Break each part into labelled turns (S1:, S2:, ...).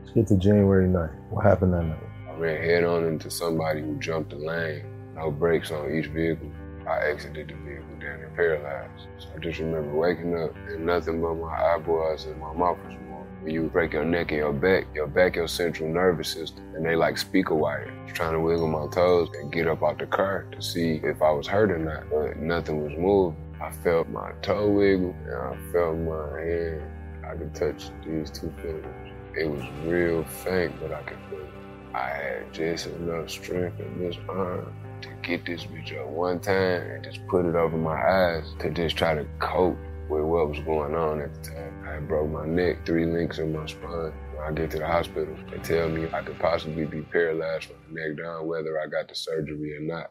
S1: Let's get to January 9th. What happened that night?
S2: I ran head on into somebody who jumped the lane. No brakes on each vehicle. I exited the vehicle down there paralyzed. So I just remember waking up and nothing but my eyeballs and my mouth was moving. When you break your neck and your back, your back, your central nervous system, and they like speaker wire. I was trying to wiggle my toes and get up out the car to see if I was hurt or not, but nothing was moving. I felt my toe wiggle and I felt my hand. I could touch these two fingers. It was real faint, but I could feel it. I had just enough strength in this arm to get this bitch up one time and just put it over my eyes to just try to cope with what was going on at the time. I had broke my neck, three links in my spine. When I get to the hospital, they tell me I could possibly be paralyzed from the neck down, whether I got the surgery or not.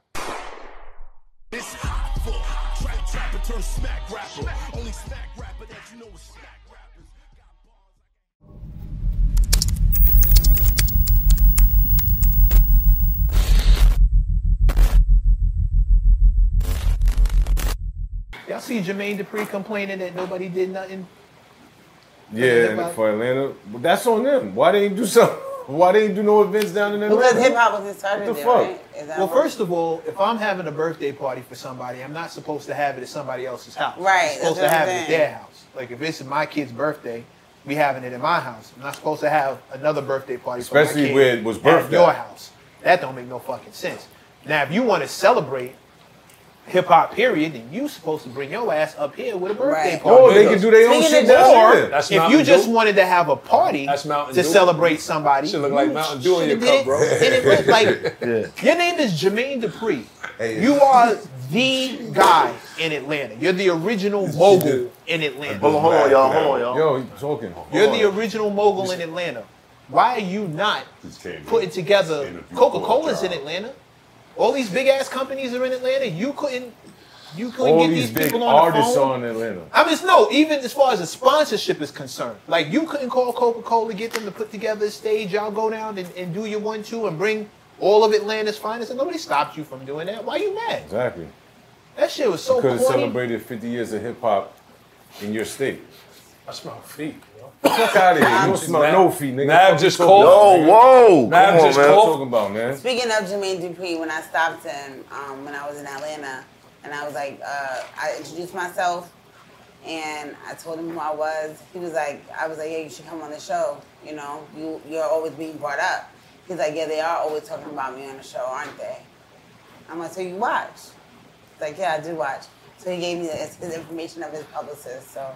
S3: This hot for trap trapper turn smack rapper. Only smack rapper that you know is smack rappers. Got balls.
S4: Y'all see Jermaine Dupri complaining that nobody did nothing?
S1: Yeah, and for Atlanta, but that's on them. Why they ain't do something? Why they ain't do no events down in Atlanta?
S5: Because hip hop was his
S1: What
S5: target.
S1: the
S5: there,
S1: fuck?
S5: Right? Is that
S4: Well,
S5: right?
S4: first of all, if I'm having a birthday party for somebody, I'm not supposed to have it at somebody else's house.
S5: Right,
S4: I'm supposed to
S5: that's what
S4: have
S5: I'm
S4: it at
S5: saying.
S4: their house. Like if this is my kid's birthday, we having it at my house. I'm not supposed to have another birthday party. for my
S1: Especially
S4: kid
S1: where it was
S4: at
S1: birthday.
S4: your house. That don't make no fucking sense. Now, if you want to celebrate hip hop, period, then you supposed to bring your ass up here with a birthday
S5: Right.
S4: party.
S1: Oh, they can do their own
S5: Speaking
S1: shit
S5: of
S1: down
S5: door,
S1: there.
S6: That's
S4: if
S6: Mountain
S4: you just
S6: Dew.
S4: wanted to have a party
S6: That's Mountain
S4: to
S6: Dew.
S4: celebrate somebody,
S6: Shit look like
S4: you
S6: Mountain Dew in
S4: shoulda
S6: your
S4: did
S6: cup, bro.
S4: it. And it was like, your name is Jermaine Dupri. You are the guy in Atlanta. You're the original mogul in
S7: Hold on,
S4: Atlanta.
S7: hold on, y'all. Hold on, y'all.
S1: Yo, he talking.
S4: You're the original mogul in Atlanta. Why are you not putting together Coca Cola's in Atlanta? All these big ass companies are in Atlanta. You couldn't. You couldn't
S1: All
S4: get
S1: these
S4: these,
S1: big
S4: people on the
S1: artists
S4: phone.
S1: are in Atlanta.
S4: I mean, it's no, even as far as the sponsorship is concerned, like you couldn't call Coca Cola, get them to put together a stage, y'all go down and, and do your one two and bring all of Atlanta's finest, and nobody stopped you from doing that. Why you mad?
S1: Exactly.
S4: That shit was so
S1: Could have
S4: corny.
S1: celebrated 50 years of hip hop in your state.
S6: I smell feet. Bro.
S1: Fuck out of here. You don't smell no feet, nigga.
S6: Nav
S1: Fuck
S6: just
S1: you talking
S6: called-
S1: about, nigga?
S7: Yo, whoa.
S6: Nav
S7: Come on,
S6: just
S1: What
S7: man.
S1: you
S6: called-
S1: talking about, man?
S5: Speaking of Jermaine Dupree, when I stopped him um, when I was in Atlanta, and I was like, uh, I introduced myself, and I told him who I was. He was like, I was like, yeah, you should come on the show. You know, you you're always being brought up. He's like, yeah, they are always talking about me on the show, aren't they? I'm like, so you watch? He's like, yeah, I do watch. So he gave me his, his information of his publicist. So,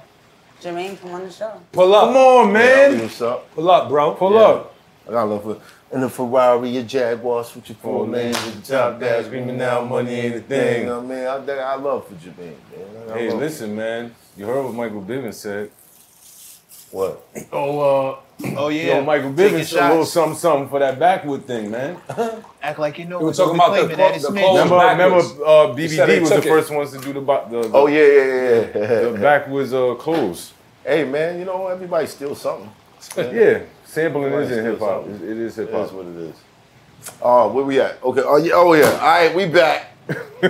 S5: Jermaine, come on the show.
S6: Pull up.
S1: Come on,
S7: Man,
S1: man.
S7: what's up?
S6: Pull up, bro.
S1: Pull up.
S7: I got love for in the Ferrari, your Jaguar, switch your
S1: Full
S7: full name,
S1: name,
S7: your top dash, screaming out money ain't a thing. You know what I mean? I, that- I love for Jermaine, man. I
S1: Hey,
S7: love-
S1: listen, man. You heard what Michael Bivins said.
S7: What?
S1: Oh, uh,
S4: Oh yeah,
S1: yo, Michael
S4: Taking
S1: Bivins a
S4: shots.
S1: little something, something for that backwood thing, man.
S4: act like you know.
S6: We were
S4: it,
S6: talking
S4: don't be
S6: about the
S4: claiming that
S6: clo-
S4: it's
S6: the
S4: me.
S6: clothes.
S1: Remember, remember
S6: backwards.
S1: uh,
S6: said they
S1: BBD was the
S6: took it.
S1: first ones to do the, bo- the,
S7: Oh, yeah, yeah,
S1: the
S7: yeah.
S1: backwards uh, clothes.
S7: hey, man, you know, everybody steals something.
S1: Yeah, sampling
S7: Right,
S1: is in
S7: still
S1: hip hop. It
S7: something.
S1: it is hip
S7: That's
S1: hop.
S7: what it is. Oh, where we at? Okay. Oh yeah. Oh yeah. All right, we back.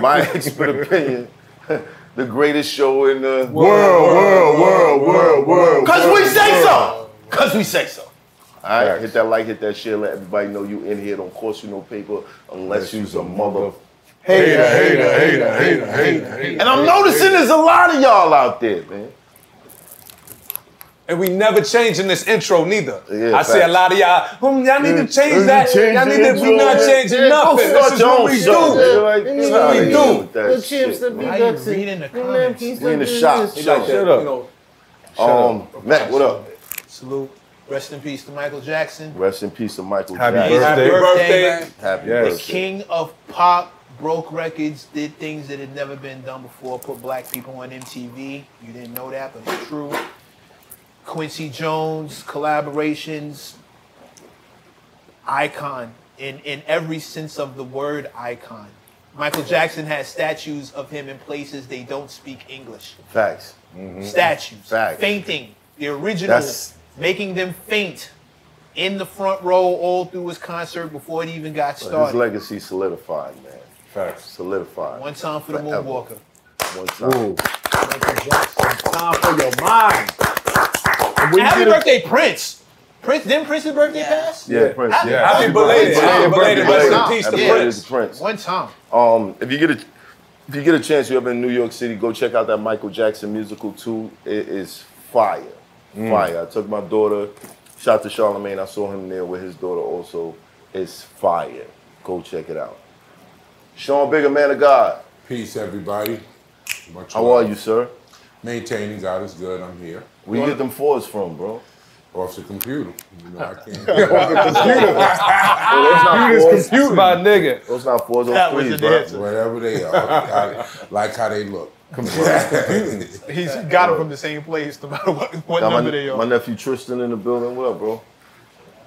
S7: My expert opinion. the greatest show in the world, world, world, world, world. Cause we say so. Cause we say so. All right, hit that like, hit that share, let everybody know you in here. Don't cost you no paper unless you's a mother.
S1: Hater, hater, hater, hater, hater, hater.
S7: And I'm noticing there's a lot of y'all out there, man.
S6: And we never changing this intro neither.
S7: Yeah,
S6: I see a
S7: facts.
S6: lot of y'all. Hmm, y'all need to change that.
S7: Change
S6: y'all
S7: the
S6: need to.
S7: intro,
S6: We not
S7: man.
S6: changing
S7: Yeah, go
S6: nothing. This
S7: start
S6: is
S7: your
S6: what
S7: own
S6: we
S7: show,
S6: do.
S7: man. Like,
S6: is
S7: nah,
S6: what we
S7: they
S6: do.
S7: deal with that shit, man.
S4: How you reading the comments?
S7: We in the shop.
S6: He like
S1: Shut
S6: that,
S1: up.
S6: You know,
S7: Um, Matt, what up?
S4: Salute. Rest in peace to Michael Jackson,
S7: Rest in peace to Michael
S1: Happy birthday.
S7: Jackson.
S6: happy
S1: Birthday.
S6: birthday.
S7: Happy
S1: Yes.
S7: birthday.
S4: king of pop, broke records, did things that had never been done before, put black people on MTV. You didn't know that, but it's true. Quincy Jones collaborations, icon in in every sense of the word icon. Michael Jackson has statues of him in places they don't speak English.
S7: Facts.
S4: Statues,
S7: Mm-hmm. Facts.
S4: fainting, the original,
S7: That's-
S4: making them faint in the front row all through his concert before it even got
S7: His
S4: started.
S7: legacy solidified, man.
S8: Facts.
S7: Solidified.
S4: One time for the
S7: Forever.
S4: Moonwalker.
S7: One time.
S9: Time for your mind.
S4: And happy birthday, Prince. Prince, didn't Prince's birthday pass?
S7: Yeah, Prince.
S4: Happy-
S7: Yeah.
S1: Happy belated. Happy belated.
S7: birthday.
S1: Rest in peace to
S7: Happy
S1: Prince.
S7: belated Prince.
S4: One time.
S7: Um, if you get a if you get a chance, you ever in New York City, go check out that Michael Jackson musical too. It is fire,
S4: Mm.
S7: fire. I took my daughter. Shout to Charlemagne. I saw him there with his daughter also. It's fire. Go check it out. Sean Bigger, man of God.
S10: Peace, everybody. Much
S7: How
S10: love.
S7: are you, sir?
S10: Maintaining God is good. I'm here.
S7: Where you get them fours from, bro?
S10: Off the computer. You know, I can't.
S4: Ah!
S7: Those not fours.
S1: My nigga.
S7: Those not fours. Those
S4: That was
S7: threes,
S4: the
S7: bro.
S4: answer.
S10: Whatever they are, I like how they look.
S4: He's got him from the same place, no matter what, what
S7: Got
S4: number they
S7: my,
S4: are.
S7: my nephew Tristan in the building. What up, bro?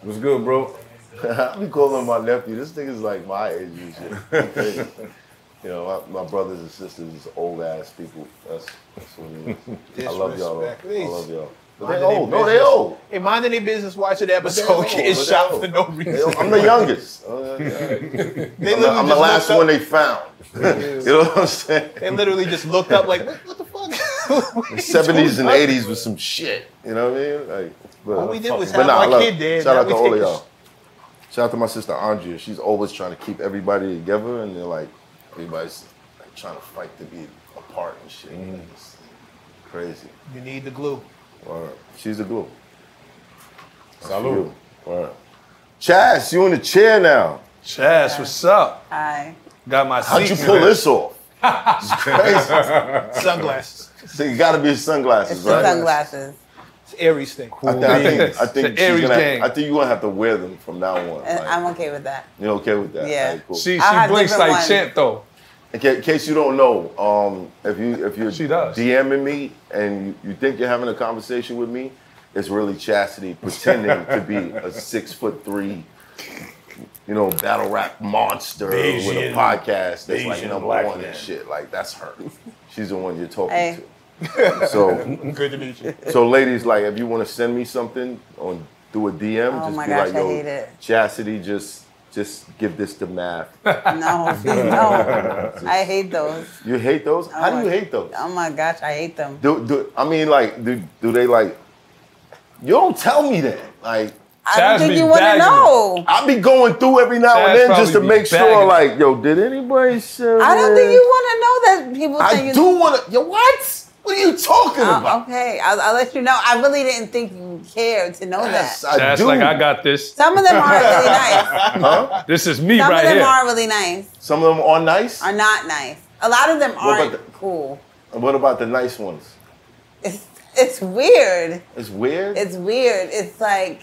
S8: What's good, bro?
S7: I be calling my nephew. This nigga's like my age and shit. you know, my, my brothers and sisters is old ass people. That's, that's what it is. I love y'all. though.
S4: Disrespect.
S7: I love y'all. But
S4: Mind
S7: they
S4: they
S7: old. No, they
S4: business.
S7: old.
S4: Hey, minding their business, watching the
S7: They
S4: episode,
S7: old,
S4: getting
S7: but they
S4: shot
S7: old.
S4: for no
S7: They
S4: reason.
S7: old. I'm the youngest. Uh,
S4: They
S7: I'm the,
S4: literally
S7: I'm the
S4: just
S7: last
S4: looked up-
S7: one they found. you know what I'm saying?
S4: They literally just looked up like, what, what the fuck? What you
S7: 70s and
S4: doing?
S7: 80s was some shit. You know what I mean? Like, but,
S4: All we did was
S7: but
S4: have
S7: nah,
S4: our
S7: look,
S4: kid dead,
S7: Shout
S4: now
S7: out
S4: we
S7: to all of
S4: take a
S7: y'all. Shout out to my sister Andrea. She's always trying to keep everybody together, and they're like, everybody's like, trying to fight to be apart and shit. Like, it's crazy.
S4: You need the glue.
S7: Word. She's the glue.
S8: Salute.
S7: Word. Chaz, you in the chair now.
S1: Chaz, what's up?
S5: Hi.
S1: Got my
S7: How'd
S1: seat.
S7: you pull this off? It's crazy.
S4: Sunglasses.
S7: so you gotta be sunglasses,
S5: It's the
S7: right?
S5: sunglasses.
S4: It's Aries thing.
S7: I, thi- I think I
S1: Beans.
S7: think
S1: The
S7: she's
S1: Aries
S7: gonna,
S1: gang.
S7: I think you're gonna have to wear them from now on.
S5: And
S7: like-
S5: I'm okay with that.
S7: You okay with that?
S5: Yeah.
S7: Alright, cool.
S1: She,
S5: I
S1: she
S5: had
S1: blinks
S5: different
S1: like
S5: ones.
S1: Champ, though.
S7: in ca- case you don't know, um, if you if you're
S1: She does.
S7: DMing me and you, you think you're having a conversation with me, it's really Chastity pretending to be a six foot three, you know, battle rap monster with a
S9: Asian-
S7: podcast that's like
S9: Asian
S7: number
S9: black
S7: one
S9: man.
S7: and shit. Like that's her. She's the one you're talking
S5: Hey.
S7: to. So
S4: Good to meet you.
S7: so ladies, like if you want to send me something on through a DM,
S5: Oh
S7: just
S5: my
S7: be
S5: gosh,
S7: like,
S5: I
S7: yo,
S5: hate it.
S7: Chastity, just just give this to math.
S5: No, no. I hate those.
S7: You hate those? How do
S5: my-
S7: you hate those?
S5: Oh my gosh, I hate them.
S7: Do, do I mean like do, do they like? You don't tell me that. Like
S5: I don't
S1: Chaz
S5: think
S1: be
S5: you want to
S1: bagging
S5: know.
S7: I be going through every now
S1: Chaz
S7: and then just to
S1: probably be
S7: make sure.
S1: bagging.
S7: Like yo, did anybody share?
S5: I don't think you want to know that people
S7: I
S5: think you.
S7: do want to. Yo, what? What are you talking
S5: Oh,
S7: about?
S5: okay, I'll, I'll let you know. I really didn't think you cared to know
S7: Yes,
S5: that.
S7: I
S1: Chaz,
S7: do.
S1: like, I got this.
S5: Some of them are really nice.
S7: huh?
S1: This is me
S5: Some
S1: right
S5: of them
S1: here.
S5: are really nice.
S7: Some of them are nice.
S5: Are not nice. A lot of them
S7: about
S5: aren't
S7: the-
S5: cool.
S7: And what about the nice ones?
S5: It's it's weird.
S7: It's weird.
S5: It's weird. It's like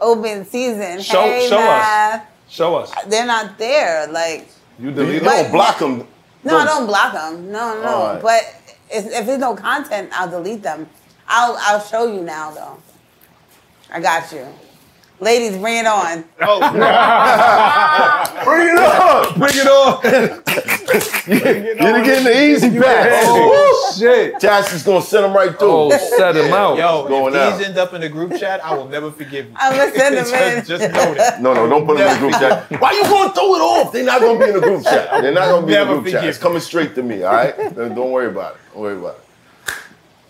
S5: open season.
S1: Show-
S5: hey,
S1: show us.
S5: Math.
S1: Show us.
S5: They're not there. Like
S7: you delete
S5: them?
S7: don't block them.
S5: No, I don't block them. No, no.
S7: Alright.
S5: But if, if there's no content, I'll delete them. I'll I'll show you now though. I got you, ladies. Bring it on.
S7: Bring it up.
S1: Bring it on.
S7: You're getting the easy pass.
S1: oh, shit.
S7: Chaz is gonna send them right through.
S1: Oh, set him out.
S4: Yo,
S7: Going
S4: if
S7: out.
S4: these end up in a group chat, I will never forgive you.
S5: I'm gonna send them in.
S4: just, just know that.
S7: No, no, don't put them in the group chat. Why you gonna throw it off? They're not gonna be in the group chat. They're not gonna be in
S4: Never
S7: the group chat.
S4: forgive
S7: It's coming straight to me, all right? Don't don't worry about it. Don't worry about it.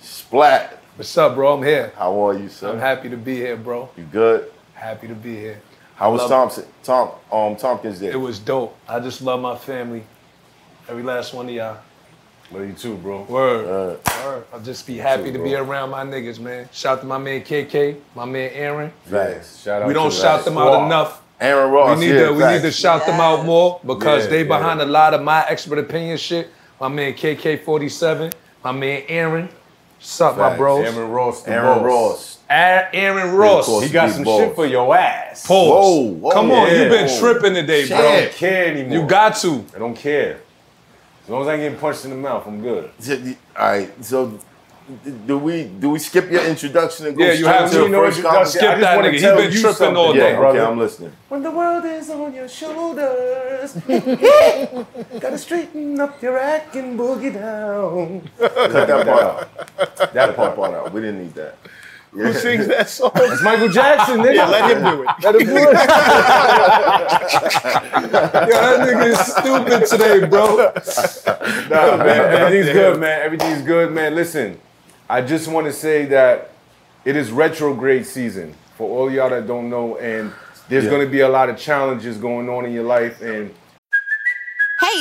S7: Splat.
S1: What's up, bro? I'm here.
S7: How are you, sir?
S1: I'm happy to be here, bro.
S7: You good?
S1: Happy to be here.
S7: How was
S1: Love-
S7: Thompson? Tom um Tompkins there.
S1: It was dope. I just love my family. Every last one of y'all.
S8: Love you too, bro.
S1: Word. Word. I'll just be happy to be around my niggas, man. Shout out to my man KK, my man Aaron.
S7: Facts.
S8: Shout out
S1: We don't
S8: to
S1: shout
S8: that
S1: them
S8: squad.
S1: out enough.
S7: Aaron Ross.
S1: we need
S7: yeah,
S1: to we
S7: facts.
S1: need to shout them out
S5: Yes.
S1: more because
S8: Yeah,
S1: they
S8: yeah.
S1: behind a lot of my expert opinion shit. My man KK47, my man Aaron. What's up, my
S7: Facts.
S1: bros?
S8: Aaron Ross. the boss.
S7: Aaron Ross.
S2: Aaron Ross.
S1: He got some shit for your ass.
S2: Pause. Come on,
S1: Yeah.
S2: you've been tripping today, bro.
S1: I don't care anymore.
S2: You got to.
S1: I don't care. As long as I ain't getting punched in the mouth, I'm good.
S7: All right, so do we do we skip your introduction and go
S1: Yeah, you
S7: straight
S1: have
S7: to
S1: to.
S7: the
S1: You know
S7: first
S1: what you got-
S7: conversation?
S1: skip I just that wanna nigga. He tell been you tripping something. all day,
S7: Yeah,
S1: brother.
S7: Okay, I'm listening.
S1: When the world is on your shoulders, gotta straighten up your act and boogie down.
S7: Cut that part out. That part, part out. We didn't need that. Yeah.
S1: Who sings
S4: that song?
S1: It's Michael Jackson, nigga.
S7: Yeah, let him do
S4: it.
S1: Let him do it.
S2: Yo, that nigga is stupid today, bro.
S1: nah, man, everything's good, man. Everything's good, man. Listen, I just want to say that it is retrograde season for all y'all that don't know, and there's
S11: Yeah.
S1: going to be a lot of challenges going on in your life, and
S10: Hey,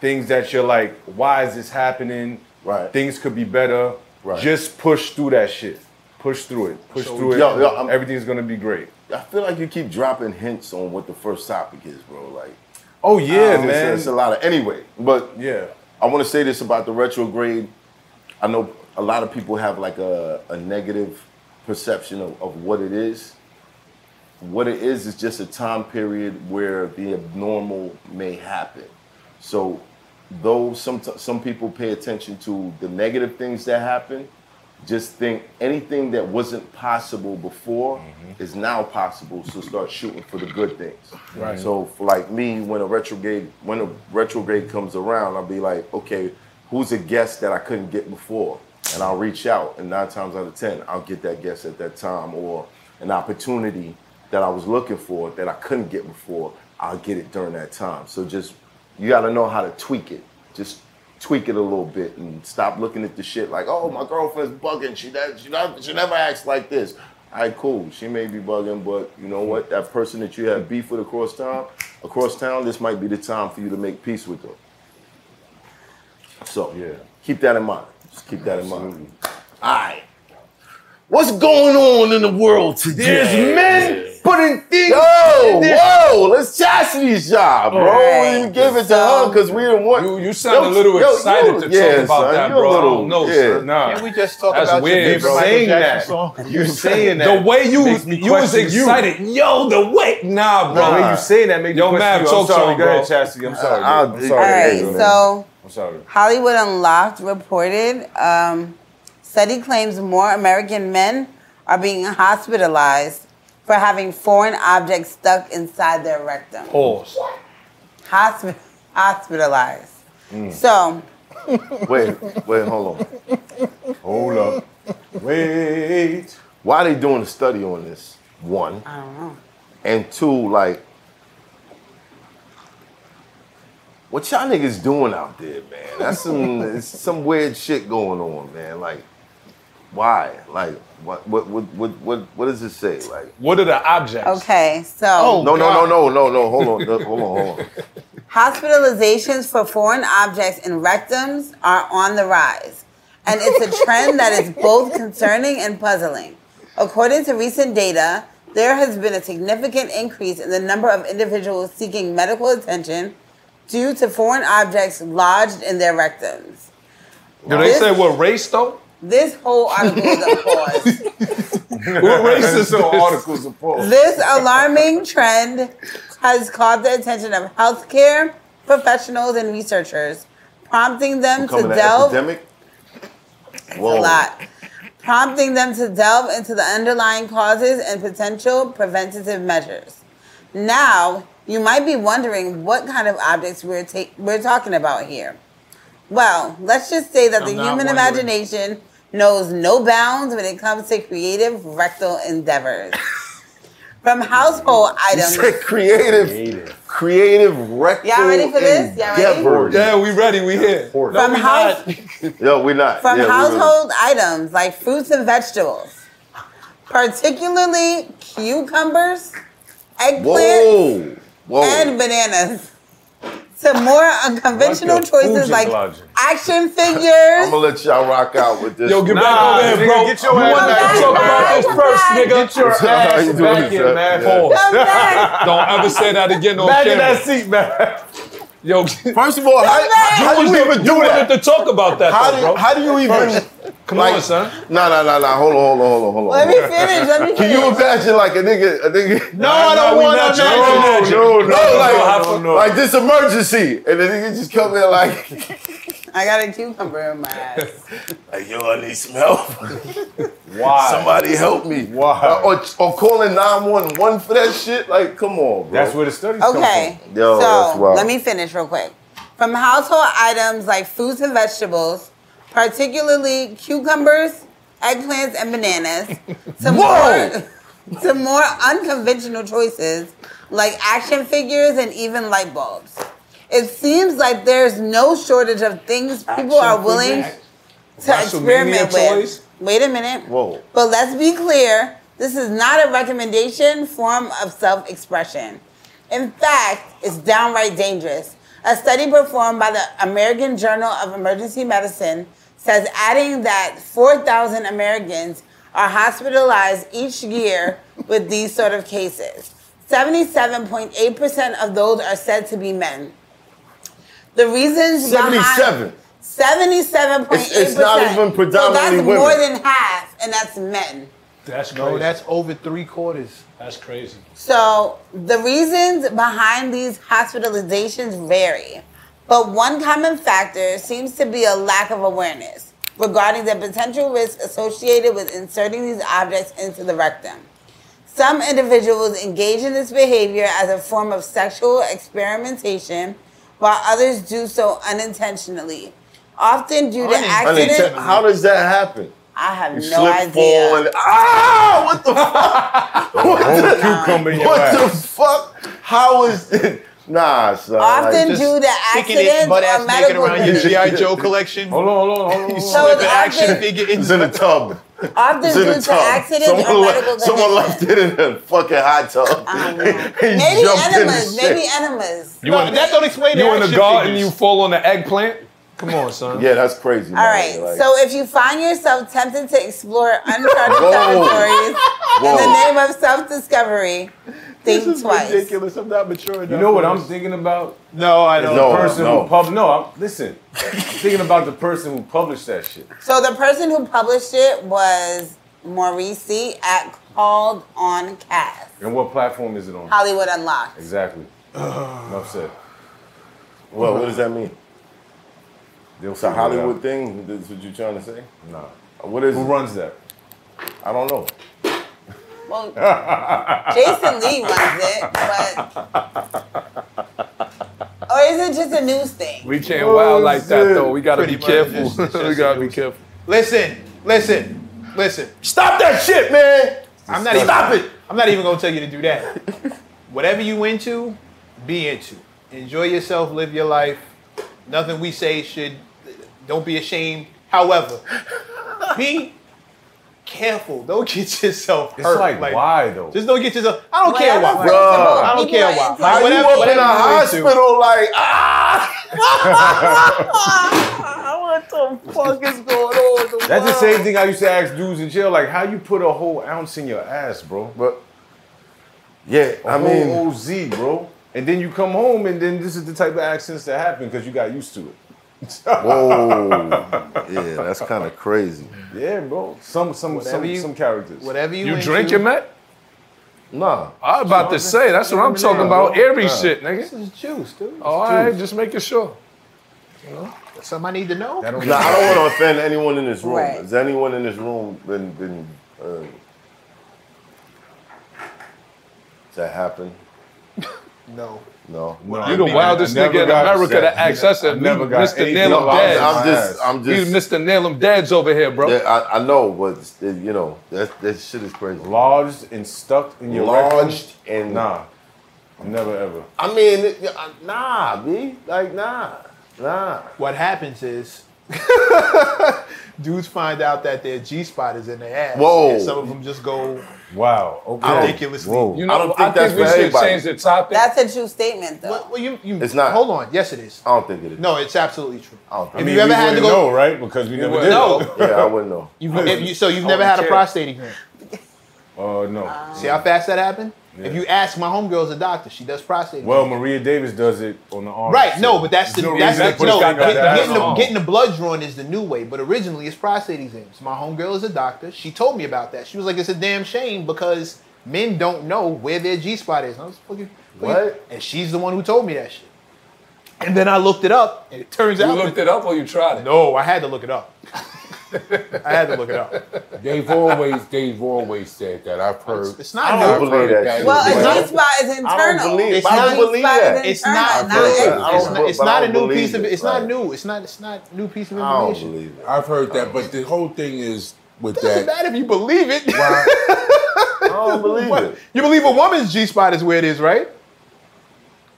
S1: things that you're like, why is this happening? Right. Things could be better. Right. Just push through that shit. Push through it. Push
S7: So-
S1: through it.
S7: Yo, yo, I'm-
S1: Everything's gonna be great.
S7: I feel like you keep dropping hints on what the first topic is, bro. Like,
S1: oh yeah,
S7: it's,
S1: man.
S7: It's a lot of anyway, but
S1: yeah,
S7: I want to say this about the retrograde. I know a lot of people have like a, a negative perception of, of what it is. What it is is just a time period where the abnormal may happen. So, though some some people pay attention to the negative things that happen, just think anything that wasn't possible before is now possible. So start shooting for the good things.
S1: Right.
S7: So for like me, when a retrograde when a retrograde comes around, I'll be like, okay, who's a guest that I couldn't get before? And I'll reach out, and nine times out of ten, I'll get that guest at that time or an opportunity that I was looking for that I couldn't get before. I'll get it during that time. So just you got to know how to tweak it. Just tweak it a little bit and stop looking at the shit like, oh, my girlfriend's bugging. She does, she, not, she never acts like this. All right, cool. She may be bugging, but you know what? That person that you have beef with across town, across town, this might be the time for you to make peace with them. So yeah, keep that in mind. Just keep that in mind. All right. What's going on in the world today?
S1: There's men putting things.
S7: Yo,
S1: in their-
S7: whoa, let's Chastity's job, bro.
S1: Alright.
S7: You give it to her because we didn't want. You,
S2: you sound a little excited to talk about that, bro. I don't know, son. Nah.
S4: Can we just talk
S2: That's
S4: about your
S2: weird,
S4: favorite
S2: bro.
S4: Michael
S2: Saying
S4: Jackson
S2: that.
S4: song?
S1: You're saying that.
S2: The way you
S1: makes me
S2: you was
S1: question you.
S2: excited. Yo, the way. Nah, bro.
S1: The way you saying that made me
S2: Yo,
S1: question
S2: Mav,
S1: you. I'm
S2: talk to
S1: sorry.
S2: him,
S1: Go
S2: bro.
S1: ahead, Chastity. I'm sorry.
S2: I-
S1: I'm sorry.
S5: All right, so-
S1: I'm sorry.
S5: Hollywood Unlocked reported um, study claims more American men are being hospitalized for having foreign objects stuck inside their rectum.
S2: Pause.
S5: Hospi- hospitalized.
S7: Mm.
S5: So,
S7: Wait, wait, hold on. Hold up. Wait. Why they doing a study on this? One.
S5: I don't know.
S7: And two, like, what y'all niggas doing out there, man? That's some it's some weird shit going on, man. Like, why? Like, what what what what what, what does it say? Like,
S2: what are the objects?
S5: okay, so.
S1: Oh,
S7: no, no, no, no, no, no. Hold on, no, hold on, hold on.
S5: Hospitalizations for foreign objects in rectums are on the rise, and it's a trend that is both concerning and puzzling. According to recent data, there has been a significant increase in the number of individuals seeking medical attention due to foreign objects lodged in their rectums.
S2: Do they say what race though?
S5: This whole article is a pause.
S2: What race is
S1: So
S2: this?
S1: articles of pause.
S5: This alarming trend has caught the attention of healthcare professionals and researchers, prompting them to
S7: Becoming an
S5: delve
S7: epidemic.
S5: It's a lot, prompting them to delve into the underlying causes and potential preventative measures. Now, you might be wondering what kind of objects we're ta- we're talking about here. Well, let's just say that
S12: I'm
S5: the
S12: not
S5: human
S12: wondering.
S5: imagination knows no bounds when it comes to creative rectal endeavors. From household
S7: You
S5: items,
S7: said creative, creative rectal.
S5: Y'all ready for this? Y'all ready?
S7: endeavors.
S2: Yeah, we ready. We here.
S5: From house,
S7: Yo, we not.
S5: from
S7: Yeah, we really-
S5: household items like fruits and vegetables, particularly cucumbers, eggplants,
S7: Whoa. Whoa.
S5: and bananas. To more unconventional
S7: Like your
S5: choices
S7: food
S5: like
S7: logic.
S5: action
S7: I'm
S5: figures.
S7: gonna let y'all rock out with this.
S2: Yo, get back over there, bro. you want to talk about this first, nigga?
S7: Get your ass back in, man.
S2: Pause.
S7: Come back.
S2: Don't ever say that again on
S7: Back in
S2: camera.
S7: that
S2: seat, man. Yo,
S7: first of all, how, how do you even do that?
S2: to talk about that,
S7: How
S2: though,
S7: do-
S2: bro.
S7: how do you even-
S2: Come on, son.
S7: No, no, no, no. Hold on, hold on, hold on, hold on.
S2: Let me finish, let me
S7: Can you imagine like a nigga, a nigga?
S2: No, I don't
S7: we
S2: wanna
S7: not
S2: imagine.
S7: No, no, no,
S2: No, no,
S7: like,
S2: no, no.
S7: like this emergency, and the nigga just come in like,
S5: I got a cucumber in my ass.
S7: like yo, I need some help.
S1: Why?
S7: Somebody help me.
S1: Why?
S7: Uh, or, or calling 911 for that shit? Like, come on, bro.
S1: That's where the studies
S5: Okay.
S7: come from. Yo, that's
S5: so
S7: wild.
S5: let me finish real quick. From household items like fruits and vegetables, particularly cucumbers, eggplants, and bananas, to more to more unconventional choices like action figures and even light bulbs. It seems like there's no shortage of things people are willing to experiment with. Wait a minute.
S7: Whoa.
S5: But let's be clear this is not a recommendation form of self expression. In fact, it's downright dangerous. A study performed by the American Journal of Emergency Medicine says adding that 4,000 Americans are hospitalized each year with these sort of cases. 77.8% of those are said to be men. The reasons behind
S7: 77.
S5: 77.8%.
S7: It's- it's not even
S5: So that's
S7: predominantly women.
S5: more than half, and that's men.
S2: That's
S4: no, that's over three quarters. That's crazy.
S5: So the reasons behind these hospitalizations vary, but one common factor seems to be a lack of awareness regarding the potential risk associated with inserting these objects into the rectum. Some individuals engage in this behavior as a form of sexual experimentation, while others do so unintentionally, often due to
S7: Honey,
S5: accident.
S7: t- how does that happen?
S5: I have
S7: You
S5: no
S7: slip,
S5: idea.
S7: fall, and ah, what the fuck? what the,
S1: cucumber in your
S7: what
S1: ass.
S7: the fuck? How is it? Nah, son.
S5: Often
S7: like,
S5: do the
S4: sticking it
S5: accidents
S4: butt
S5: or
S4: ass naked
S5: medical
S4: around your
S5: conditions.
S4: GI Joe collection.
S1: Hold on, hold on, hold on.
S5: So
S4: Slip an
S5: it's
S4: action
S5: often-
S4: figure
S7: It's
S4: in.
S7: in a tub.
S5: Often
S7: It's
S5: due
S7: in a
S5: to
S7: tub.
S5: accidents or
S7: Someone,
S5: medical
S7: left,
S5: conditions. Uh-huh. Oh,
S7: someone left it in a fucking hot tub. He
S5: Maybe
S7: jumped in the
S5: enemas.
S7: shit.
S5: Maybe enemas.
S2: You no,
S4: that don't explain
S2: You
S4: the
S2: in the
S4: action
S2: garden,
S4: figures.
S2: you fall on the eggplant? Come on, son.
S7: Yeah, that's crazy.
S5: All right. so if you find yourself tempted to explore uncharted
S7: Whoa.
S5: territories in the
S7: Whoa.
S5: name of self-discovery, think twice.
S4: ridiculous. I'm not mature enough.
S1: You know what
S4: for
S1: I'm
S4: this.
S1: thinking about?
S4: No, I don't.
S1: the person
S7: no.
S1: who pub. No, I'm, listen. I'm thinking about the person who published that shit.
S5: So the person who published it was Maurice at Called on Cast,
S1: And what platform is it on?
S5: Hollywood Unlocked.
S1: Exactly. Enough said.
S7: Well, what does that mean?
S1: They'll
S7: It's a
S1: figure it out.
S7: Hollywood thing? That's what you're trying to say?
S1: Nah.
S7: What is
S1: Who
S7: it?
S1: runs that?
S7: I don't know.
S5: Well, Jason Lee runs it, but or is it just a news thing?
S2: We can't
S7: Oh,
S2: wow like that, though. We got to be
S4: Pretty much.
S2: careful.
S4: It's- it's
S2: we
S4: just
S2: got to be careful.
S4: Listen, listen, listen.
S7: Stop that shit, man!
S4: I'm not even, Stop it! I'm not even gonna tell you to do that. Whatever you into, be into. Enjoy yourself, live your life. Nothing we say should. Don't be ashamed. However, be careful. Don't get yourself
S1: It's
S4: hurt.
S1: like, why though?
S4: Just don't get yourself. I don't care why.
S5: Whatever floats your boat.
S4: I don't
S5: People
S4: care
S5: are
S4: why.
S5: into
S4: How
S7: Are
S5: it.
S7: you
S4: Whatever-
S7: up in
S4: whatever
S7: a
S4: you into.
S7: hospital like, ah!
S5: what the fuck is going on? in the
S1: That's the
S5: world?
S1: same thing I used to ask dudes in jail. Like, how you put a whole ounce in your ass, bro?
S7: But, yeah,
S1: A
S7: I
S1: whole
S7: mean.
S1: OZ, bro. And then you come home, and then this is the type of accidents that happen because you got used to it.
S7: Whoa. yeah, that's kind of crazy.
S1: Yeah, bro. Some some
S4: Whatever
S1: some,
S4: you-
S1: some characters.
S4: Whatever you.
S2: You
S4: into,
S2: drinking, man?
S7: Nah.
S2: I'm about to say. That's what I'm talking about. Every shit,
S4: This
S2: nigga.
S4: is juice, dude.
S2: All right, just making sure.
S4: Oh. Something I need to know.
S1: That don't
S7: Nah, I don't want to offend anyone in this room.
S5: Right.
S7: Has anyone in this room been been? Uh, does that happen?
S4: No.
S7: No.
S1: No, I
S2: You the
S1: mean,
S2: wildest
S1: I never
S2: nigga in
S1: got
S2: America to
S1: upset.
S2: ask us
S1: I
S2: that.
S1: never got
S2: Mr.
S1: anything
S2: Nail 'em
S7: No,
S1: about
S7: I'm,
S2: Dads.
S7: I'm
S1: Dead.
S7: just, I'm
S2: You
S7: just.
S2: Mr. Nail 'em Dads over here, bro.
S7: Yeah, I, I know, but it's- it, you know that that shit is crazy.
S1: lodged and stuck in your
S7: Lodged
S1: rectum?
S7: and-
S1: nah, never ever.
S7: I mean, it, uh, nah, b, like nah, nah.
S4: What happens is Dudes find out that their G spot is in their ass.
S13: Whoa.
S4: And some of them just go
S1: wow,
S4: okay. ridiculously.
S13: You know, I don't think that's for everybody. the topic.
S5: That's a true statement, though.
S4: Well, you, you,
S7: It's not.
S4: Hold on. Yes, it is.
S7: I don't think it is.
S4: No, it's absolutely true.
S7: I don't
S4: If you ever had to go,
S1: know, right? Because we
S4: You
S1: never did.
S4: wouldn't know.
S7: Yeah, I wouldn't know.
S4: You've- if you- so you've never had a prostate exam.
S1: Oh no.
S4: See how fast that happened?
S1: Yeah.
S4: If you ask my homegirl's a doctor, she does prostate.
S1: Well,
S4: exams.
S1: Maria Davis does it on the arm.
S4: right?
S1: Oh, so
S4: No, but that's the
S1: there's no
S4: that's
S1: reason
S4: the,
S1: to put
S4: no.
S1: a finger
S4: Get,
S1: up the
S4: getting, the,
S1: asshole.
S4: getting the blood drawn is the new way, but originally it's prostate exams. My homegirl is a doctor. She told me about that. She was like, "It's a damn shame because men don't know where their G spot is." And I was fucking
S13: What?
S4: And she's the one who told me that shit. And then I looked it up, and it turns
S13: You
S4: out
S13: looked it up or you tried it?
S4: No, I had to look it up. I had to look it up.
S2: They've always, they've always said that. I've heard.
S4: it's not
S2: I've
S4: new. I
S2: heard
S4: don't believe that shit. Well,
S5: Well, a G
S2: Well,
S5: spot is internal.
S4: It's
S5: A
S4: not-
S5: G spot is
S4: It's
S5: internal,
S4: not.
S5: not external.
S4: It's not. It's
S2: but I
S4: not a
S2: don't
S4: new
S2: believe
S4: piece of.
S2: it,
S4: It's not
S2: like-
S4: new. It's not. It's not new piece of
S2: I don't
S4: information.
S2: believe it. I've heard that, but the whole thing is with that.
S4: Doesn't matter if you believe it.
S2: I don't believe
S4: What? You believe a woman's G spot is where it is, right?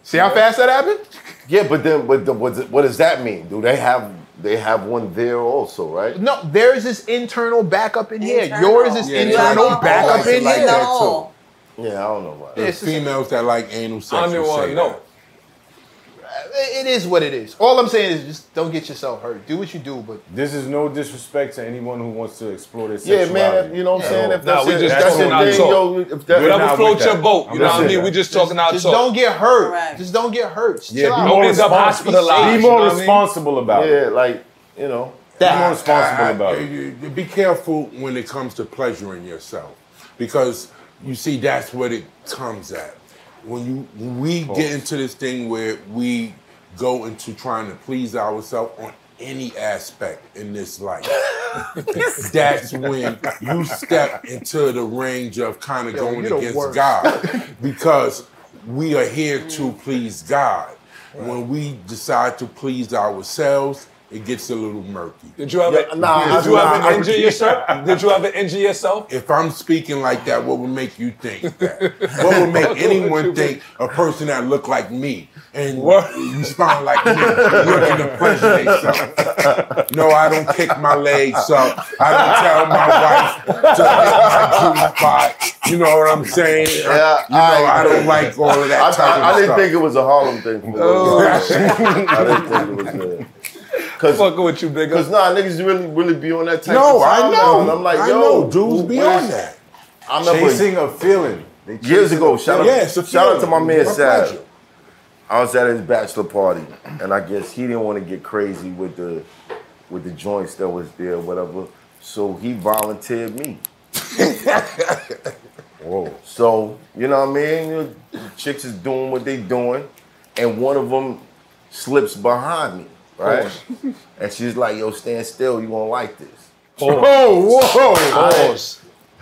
S4: See how fast that happened?
S7: Yeah, but then, but the, what's, what does that mean? Do they have they have one there also, right?
S4: No, theirs is internal backup in here.
S7: Internal.
S4: Yours is
S7: Yeah,
S4: internal
S7: yeah.
S4: backup in
S2: Like
S4: here.
S2: that, too.
S7: Yeah, I don't know why.
S2: There's females that like anal sex.
S4: don't
S2: would
S4: wanna
S2: say
S4: know.
S2: that.
S4: It is what it is. All I'm saying is just don't get yourself hurt. Do what you do, but
S1: This is no disrespect to anyone who wants to explore their
S7: Yeah, man,
S1: sexuality.
S7: you know what I'm saying? If
S1: No,
S7: that's it- that's it,
S1: talking
S7: then,
S1: out
S7: yo,
S1: talk.
S7: if that-
S1: We're
S7: Whatever
S1: not
S7: floats
S1: with
S7: your
S1: that.
S7: boat, you
S1: I'm
S7: know
S1: not
S7: what I
S1: with
S7: mean?
S1: that.
S7: We
S13: just talking
S4: just,
S13: our
S4: just
S13: talk.
S4: don't get hurt. Just don't get hurt.
S1: Yeah,
S4: Chill
S1: be
S4: out.
S1: more responsible. Be more responsible about it.
S7: Yeah, like you know,
S2: That-
S1: be more responsible
S2: I- I-
S1: about it.
S2: you- you- Be careful when it comes to pleasuring yourself, because you see that's what it comes at. When you when we get into this thing where we go into trying to please ourselves on any aspect in this life, that's when you step into the range of kind of
S13: Yo,
S2: going
S13: you the
S2: against
S13: worst.
S2: God, because we are here to
S7: Mm.
S2: please God. When we decide to please ourselves, it gets a little murky.
S13: Did you ever?
S2: Yeah, nah,
S13: did
S2: I-
S13: you ever
S2: nah, I-
S13: injure yourself? Did you ever injure yourself?
S2: If I'm speaking like that, what would make you think that? What would make anyone think a person that looked like me and respond like me looking to pleasure themselves? No, I don't kick my legs up. I don't tell my wife to hit my G spot. You know what I'm saying?
S7: Yeah,
S2: you know, I, don't like all of that
S7: I,
S2: type
S7: I,
S2: of
S7: I didn't
S2: stuff.
S7: think it was a Harlem thing. For
S2: Oh.
S7: real. I didn't think it was there. Cause,
S13: Fucking with you, bigger.
S7: Cause nah, niggas really, really be on that type
S2: No,
S7: of time
S2: I
S7: now, and
S2: know.
S7: I'm like,
S2: I
S7: yo,
S2: know, dudes be
S7: where's-
S2: on that.
S7: I remember
S1: Chasing a feeling. They
S7: years
S1: chasing
S7: ago.
S1: a
S7: Shout out,
S1: feeling. Yeah, it's a
S7: shout out to my
S1: feeling.
S7: man
S1: My
S7: Sad.
S1: pleasure.
S7: I was at his bachelor party, and I guess he didn't want to get crazy with the with the joints that was there, whatever. So he volunteered me. Whoa. So you know what I mean? You know, Chicks is doing what they doing, and one of them slips behind me, right? and she's like, "Yo, stand still. You won't like this."
S1: Pause. Oh, whoa.
S7: Pause.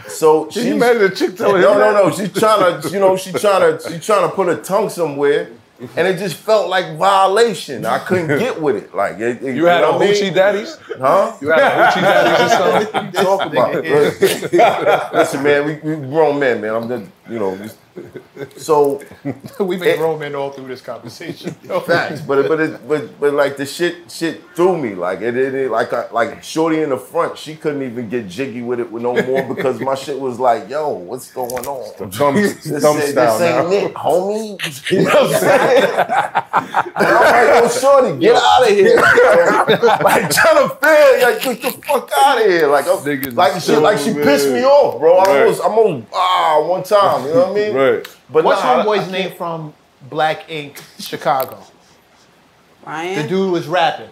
S7: So
S1: Can
S7: she's-
S1: you imagine a chick telling him
S7: No,
S1: that?
S7: no, no. She's trying to, you know, she's trying to, she's trying to put her tongue somewhere, and it just felt like violation. I couldn't get with it. Like it, it-
S13: You had
S7: know
S13: a
S7: what I mean?
S13: hoochie daddies?
S7: Huh?
S13: You had a hoochie daddies or something?
S7: Talk about it. Listen, listen, man, we, we grown men, man. I'm just, you know, just- so
S4: We've been grown men all through this conversation.
S7: Facts, but but it, but but like the shit shit threw me like it, it, it like I, like shorty in the front she couldn't even get jiggy with it no more because my shit was like yo what's going on
S1: Thumb-
S7: this,
S1: thumb
S7: ain't-
S1: style
S7: this ain't
S1: now.
S7: it homie you know what I'm saying And I'm like yo shorty get out of here like trying to feel like get the fuck out of here like I'm, like she like she
S1: stupid.
S7: pissed me off bro I
S1: Right.
S7: almost I'm on ah one time you know what I mean
S1: Right.
S7: but
S4: What's
S7: nah, I-
S4: homeboy's name from Black Ink, Chicago?
S5: Ryan?
S4: The dude was rapping.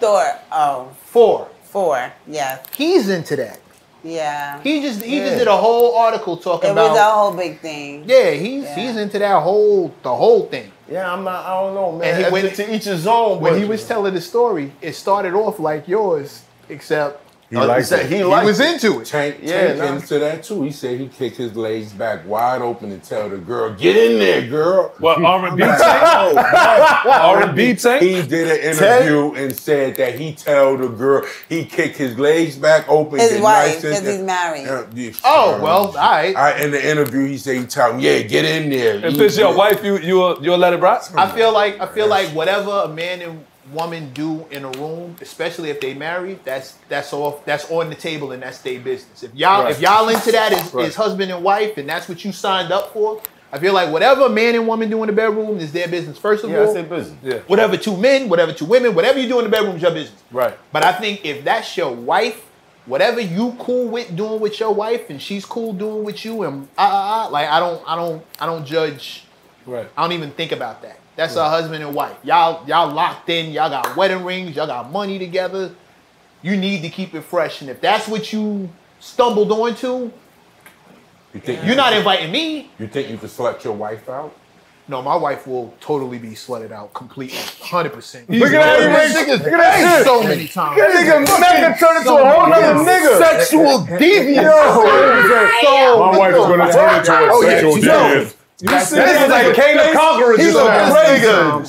S5: Thor. Oh.
S4: Four.
S5: Four. Yes.
S4: He's into that.
S5: Yeah.
S4: He just he
S5: Yeah.
S4: just did a whole article talking
S5: It
S4: about
S5: was a whole big thing.
S4: Yeah, he's he's into that whole the whole thing.
S7: Yeah, I'm not. I don't know, man.
S4: And he
S7: That's
S4: went
S7: to each his own.
S4: When
S7: but-
S4: he was telling the story, it started off like yours, except
S2: He likes
S4: said
S2: it.
S4: He,
S2: He likes
S4: was
S2: it.
S4: into it.
S2: Tank,
S4: Yeah,
S2: Tank
S4: nah.
S2: into that too. He said he kicked his legs back wide open and tell the girl, "Get in there, girl."
S14: What, R&B Tank?
S2: R&B Tank. He did an interview and said that he tell the girl he kicked his legs back open.
S5: His
S2: get
S5: wife,
S2: nice and-
S5: because he's married.
S2: Uh, yeah,
S4: Oh
S2: um,
S4: well, all right.
S2: I, in the interview, he said he tell him, "Yeah, get in there."
S13: If it's your wife, you you you'll let it rock.
S4: I feel like I feel like whatever a man and woman do in a room, especially if they married, that's that's off that's on the table and that's their business. If y'all all
S15: Right.
S4: if y'all into that is,
S15: Right.
S4: is husband and wife and that's what you signed up for, I feel like whatever man and woman do in the bedroom is their business. First of
S7: Yeah,
S4: all,
S7: that's their business. Yeah.
S4: Whatever two men, whatever two women, whatever you do in the bedroom is your business.
S7: Right.
S4: But I think if that's your wife, whatever you cool with doing with your wife, and she's cool doing with you, and ah ah ah, like I don't I don't I don't judge.
S16: Right.
S4: I don't even think about that. That's
S16: Right.
S4: a husband and wife. Y'all y'all locked in. Y'all got wedding rings. Y'all got money together. You need to keep it fresh, and if that's what you stumbled onto,
S10: You think
S4: you're not inviting me.
S10: You think you could select your wife out?
S4: No, my wife will totally be slutted out completely, hundred percent.
S10: Look at how he makes- look at that shit.
S4: so many times.
S10: That nigga Mecca turned into a whole nother
S4: Yes.
S10: nigga.
S4: Sexual deviant.
S10: Yo.
S4: So-
S1: My wife is gonna turn into a
S4: Oh, yeah,
S1: sexual
S4: you
S1: deviant.
S4: know. You see this nigga face? He's a crazy nigga.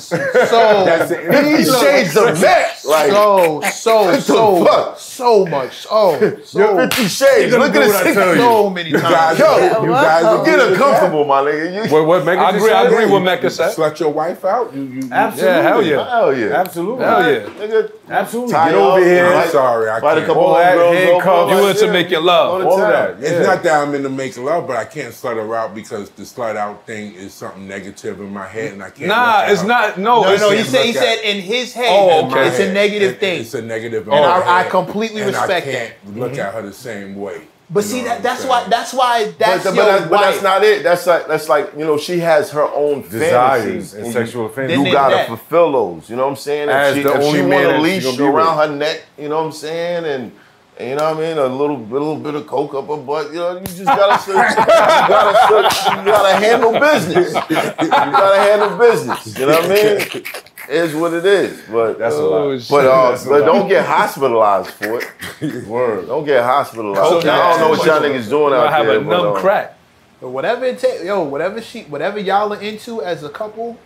S4: So- He's a-
S7: Like,
S4: so
S7: what
S4: so
S7: the
S4: so
S7: fuck?
S4: so much. Oh, so
S7: Yo, 50 Shades. Look at this.
S4: So many times.
S7: Yo, get uncomfortable, my nigga. You,
S1: What, what Mecca
S7: I
S1: just
S7: agree- I
S1: said?
S7: agree with
S1: You-
S7: Mecca
S1: you
S7: said.
S1: Select your wife out. You, you, you-
S7: Absolutely. Yeah, hell yeah. Hell yeah.
S1: Absolutely.
S7: Hell yeah.
S1: Nigga, absolutely.
S7: Tie
S1: Get
S7: up,
S1: over here.
S7: invite-
S10: Sorry, I
S7: invite a
S10: can't.
S7: couple All that, homegirls over, handcuffs. all that
S10: You into
S7: shit.
S10: making
S7: All
S10: love.
S7: the time. Yeah.
S10: It's not that I'm into making love, but I can't slut her out because the slut out thing is something negative in my head, and I can't.
S16: Nah,
S10: look at
S16: it's
S10: her.
S16: not- no,
S4: No,
S10: I
S4: no, he
S10: can't
S4: said he
S10: look at-
S4: said in his head.
S10: Oh, okay.
S4: It's a negative
S10: It-
S4: thing.
S10: It's a negative. in
S4: And
S10: my
S4: I- I
S10: head,
S4: completely
S10: and
S4: respect
S10: I can't
S4: that.
S10: Look
S4: Mhm.
S10: at her the same way.
S4: But
S10: You
S4: see
S10: know
S4: that
S10: what
S4: that's
S10: I'm
S4: why that's why that's
S7: but,
S4: your
S7: that- but that's
S4: wife.
S7: not it. That's like that's like you know she has her own
S1: Desires
S7: fantasies
S1: and
S7: you-
S1: sexual fantasies.
S7: You,
S1: Then
S7: gotta
S1: that-
S7: fulfill those. You know what I'm saying? If
S1: As
S7: she,
S1: the
S7: if
S1: only
S7: she
S1: man
S7: want a
S1: that she's gonna
S7: leash
S1: be
S7: around
S1: with.
S7: her neck, you know what I'm saying? And, and you know what I mean? A little little bit of coke up her butt. You know you just gotta you gotta you gotta handle business. You gotta handle business. You know what I mean? Is what it is, but
S1: That's a lot. Oh, shit.
S7: But, uh,
S1: That's a
S7: but
S1: lot.
S7: don't get hospitalized for it. Word. Don't get hospitalized. I don't know what y'all niggas doing out there. but,
S1: um,
S7: uh,
S4: But whatever it takes, yo, whatever she, whatever y'all are into as a couple,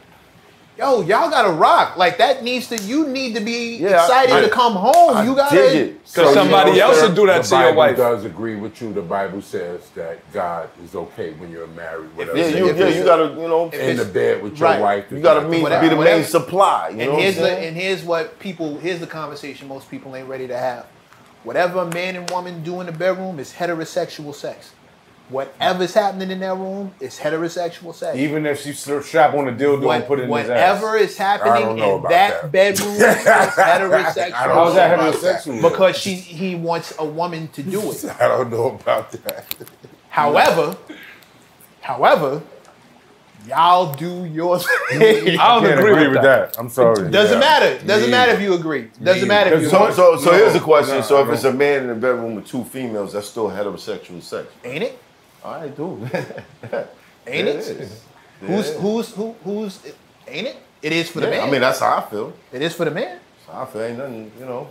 S4: yo, y'all gotta rock. Like that needs to, you need to be
S16: Yeah, I-
S4: excited
S10: I-
S4: to come home. you gotta,
S10: So, you know, sir,
S16: that
S10: the
S16: to your
S10: Bible
S16: wife.
S10: does agree with you. The Bible says that God is okay when you're married. Whatever.
S7: Yeah, you, yeah, you gotta, you know,
S10: in the bed with your
S7: Right.
S10: wife.
S7: You gotta meet,
S4: Whatever-
S7: be the main
S4: whatever.
S7: supply. You know
S4: and
S7: what I'm
S4: here's the,
S7: saying?
S4: and here's what people, here's the conversation most people ain't ready to have. Whatever a man and woman do in the bedroom is heterosexual sex. Whatever's happening in that room is heterosexual sex.
S1: Even if she sl- strap on a dildo and
S4: What-
S1: put it in
S4: whatever
S1: his ass.
S4: is happening in that, bedroom is heterosexual.
S1: I don't know How's that about heterosexual? that.
S4: Because she he wants a woman to do it.
S10: I don't know about that.
S4: However, however, y'all do your thing.
S1: I don't agree, with that. I'm sorry.
S4: Doesn't
S1: Yeah.
S4: matter. Doesn't
S1: Me
S4: matter if
S1: either.
S4: you agree.
S1: Me
S4: Doesn't
S1: either.
S4: matter if you
S7: So,
S4: agree.
S7: so, so
S1: No,
S7: here's the question.
S1: no,
S7: so if
S1: I
S7: it's a man in a bedroom with two females, that's still heterosexual sex.
S4: Ain't it?
S7: I do.
S4: Ain't it?
S7: It is.
S4: Who's
S7: It is.
S4: who's who who's ain't it? It is for the
S7: Yeah,
S4: man.
S7: I mean, that's how I feel.
S4: It is for the man.
S7: I feel ain't nothing, you know.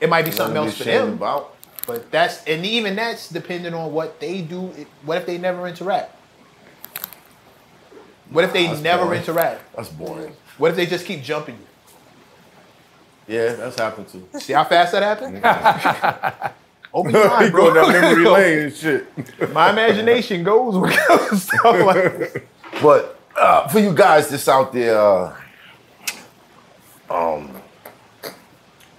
S4: It might be
S7: nothing
S4: something
S7: to
S4: else for
S7: ashamed
S4: them.
S7: About.
S4: But that's and even that's depending on what they do. It- What if they never interact? What if they
S7: That's
S4: never
S7: boring.
S4: interact?
S7: That's boring.
S4: What if they just keep jumping you?
S7: Yeah, that's happened too.
S4: See how fast that happened? Open your
S7: He
S4: mind,
S7: go
S4: bro.
S7: down memory lane and shit.
S4: My imagination goes with stuff like this.
S7: But uh, for you guys that's out there, uh, um,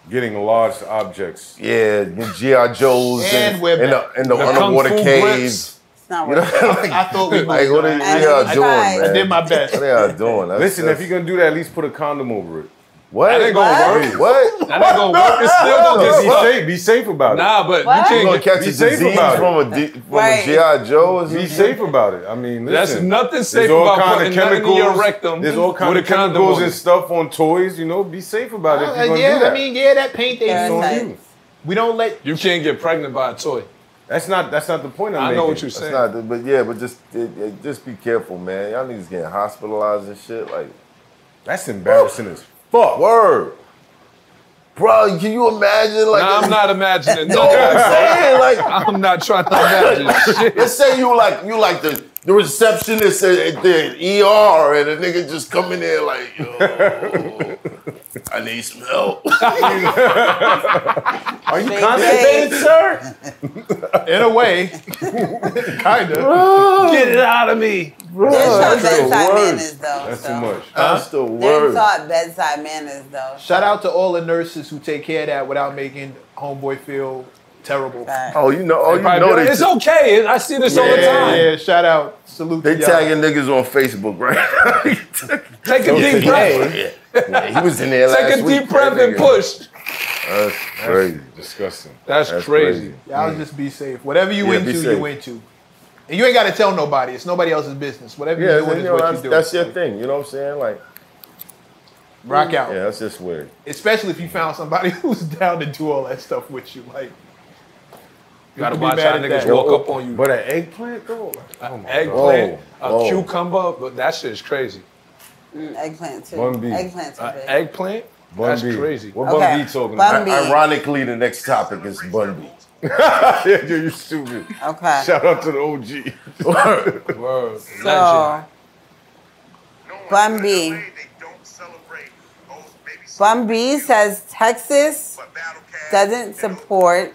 S1: Getting large objects.
S7: Yeah, and GI Joes and,
S1: And we're
S7: and the,
S1: back.
S7: and the,
S1: The
S7: underwater
S1: Kung Fu
S7: caves.
S5: It's not
S7: You know,
S5: working.
S7: like,
S4: I thought we
S7: like what are,
S5: I-
S7: they are
S5: I
S7: doing,
S5: tried.
S7: man?
S5: I
S4: did my best.
S7: What they are doing? That's,
S1: Listen,
S7: that's,
S1: if you're gonna do that, at least put a condom over it.
S7: What?
S10: That ain't gonna work.
S7: What?
S10: That ain't gonna work. It's still gonna get
S1: be
S10: stuck.
S1: safe. Be safe about it.
S10: Nah, but you What? can't
S7: gonna
S10: get-
S7: catch
S10: be
S7: a
S10: safe
S7: disease
S10: about it.
S7: from a D- from
S10: Right.
S7: a GI Joe. or
S1: Be
S7: something?
S1: safe about it. I mean,
S10: That's
S1: listen,
S10: nothing
S1: there's
S10: safe
S1: all
S10: about
S1: kind of
S10: putting nothing in your
S1: chemicals-
S10: rectum
S1: There's all kind
S10: with
S1: of
S10: a condom
S1: chemicals
S10: on
S1: and
S10: it.
S1: stuff on toys. You know, be safe about it. If you're
S4: Uh,
S1: gonna do
S4: yeah,
S1: that.
S4: I mean, yeah, that paint they
S1: It's on
S4: use.
S1: you.
S4: We don't let
S10: You can't get pregnant by a toy.
S1: That's not. That's not the point. I'm
S10: I know what
S1: making.
S7: That's
S10: you're saying.
S7: not, the- but yeah, but just it, it- just be careful, man. Y'all niggas getting hospitalized and shit. Like
S1: that's embarrassing as fuck.
S7: Word, bro. Can you imagine? Like,
S16: Nah, I'm not imagining
S7: No, I'm
S16: nothing.
S7: saying like
S16: I'm not trying to imagine shit.
S7: Let's say you like you like the, the E receptionist at, at the ER and a nigga just come in there like, yo, I need some help.
S4: Are
S7: you constipated,
S4: sir? In a way, kind of. Get it out of me.
S5: That's your bedside manners, though.
S4: That's
S5: so.
S4: too much.
S5: That's the They're taught bedside manners, though.
S4: Shout out to all the nurses who take care of that without making homeboy feel terrible.
S7: Oh, you know- oh,
S4: They
S7: you
S4: probably
S7: know
S4: be like,
S7: they-
S4: It's okay. I see this all the
S7: Yeah.
S4: time. Yeah, shout out. Salute
S7: They
S4: to y'all.
S7: tagging niggas on Facebook, right?
S2: Take a deep breath.
S7: Yeah. Yeah, he was in there last
S2: Take a
S7: week.
S2: deep breath and push.
S7: That's crazy.
S1: disgusting.
S2: That's, crazy.
S4: Y'all just be safe. Whatever you
S7: Yeah, be
S4: into,
S7: safe.
S4: you into. And you ain't got to tell nobody. It's nobody else's business. Whatever
S7: Yeah,
S4: you're doing
S7: you
S4: is
S7: know,
S4: what
S7: that's,
S4: you do.
S7: that's your thing. You know what I'm saying? Like,
S4: Rock out.
S7: Yeah, that's just weird.
S4: Especially if you found somebody who's down to do all that stuff with you. Like,
S2: You gotta
S4: could be
S2: watch
S4: mad
S2: how
S4: at
S2: niggas
S4: that.
S2: walk up on you.
S1: Oh, But an eggplant though, oh my
S2: eggplant,
S1: God.
S2: a
S1: Whoa.
S2: cucumber, but that shit is crazy.
S5: Mm, eggplant too.
S7: Bun B.
S5: Eggplant's
S4: Uh,
S5: too
S2: An
S5: big.
S2: eggplant?
S7: Bun
S2: That's
S7: B.
S2: crazy.
S7: What
S5: Okay,
S7: Bun B talking about?
S5: Bun B.
S7: Ironically, the next topic is Bun B.
S1: yeah, dude, you stupid.
S5: Okay.
S1: Shout out to the OG. Word.
S2: Word.
S5: So, Bun Oh. B. Bun B says Texas doesn't support.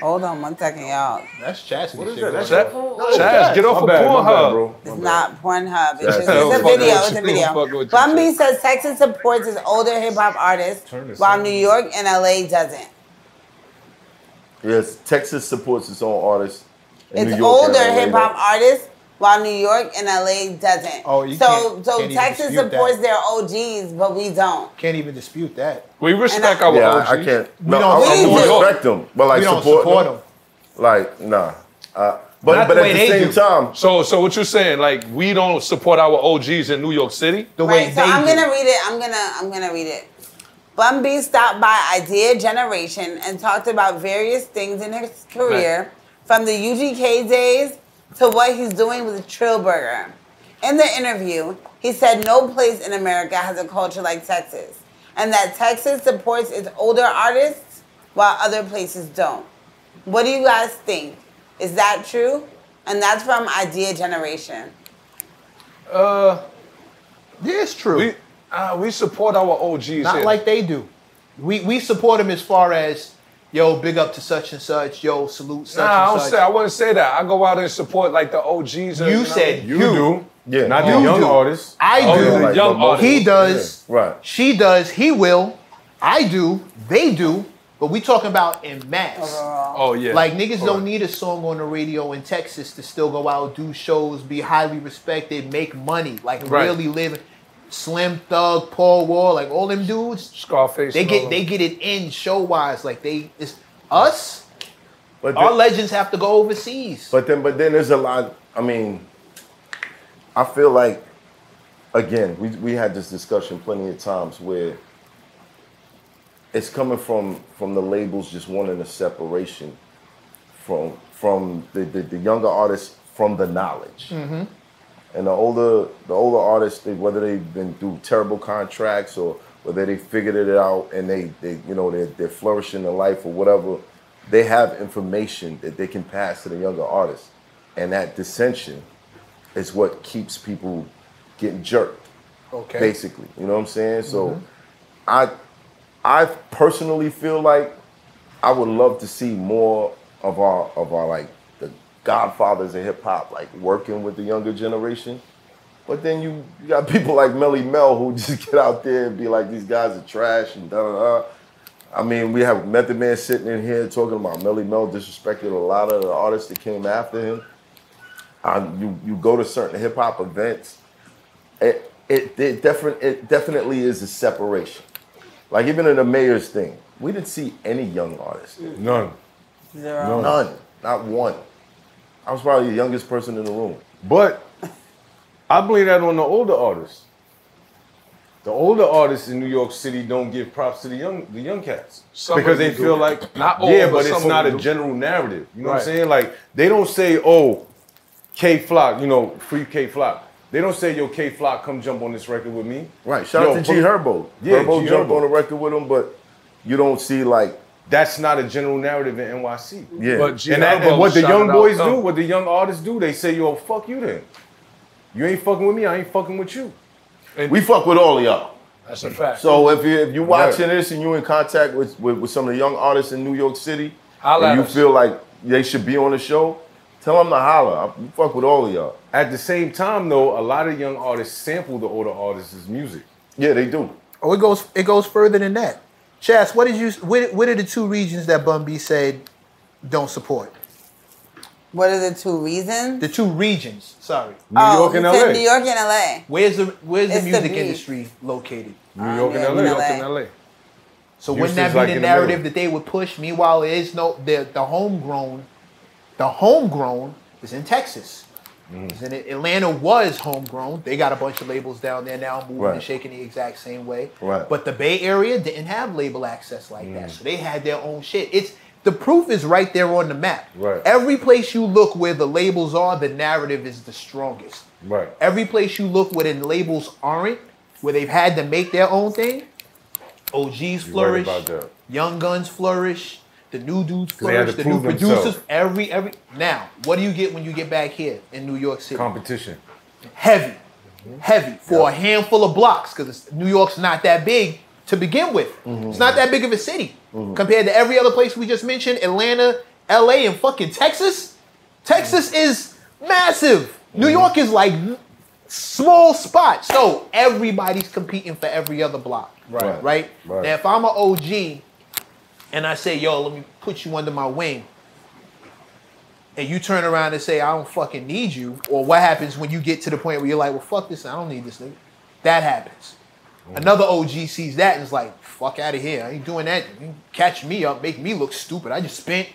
S5: Hold on one second, y'all.
S4: That's Chastity.
S5: What is
S4: shit going
S5: that?
S4: on.
S5: That's Chas-
S7: Oh,
S4: No,
S5: Chas,
S4: Chas.
S5: get off
S4: My
S5: of
S4: bad, my
S5: Pornhub.
S4: bad, bro.
S5: It's not Pornhub. It's,
S4: That's-
S5: just,
S4: Don't
S5: it's a
S4: fuck with
S5: video.
S4: you.
S5: It's a
S4: Don't fuck
S5: video.
S4: with
S5: Bun B says Texas supports its older hip hop artists,
S7: Turn this
S5: while
S7: on.
S5: New York and LA doesn't.
S7: Yes, Texas supports its own artists. and
S5: It's
S7: New York and
S5: older
S7: LA
S5: hip hop artists, while New York and LA doesn't.
S4: Oh, you
S5: so
S4: can't-
S5: so
S4: can't even
S5: Texas
S4: dispute
S5: supports
S4: that.
S5: their OGs, but we don't.
S4: Can't even dispute that.
S2: We
S5: respect And I-
S7: don't.
S5: our
S7: yeah, I- I
S5: OGs.
S7: can't.
S4: We
S7: No,
S4: don't
S7: I, I
S4: support
S7: would
S4: them.
S7: respect them, but like
S4: We don't
S7: support,
S4: support
S7: them. Like, nah. Uh, but
S2: Not
S7: but
S2: the
S7: at
S2: way
S7: the
S2: they
S7: same
S2: do.
S7: time,
S2: So, so what you saying? Like we don't support our OGs in New York City. The
S5: Right, so I'm gonna read it. I'm gonna I'm gonna read it. Bun B stopped by Idea Generation and talked about various things in his career, from the UGK days to what he's doing with Trillburger. In the interview, he said no place in America has a culture like Texas, and that Texas supports its older artists while other places don't. What do you guys think? Is that true? And that's from Idea Generation.
S2: Uh,
S4: yeah, it's true.
S2: We,
S1: ah,
S2: uh, we support our OGs.
S4: Not
S2: here.
S4: like they do. We we support them as far as yo, big up to such and such, yo, salute such
S2: nah, I
S4: and
S2: don't
S4: such.
S2: say. I wouldn't say that. I go out and support like the OGs. And,
S4: You said You you. do.
S7: Yeah,
S1: Not the young
S4: Oh, do.
S1: artists.
S4: I do.
S2: Oh, yeah, the young
S4: He
S2: artists.
S4: does.
S7: Right.
S4: She does. He will. I do. They do. But we talking about in mass.
S1: Uh,
S2: Oh yeah.
S4: Like niggas
S2: Hold
S4: don't
S2: on.
S4: need a song on the radio in Texas to still go out, do shows, be highly respected, make money, like
S2: Right.
S4: really live. Slim Thug, Paul Wall, like all them dudes,
S2: Scarface.
S4: They
S2: and
S4: get
S2: all
S4: they
S2: them.
S4: get it in show wise, like they it's us.
S7: But
S4: our
S7: the-
S4: legends have to go overseas.
S7: But then, but then there's a lot. I mean, I feel like again, we we had this discussion plenty of times where it's coming from from the labels just wanting a separation from from the the, the younger artists from the knowledge.
S17: Mm-hmm.
S7: And the older the older artists, they, whether they've been through terrible contracts or whether they figured it out and they, they you know they're, they're flourishing in life or whatever, they have information that they can pass to the younger artists, and that dissension is what keeps people getting jerked.
S4: Okay.
S7: Basically, you know what I'm saying. So,
S4: Mhm.
S7: I I personally feel like I would love to see more of our of our like the godfathers of hip hop like working with the younger generation. But then you, you got people like Melly Mel who just get out there and be like, these guys are trash and da da da. I mean, we have Method Man sitting in here talking about Melly Mel disrespected a lot of the artists that came after him. Um, you you go to certain hip hop events, it it, it, defi- it definitely is a separation. Like even in the mayor's thing, we didn't see any young artists. there.
S1: None.
S5: Zero.
S7: None. Not one. I was probably the youngest person in the room.
S1: But I blame that on the older artists. The older artists in New York City don't give props to the young the young cats
S18: Some
S1: because
S18: of
S1: they
S18: them
S1: feel
S18: do.
S1: like
S18: Not all,
S1: yeah,
S18: but
S1: but
S18: some of
S1: it's not
S18: them
S1: a
S18: do.
S1: general narrative. You know what I'm
S18: Right.
S1: saying? Like they don't say, "Oh, K Flock, you know, free K Flock." They don't say, "Yo, K Flock, come jump on this record with me."
S7: Right. Shout
S1: Yo,
S7: out to G
S1: put-
S7: Herbo.
S1: Yeah,
S7: Herbo
S1: G
S7: jumped
S1: Herbo.
S7: on the record with him, but you don't see like
S1: that's not a general narrative in NYC.
S7: Yeah. But G
S1: and, that- and
S7: Herbo
S1: what the
S7: shouted
S1: young
S7: out
S1: boys do,
S7: Thumb.
S1: what the young artists do, they say, "Yo, fuck you then. You ain't fucking with me. I ain't fucking with you."
S7: we fuck with all of y'all.
S10: That's a fact.
S19: So if you if you watching
S10: Right.
S19: this and you in contact with, with, with some of the young artists in New York City, and
S10: Holla at
S19: you
S10: us.
S19: feel like they should be on the show, tell them to holler. I you fuck with all of y'all.
S1: At the same time, though, a lot of young artists sample the older artists' music.
S19: Yeah, they do.
S4: Oh, it goes it goes further than that. Chas, what did you what, what are the two regions that Bun B said don't support?
S5: What are the two reasons?
S4: The two regions, sorry.
S5: Oh, he said New York and LA.
S4: Where's the where's the
S5: It's the
S4: music
S5: beat.
S4: industry located?
S1: New York
S5: Oh,
S1: and LA.
S4: New York and LA. So wouldn't that
S1: Houston's
S4: be
S1: like
S4: the
S1: in the middle.
S4: narrative that they would push? Meanwhile, there is no the the homegrown, the homegrown is in Texas.
S1: Mm.
S4: And Atlanta was homegrown. They got a bunch of labels down there now, moving
S2: Right.
S4: and shaking the exact same way.
S2: Right.
S4: But the Bay Area didn't have label access like that,
S1: Mm.
S4: so they had their own shit. It's the proof is right there on the map.
S1: Right.
S4: Every place you look where the labels are, the narrative is the strongest.
S1: Right.
S4: Every place you look where the labels aren't, where they've had to make their own thing, OGs flourish,
S1: about that.
S4: Young Guns flourish, the new dudes
S1: 'Cause they had
S4: flourish,
S1: to
S4: the new
S1: prove
S4: producers.
S1: themselves.
S4: Every every now, what do you get when you get back here in New York City?
S1: Competition.
S4: Heavy, heavy for a handful of blocks because New York's not that big to begin with.
S2: Mm-hmm.
S4: It's not that big of a city compared to every other place we just mentioned. Atlanta, L.A., and fucking Texas. Texas
S2: Mm-hmm.
S4: is massive. New York is like small spot. So everybody's competing for every other block.
S2: Right.
S4: Right.
S2: Right.
S4: Now, if I'm an OG and I say, yo, let me put you under my wing, and you turn around and say, I don't fucking need you, or what happens when you get to the point where you're like, well, fuck this, I don't need this nigga. That happens. Another OG sees that and is like, fuck out of here. I ain't doing that. You catch me up, make me look stupid. I just spent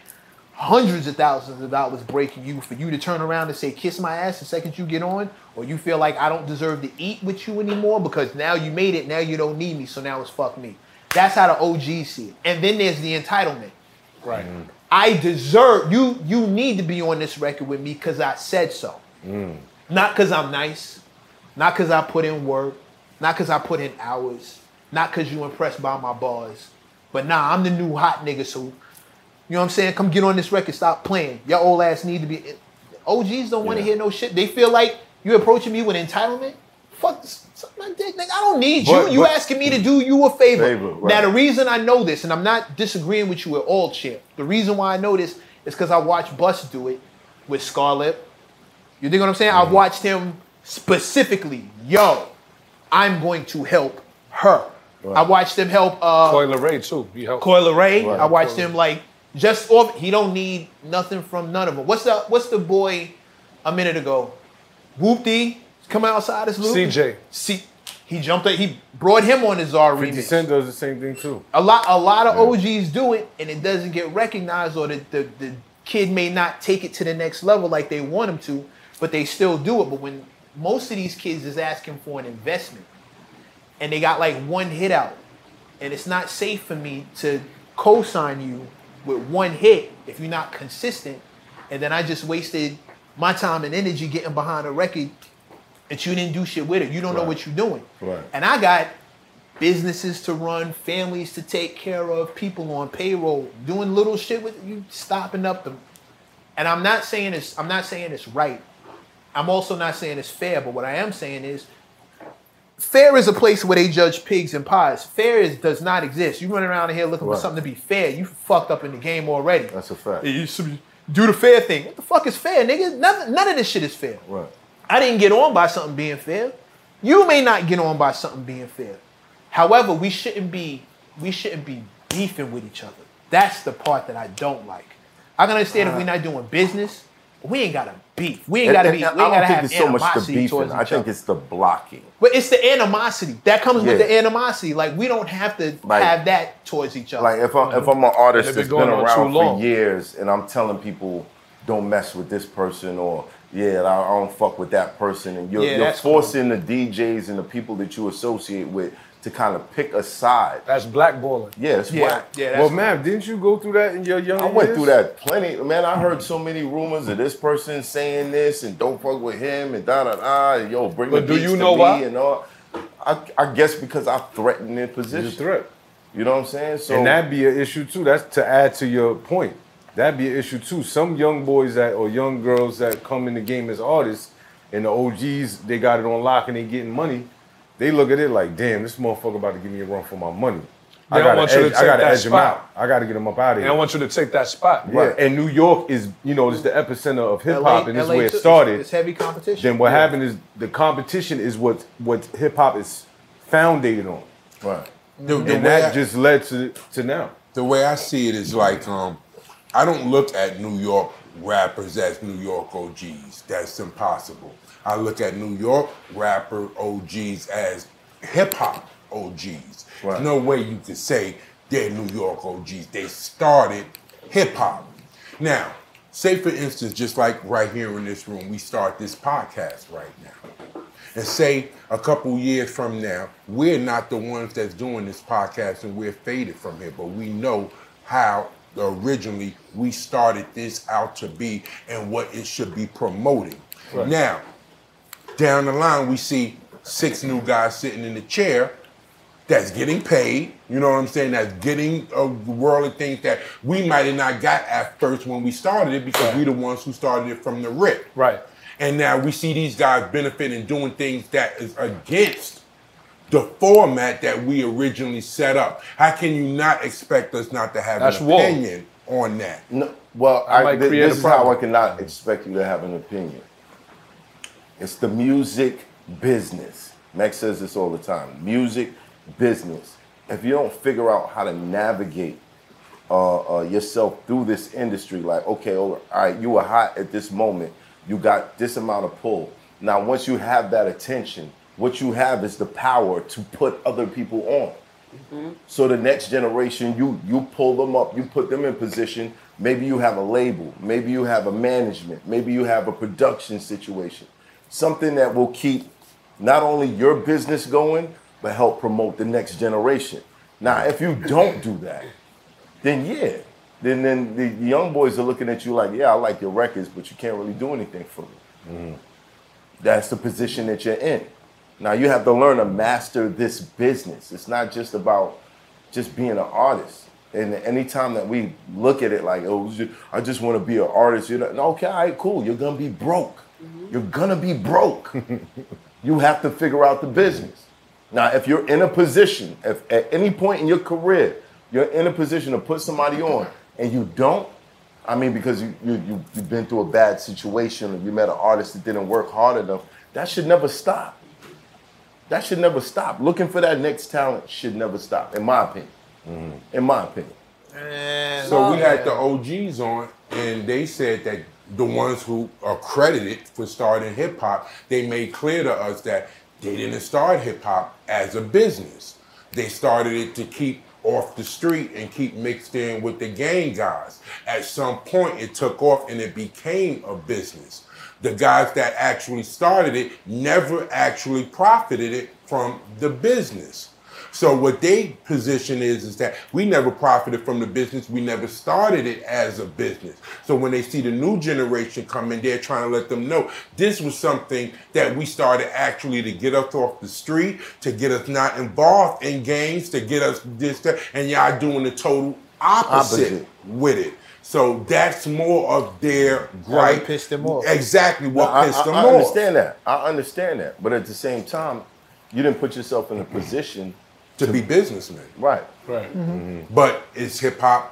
S4: hundreds of thousands of dollars breaking you for you to turn around and say, kiss my ass the second you get on, or you feel like I don't deserve to eat with you anymore because now you made it, now you don't need me, so now it's fuck me. That's how the OG see it. And then there's the entitlement.
S10: Right.
S2: Mm.
S4: I deserve you you need to be on this record with me because I said so.
S2: Mm.
S4: Not because I'm nice, not because I put in work, not because I put in hours, not because you impressed by my bars. But nah, I'm the new hot nigga, so you know what I'm saying? Come get on this record, stop playing. Your old ass need to be. OGs don't want to hear no shit. They feel like you approaching me with entitlement. Fuck, this- suck my dick, nigga. I don't need
S2: But-
S4: you. You
S2: but-
S4: asking me to do you a favor.
S2: Favor, right.
S4: Now the reason I know this, and I'm not disagreeing with you at all, champ. The reason why I know this is because I watched Bus do it with Scarlett. You dig what I'm saying? I watched him specifically. Yo, I'm going to help her. I watched him help uh
S10: Coil Ray too. You helped.
S4: Coil Ray.
S10: Right.
S4: I watched
S10: Coil-
S4: him like just off. He don't need nothing from none of them. What's the What's the boy a minute ago? Whoopty come outside his loop.
S10: CJ.
S4: See, he jumped. Up, he brought him on his R remix.
S1: 50 Cent does the same thing too.
S4: A lot, a lot of OGs do it, and it doesn't get recognized, or the, the the kid may not take it to the next level like they want him to, but they still do it. But when most of these kids is asking for an investment, and they got like one hit out, and it's not safe for me to co-sign you with one hit if you're not consistent, and then I just wasted my time and energy getting behind a record that you didn't do shit with it. You don't know what you're doing.
S1: Right.
S4: And I got businesses to run, families to take care of, people on payroll, doing little shit with you, stopping up them. And I'm not saying it's I'm not saying it's right. I'm also not saying it's fair, but what I am saying is fair is a place where they judge pigs and pies. Fair is, does not exist. You run around here looking
S2: Right.
S4: for something to be fair, you fucked up in the game already.
S19: That's a fact.
S4: You should be- do the fair thing. What the fuck is fair, nigga? None, none of this shit is fair.
S19: Right.
S4: I didn't get on by something being fair. You may not get on by something being fair. However, we shouldn't be we shouldn't be beefing with each other. That's the part that I don't like. I can understand if we're not doing business, but we ain't gotta beef. We ain't gotta be. We
S19: I
S4: ain't
S19: don't
S4: gotta
S19: think
S4: have
S19: it's so much the
S4: animosity
S19: beefing.
S4: towards
S19: I
S4: each
S19: think
S4: other.
S19: it's the blocking.
S4: But it's the animosity that comes with
S19: Yeah.
S4: the animosity. Like we don't have to
S19: Like-
S4: have that towards each other.
S19: Like if I'm if I'm an artist that's been,
S4: on
S19: around for years and I'm telling people don't mess with this person or yeah, I I don't fuck with that person, and you're,
S4: Yeah,
S19: you're
S4: that's cool.
S19: forcing the DJs and the people that you associate with to kind of pick a side.
S10: That's blackballing.
S19: Yeah, it's whack.
S1: well, man, didn't you go through that in your young
S19: I went
S1: years?
S19: through that plenty. Man, I heard so many rumors of this person saying this and don't fuck with him and da da da. and, Yo, bring
S10: But
S19: the
S10: do
S19: beats
S10: you
S19: to
S10: know
S19: me
S10: why?
S19: and all. I, I guess because I threatened their position.
S1: threat.
S19: You know what I'm saying? So
S1: and that'd be an issue too. That's to add to your point. That'd be an issue too. Some young boys that or young girls that come in the game as artists, and the OGs they got it on lock and they getting money.
S20: They look at it like, damn, this motherfucker about to give me a run for my money. I
S21: They don't
S20: gotta,
S21: want
S20: edge,
S21: you to
S20: I
S21: take
S20: gotta
S21: that
S20: edge him
S21: spot.
S20: out. I gotta get him up out of
S21: They
S20: here.
S21: don't want you to take that spot.
S20: Yeah, and New York is, you know, is the epicenter of hip hop, and this is
S4: LA
S20: where it
S4: too. It's-
S20: started.
S4: It's heavy competition.
S20: Then what
S4: Yeah.
S20: happened is the competition is what what hip hop is founded on,
S1: right?
S7: The- the
S20: and
S7: way
S20: that
S7: I-
S20: just led to to now.
S7: The way I see it is like um, I don't look at New York rappers as New York OGs. That's impossible. I look at New York rapper OGs as hip hop OGs. There's No way you could say they're New York OGs. They started hip hop. Now, say for instance, just like right here in this room, we start this podcast right now. And say a couple years from now, we're not the ones that's doing this podcast and we're faded from here, but we know how originally we started this out to be and what it should be promoting.
S22: Right.
S7: Now, down the line, we see six new guys sitting in the chair that's getting paid. You know what I'm saying? That's getting a world of things that we might have not got at first when we started it because we the ones who started it from the rip. Right. And now we see these guys benefiting doing things that is against the format that we originally set up. How can you not expect us not to have
S1: That's
S7: an
S1: war.
S7: opinion on that?
S1: No, well,
S7: I
S1: I,
S7: might
S1: thi-
S7: create
S1: this
S7: a
S1: is how I
S7: problem.
S1: cannot expect you to have an opinion. It's the music business. Max says this all the time. Music business. If you don't figure out how to navigate uh, uh, yourself through this industry, like okay, oh, all right, you were hot at this moment. You got this amount of pull. Now, once you have that attention, what you have is the power to put other people on. So the next generation, you you pull them up, you put them in position. Maybe you have a label, maybe you have a management, maybe you have a production situation, something that will keep not only your business going, but help promote the next generation. Now, if you don't do that, then yeah, then then the young boys are looking at you like, yeah, I like your records, but you can't really do anything for me. That's the position that you're in. Now you have to learn to master this business. It's not just about just being an artist. And anytime that we look at it like, oh, ju- I just want to be an artist, you know, no, okay, all right, cool. You're gonna be broke. You're gonna be broke. you have to figure out the business. Now, if you're in a position, if at any point in your career you're in a position to put somebody on and you don't, I mean, because you, you, you, you've been through a bad situation or you met an artist that didn't work hard enough, that should never stop. That should never stop. Looking for that next talent should never stop, in my opinion. In my opinion.
S7: So we had the OGs on, and they said that the ones who are credited for starting hip hop, they made clear to us that they didn't start hip hop as a business. They started it to keep off the street and keep mixed in with the gang guys. At some point, it took off and it became a business. The guys that actually started it never actually profited it from the business. So what they position is is that we never profited from the business. We never started it as a business. So when they see the new generation come in, they're trying to let them know this was something that we started actually to get us off the street, to get us not involved in gangs, to get us this, that, and y'all doing the total opposite
S1: Opposite.
S7: with it. So that's more of their gripe.
S1: pissed
S4: them off.
S7: Exactly what
S1: I,
S7: pissed
S1: I-
S7: them
S1: I
S7: off.
S1: understand that. I understand that. But at the same time, you didn't put yourself in a position
S7: to, be businessmen.
S1: Right.
S7: Right.
S1: Mhm.
S7: But is hip hop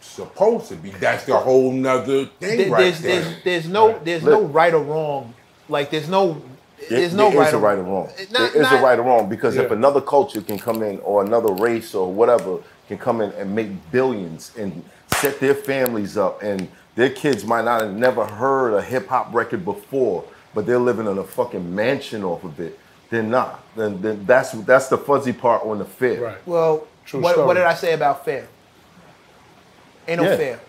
S7: supposed to be? That's the whole nother thing
S4: There-
S7: right
S4: there's,
S7: there.
S4: there's, there's no there's no right or wrong. Like there's no there's no
S1: there
S4: right,
S1: is a
S4: or,
S1: right or wrong.
S4: Not-
S1: there is
S4: not-
S1: a right or wrong because if
S4: Yeah.
S1: another culture can come in or another race or whatever can come in and make billions and set their families up and their kids might not have never heard a hip hop record before, but they're living in a fucking mansion off of it, then nah. Then, then that's that's the fuzzy part on the fair. Right.
S4: Well,
S1: True
S4: what, what
S1: story.
S4: did I say about fair? Ain't no
S1: Yeah.
S4: fair.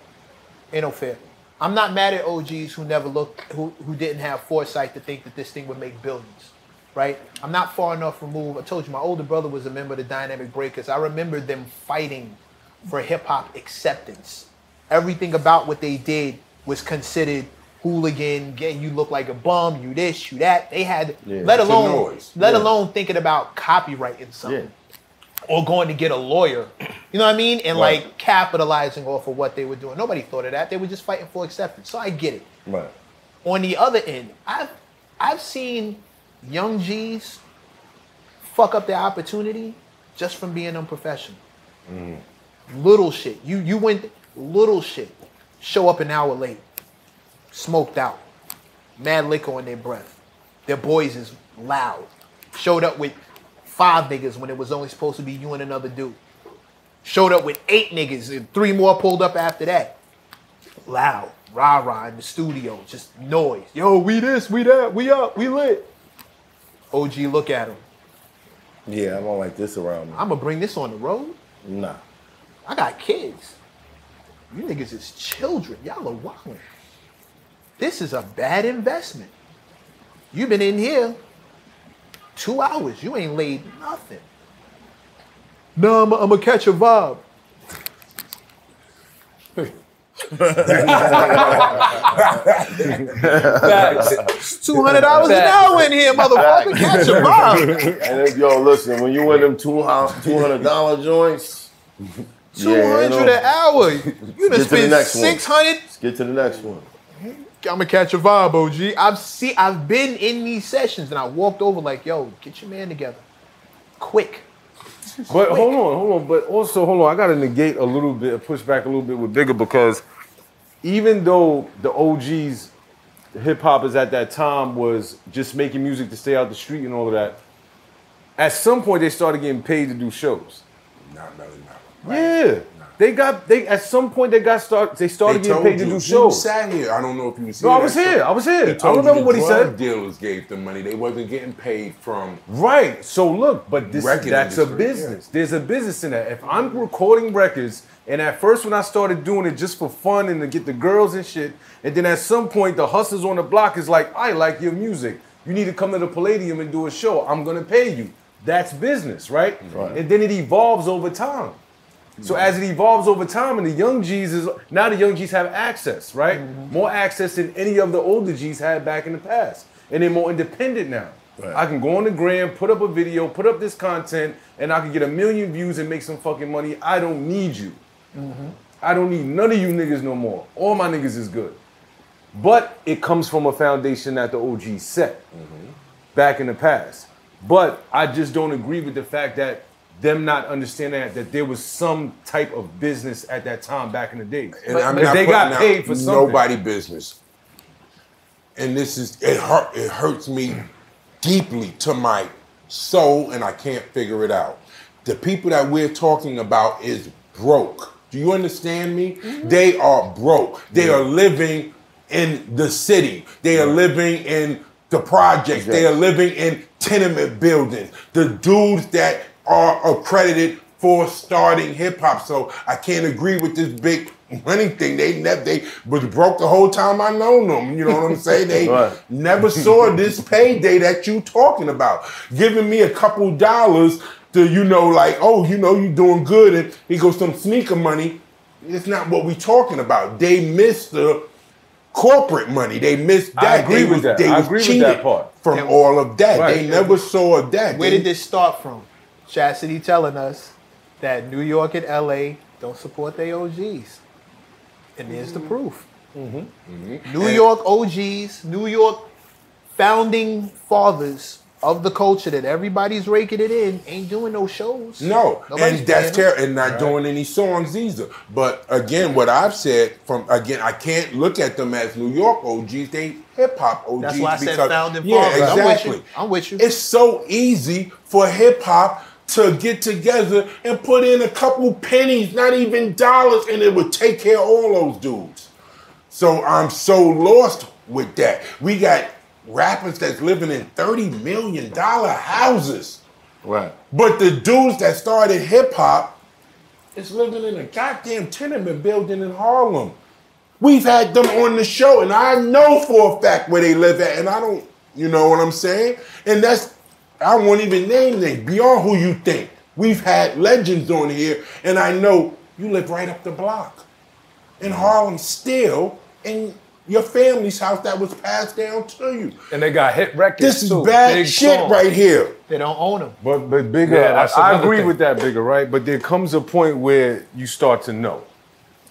S4: Ain't no fair. I'm not mad at OGs who never looked, who, who didn't have foresight to think that this thing would make billions, right? I'm not far enough removed. I told you my older brother was a member of the Dynamic Breakers. I remember them fighting for hip hop acceptance. Everything about what they did was considered hooligan. Yeah, you look like a bum. You this, you that. They had,
S1: Yeah.
S4: let
S1: It's a
S4: alone,
S1: noise.
S4: let
S1: Yeah.
S4: alone thinking about copyrighting something
S1: Yeah.
S4: or going to get a lawyer. You know what I mean? And
S1: Right.
S4: like capitalizing off of what they were doing. Nobody thought of that. They were just fighting for acceptance. So I get it.
S1: Right.
S4: On the other end, I've I've seen young G's fuck up their opportunity just from being unprofessional. Little shit. You you went little shit. Show up an hour late, smoked out, mad liquor on their breath. Their boys is loud. Showed up with five niggas when it was only supposed to be you and another dude. Showed up with eight niggas and three more pulled up after that. Loud, rah rah in the studio, just noise. Yo, we this, we that, we up, we lit. OG, look at him.
S2: Yeah, I don't like this around me.
S4: I'm gonna bring this on the road.
S2: Nah.
S4: I got kids. You niggas is children. Y'all are wildin'. This is a bad investment. You've been in here two hours. You ain't laid nothing. No, I'm gonna catch a vibe. Two hundred dollars an hour in here, motherfucker. Catch a vibe.
S19: And if, yo, listen, when you in them two hundred dollar joints,
S4: Two hundred an hour. You
S19: Get to
S4: done
S19: the
S4: spent
S19: next one.
S4: six hundred
S19: Let's get to the next one.
S4: I'm gonna catch a vibe, OG. I've see, I've been in these sessions, and I walked over like, "Yo, get your man together, quick."
S1: But hold on, hold on. But also, hold on. I got to negate a little bit, push back a little bit with Bigger because even though the OGs, hip hoppers at that time was just making music to stay out the street and all of that, at some point they started getting paid to do shows.
S7: Not Melly Mellow.
S1: Yeah. They got they at some point they got start they started
S7: They
S1: getting
S7: told
S1: paid to
S7: you.
S1: do
S7: You
S1: shows.
S7: sat here. I don't know if you was
S1: No,
S7: here.
S1: I was
S7: that
S1: here.
S7: show.
S1: I was here.
S7: They
S1: I
S7: told you
S1: remember
S7: the
S1: what he
S7: drug
S1: said.
S7: Dealers gave them money. They wasn't getting paid from.
S1: Right. So look, but this
S7: Record
S1: that's a
S7: industry, yeah.
S1: business. There's a business in that. If I'm recording records, and at first when I started doing it just for fun and to get the girls and shit, and then at some point the hustlers on the block is like, I like your music. You need to come to the Palladium and do a show. I'm gonna pay you. That's business, right?
S7: Right.
S1: And then it evolves over time. So as it evolves over time, and the young G's is now the young G's have access, right? More access than any of the older G's had back in the past, and they're more independent now. I can go on the gram, put up a video, put up this content, and I can get a million views and make some fucking money. I don't need you. I don't need none of you niggas no more. All my niggas is good. But it comes from a foundation that the OG set back in the past. But I just don't agree with the fact that them not understanding that, that there was some type of business at that time back in the day.
S7: And I'm
S1: If
S7: not
S1: they got
S7: putting out
S1: paid for something.
S7: nobody business. And this is it hurt it hurts me deeply to my soul and I can't figure it out. The people that we're talking about is broke. Do you understand me?
S1: Mm-hmm.
S7: They are broke. They are living in the city. They are living in the projects. They are living in tenement buildings. The dudes that are accredited for starting hip hop. So I can't agree with this big money thing. They never they was broke the whole time I known them. You know what I'm saying? They
S19: Right.
S7: never saw this payday that you talking about. Giving me a couple dollars to, you know, like, oh, you know, you doing good and he goes some sneaker money. It's not what we talking about. They missed the corporate money. They missed that.
S1: I agree
S7: They
S1: with
S7: was-
S1: that.
S7: They
S1: I
S7: was
S1: agree with
S7: cheated
S1: that part.
S7: from
S1: And-
S7: all of that.
S1: Right.
S7: They never saw that.
S4: Where
S7: They-
S4: did this start from? Chastity telling us that New York and LA don't support their OGs. And there's the proof. New York OGs, New York founding fathers of the culture that everybody's raking it in, ain't doing no shows.
S7: No,
S4: Nobody's
S7: and that's
S4: playing them.
S7: terrible, and not doing any songs either. But again, what I've said from again, I can't look at them as New York OGs. They hip hop OGs.
S4: That's why I said
S7: because-
S4: founding
S7: Yeah,
S4: fathers. I'm with you.
S7: exactly.
S4: I'm with you.
S7: It's so easy for hip hop to get together and put in a couple pennies, not even dollars, and it would take care of all those dudes. So I'm so lost with that. We got rappers that's living in thirty million dollar houses.
S19: Right.
S7: But the dudes that started hip hop is living in a goddamn tenement building in Harlem. We've had them on the show, and I know for a fact where they live at, and I don't, you know what I'm saying? And that's, I won't even name names, beyond who you think. We've had legends on here, and I know you live right up the block in Harlem still, in your family's house that was passed down to you.
S10: And they got hit records.
S7: This is
S10: too.
S7: bad
S10: Big
S7: shit
S10: songs.
S7: right here.
S4: They don't own them.
S1: But but bigger,
S10: Yeah, that's
S1: I, I
S10: another
S1: agree
S10: thing.
S1: with that bigger, right? But there comes a point where you start to know.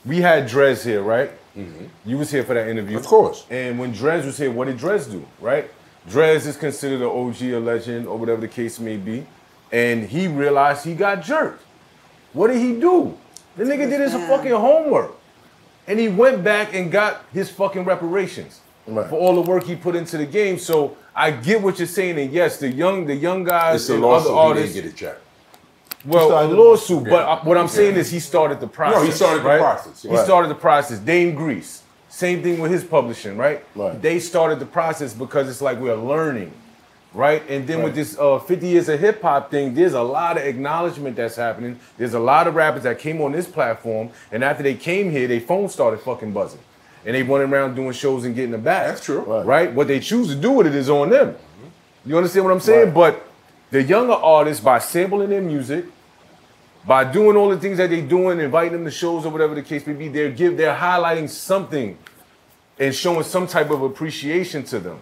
S1: We had Drez here, right?
S10: Mm-hmm.
S1: You was here for that interview, of
S7: course.
S1: And when Drez was here, what did Drez do, right? Drez is considered an OG, a legend, or whatever the case may be. and he realized he got jerked. What did he do? The nigga did his fucking homework. And he went back and got his fucking reparations for all the work he put into the game. So I get what you're saying, and yes, the young the young guys
S7: It's a
S1: and
S7: lawsuit.
S1: other
S7: He didn't
S1: artists.
S7: get a check.
S1: Well, a lawsuit, but uh, what I'm saying is he started the process.
S7: No, he started the
S1: right?
S7: process,
S1: He
S7: yeah. Right.
S1: started the process. Dame Grease, same thing with his publishing, right? They started the process because it's like we're learning, right? And then with this uh, 50 years of hip hop thing, there's a lot of acknowledgement that's happening. There's a lot of rappers that came on this platform, and after they came here, their phone started fucking buzzing. And they went around doing shows and getting the back. That's true. Right. What they choose to do with it is on them. You understand what I'm saying? But the younger artists, by sampling their music, by doing all the things that they're doing, inviting them to shows or whatever the case may be, they're give they're highlighting something and showing some type of appreciation to them.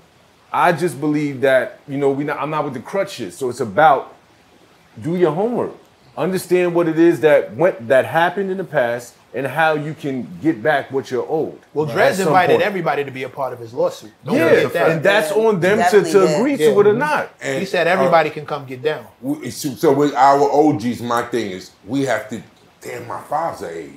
S1: I just believe that you know we not, I'm not with the crutches, so it's about do your homework, understand what it is that went that happened in the past, and how you can get back what you're owed.
S4: Well,
S1: at
S4: Drez
S1: some
S4: invited
S1: point.
S4: everybody to be a part of his lawsuit. Don't
S1: Yeah,
S4: forget that.
S1: and that's on them to- Definitely to did. agree to it or not.
S4: he
S7: And,
S4: said
S7: uh,
S4: everybody can come get down.
S7: We- So so with our OGs, my thing is we have to. Damn, my father's age.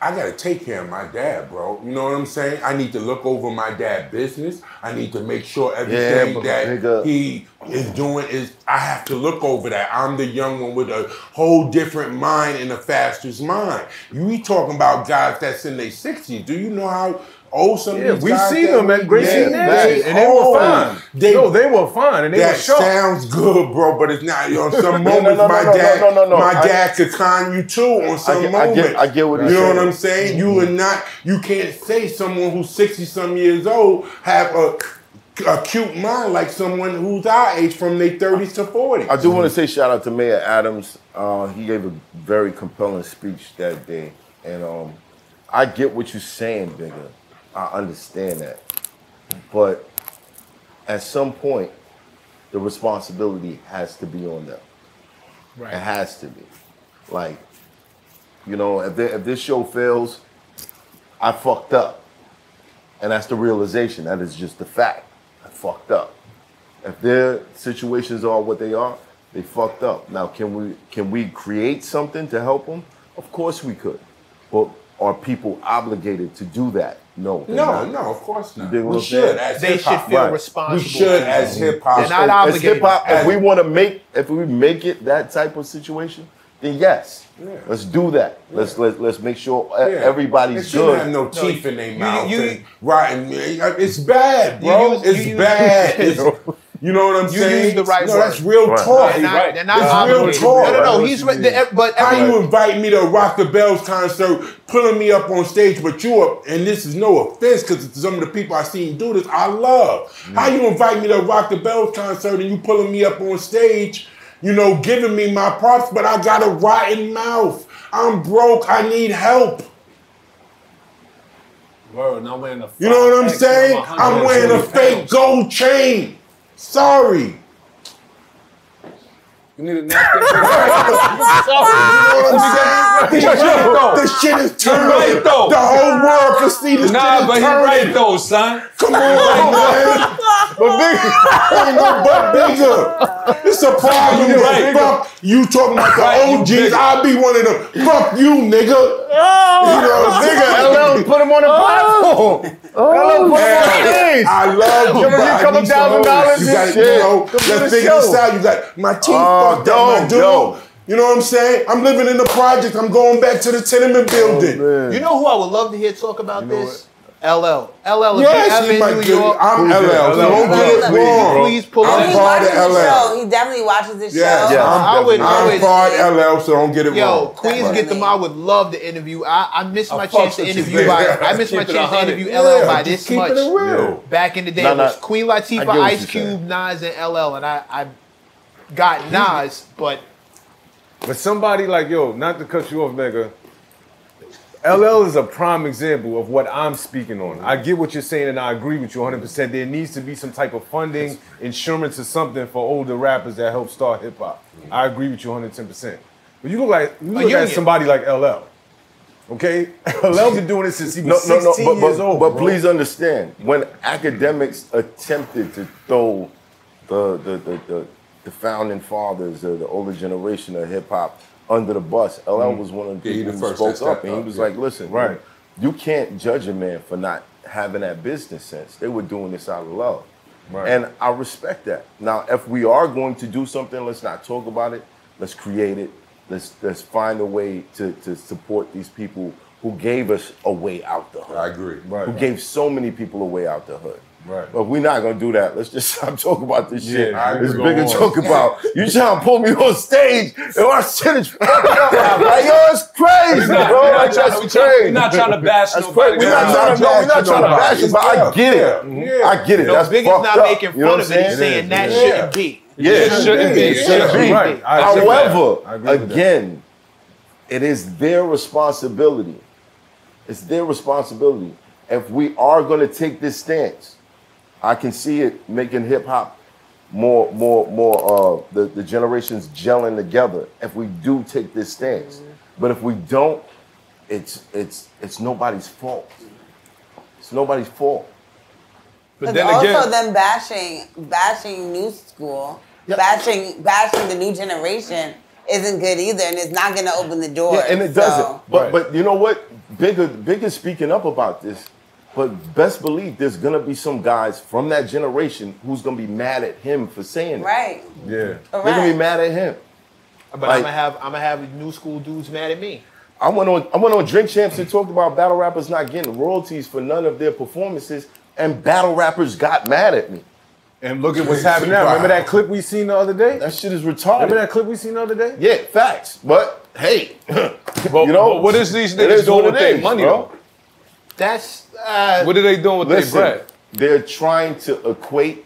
S7: I gotta take care of my dad, bro. You know what I'm saying? I need to look over my dad's business. I need to make sure everything
S19: but
S7: that
S19: nigga-
S7: he is doing is. I have to look over that. I'm the young one with a whole different mind and the fastest mind. You we talking about guys that's in their 60s? Do you know how? old some of
S1: Yeah,
S7: these
S1: we
S7: guys
S1: see
S7: that
S1: them
S7: we-
S1: at Gracie
S7: Yeah,
S1: Mansion, and they were
S7: old.
S1: fine.
S7: They-
S1: no, they were fine, and they
S7: that
S1: were shocked.
S7: sounds good, bro, but it's not. On some
S1: No, no,
S7: moments,
S1: no,
S7: my
S1: no, no,
S7: dad,
S1: no, no, no.
S7: my
S1: I-
S7: dad could con you too. On some
S19: get- I
S7: moment,
S19: get- I get what
S7: you
S19: he's
S7: know
S19: saying. Mm-hmm.
S7: what I'm saying. You are not. You can't say someone who's sixty some years old have a a cute mind like someone who's our age from their thirties to forties.
S19: I do want to say shout out to Mayor Adams. Uh, he gave a very compelling speech that day, and um, I get what you're saying, bigger. I understand that, but at some point, the responsibility has to be on them. It has to be. Like, you know, if, thi- if this show fails, I fucked up. And that's the realization. That is just the fact. I fucked up. If their situations are what they are, they fucked up. Now, can we can we create something to help them? Of course we could. But are people obligated to do that? No. they're
S7: No,
S19: not.
S7: no, of course not.
S19: You dig what
S7: We
S19: I'm saying?
S7: should, as They should hip-hop. feel
S19: Right.
S7: responsible. We should, as hip-hop. They're not
S19: As
S7: obligated.
S19: hip-hop,
S7: As-
S19: If we want to make, if we make it that type of situation, then yes,
S7: Yeah.
S19: let's do that. Let's let, let's make sure e-
S7: Yeah.
S19: everybody's
S7: They shouldn't
S19: good.
S7: Have no teeth in their
S19: you-
S7: mouth.
S19: you-
S7: and rotten. It's bad, bro.
S19: use-
S7: it's
S19: you use-
S7: bad. It's- you know what I'm
S4: You
S7: saying?
S4: use the right
S7: no,
S4: word.
S7: that's real
S4: Right.
S7: talk.
S4: They're not- they're not
S7: That's real
S4: obligated.
S7: talk.
S4: No, no, no, he's right- the- e, but
S7: how
S4: every-
S7: you invite me to a Rock the Bells concert, pulling me up on stage, but you are, and this is no offense because some of the people I seen do this, I love.
S19: Mm.
S7: How you invite me to a Rock the Bells concert and you pulling me up on stage, you know, giving me my props, but I got a rotten mouth. I'm broke. I need help.
S23: Word, and I'm wearing a
S7: You know what I'm
S23: X,
S7: saying?
S23: a hundred
S7: I'm wearing a
S23: and twenty
S7: fake gold chain. Sorry.
S10: You need a napkin.
S7: You know what I'm saying?
S10: Yo, yo.
S7: The shit is
S10: You're
S7: turning.
S10: right, though.
S7: The whole world can see this shit
S10: Nah,
S7: is
S10: but he
S7: turning.
S10: right though, son.
S7: Come on, man. But bigger. Ain't no but bigger. It's a problem.
S10: You right.
S7: Fuck you talking about the
S10: Right, you
S7: OGs.
S10: bigger.
S7: I'll be one of them. Fuck you, nigga. You know what I'm
S1: Nigga,
S7: saying?
S1: LL put him on
S19: Oh,
S1: the
S23: Oh!
S1: platform. LL put him on
S7: Man,
S1: stage.
S7: I love
S1: Give him
S7: but
S1: a
S7: I
S1: couple
S7: need some
S1: thousand
S7: hoes.
S1: dollars
S7: You
S1: and
S7: got,
S1: shit.
S7: You know,
S1: Come to the
S7: let's figure
S1: show.
S7: this out. You got my teeth
S1: Oh,
S7: fucked up, my
S1: dope,
S7: dude.
S1: dope.
S7: You know what I'm saying? I'm living in the project. I'm going back to the
S1: Oh,
S7: tenement building.
S4: You know who I would love to hear talk about this? LL. LL.
S7: Yes,
S4: if you
S7: he
S4: ever
S7: might
S4: in New
S7: get it.
S4: York,
S7: I'm LL, so don't get it wrong.
S4: Please pull
S7: I'm
S4: up.
S7: He part of
S5: Oh, Watches the
S7: LL.
S5: show. He definitely watches this
S7: Yes,
S5: show.
S7: I'm,
S4: I would- I
S7: I'm
S4: would-
S7: part LL, so don't get it wrong.
S4: Yo, Queens get them. I would love to interview. I, I missed my
S7: fuck
S4: chance to
S7: what you
S4: interview
S7: said.
S4: by. I missed
S7: Keep
S4: my
S7: it
S4: chance to
S7: 100.
S4: interview LL
S7: Yeah,
S4: by
S7: just
S4: this
S7: keep it
S4: much.
S7: real.
S4: Back in the day,
S7: Nah,
S4: it was
S7: nah,
S4: Queen
S7: I get
S4: Latifah,
S7: what
S4: Ice
S7: you're
S4: Cube, Nas, and LL, and I, I got Nas, but
S1: But somebody like yo, not to cut you off, Mega. LL is a prime example of what I'm speaking on. I get what you're saying, and I agree with you 100%. There needs to be some type of funding, insurance, or something for older rappers that help start hip hop. I agree with you 110%. But you look like you
S4: A
S1: look
S4: union.
S1: at somebody like LL. Okay, LL been doing this since he
S19: No,
S1: was
S19: no, no.
S1: 16
S19: But,
S1: years
S19: but,
S1: old.
S19: but
S1: bro.
S19: please uh, understand, when academics attempted to throw the the the, the, the
S7: the founding fathers, or the older generation of hip hop under the bus. LL
S1: Mm-hmm.
S7: was one of the
S24: Yeah, he the
S7: people who
S24: first that
S7: spoke
S24: stepped
S7: up, and he
S24: up,
S7: was
S24: yeah.
S7: like, "Listen,
S24: Right.
S7: you can't judge a man for not having that business sense. They were doing this out of love."
S24: Right.
S7: And I respect that. Now, if we are going to do something, let's not talk about it. Let's create it. Let's let's find a way to, to support these people who gave us a way out the hood. I
S25: agree.
S7: Right. Who gave so many people a way out the hood.
S25: Right.
S7: But we're not gonna do that. Let's just stop talking about this
S24: Yeah,
S7: shit.
S24: I
S7: This
S24: agree.
S7: bigger
S24: Go on.
S7: joke about you trying to pull me on stage and my shit is fucked up. Like, yo, it's crazy,
S2: We're not-
S7: bro.
S2: we're not
S7: Like,
S2: trying-
S7: that's
S2: we're trying-
S7: crazy.
S2: we're not trying to bash
S7: That's
S2: nobody.
S7: crazy. We're not
S2: We're
S7: trying
S2: not
S7: to, no, we're
S2: trying
S7: not
S2: to
S7: trying to
S2: bash
S7: bash it, but I
S2: nobody.
S7: get
S2: Yeah.
S7: it. I get it.
S2: No,
S7: That's
S2: Biggie's
S7: fucked
S2: not
S7: up.
S2: making
S7: You know
S2: fun
S7: what
S2: of it.
S7: I'm
S2: He's
S7: saying?
S2: saying that
S7: Yeah.
S2: shouldn't be.
S7: Yeah,
S2: It shouldn't be.
S7: It
S2: Yeah.
S7: shouldn't be.
S2: Right. I agree with that. I agree
S7: However,
S2: with that.
S7: again, it is their responsibility. It's their responsibility. If we are going to take this stance, I can see it making hip hop more, more, more. Uh, the the generations gelling together. If we do take this stance,
S2: Mm-hmm.
S7: but if we don't, it's it's it's nobody's fault. It's nobody's fault.
S5: But also them bashing bashing new school, bashing bashing the new generation isn't good either, and it's not going to open the door.
S7: Yeah, and it doesn't. But but you know what? Bigger bigger speaking up about this. But best believe there's gonna be some guys from that generation who's gonna be mad at him for saying it.
S5: Right.
S7: Yeah.
S5: Correct.
S7: They're gonna be mad at him.
S4: But
S7: Like-
S4: I'm gonna have I'm gonna have new school dudes mad at me.
S7: I went on I went on Drink Champs and talked about battle rappers not getting royalties for none of their performances, and battle rappers got mad at me.
S1: And look at what's happening now. Remember that clip we seen the other day?
S7: That shit is retarded.
S1: Remember that clip we seen the other day?
S7: Yeah, facts. But hey,
S2: But,
S7: you know
S2: but what is these
S7: it
S2: niggas
S7: is
S2: doing
S7: what
S2: with
S7: it
S2: their
S7: is,
S2: money
S7: bro.
S2: though?
S4: That's uh,
S2: What are they doing with
S7: Listen,
S2: their bread?
S7: They're trying to equate.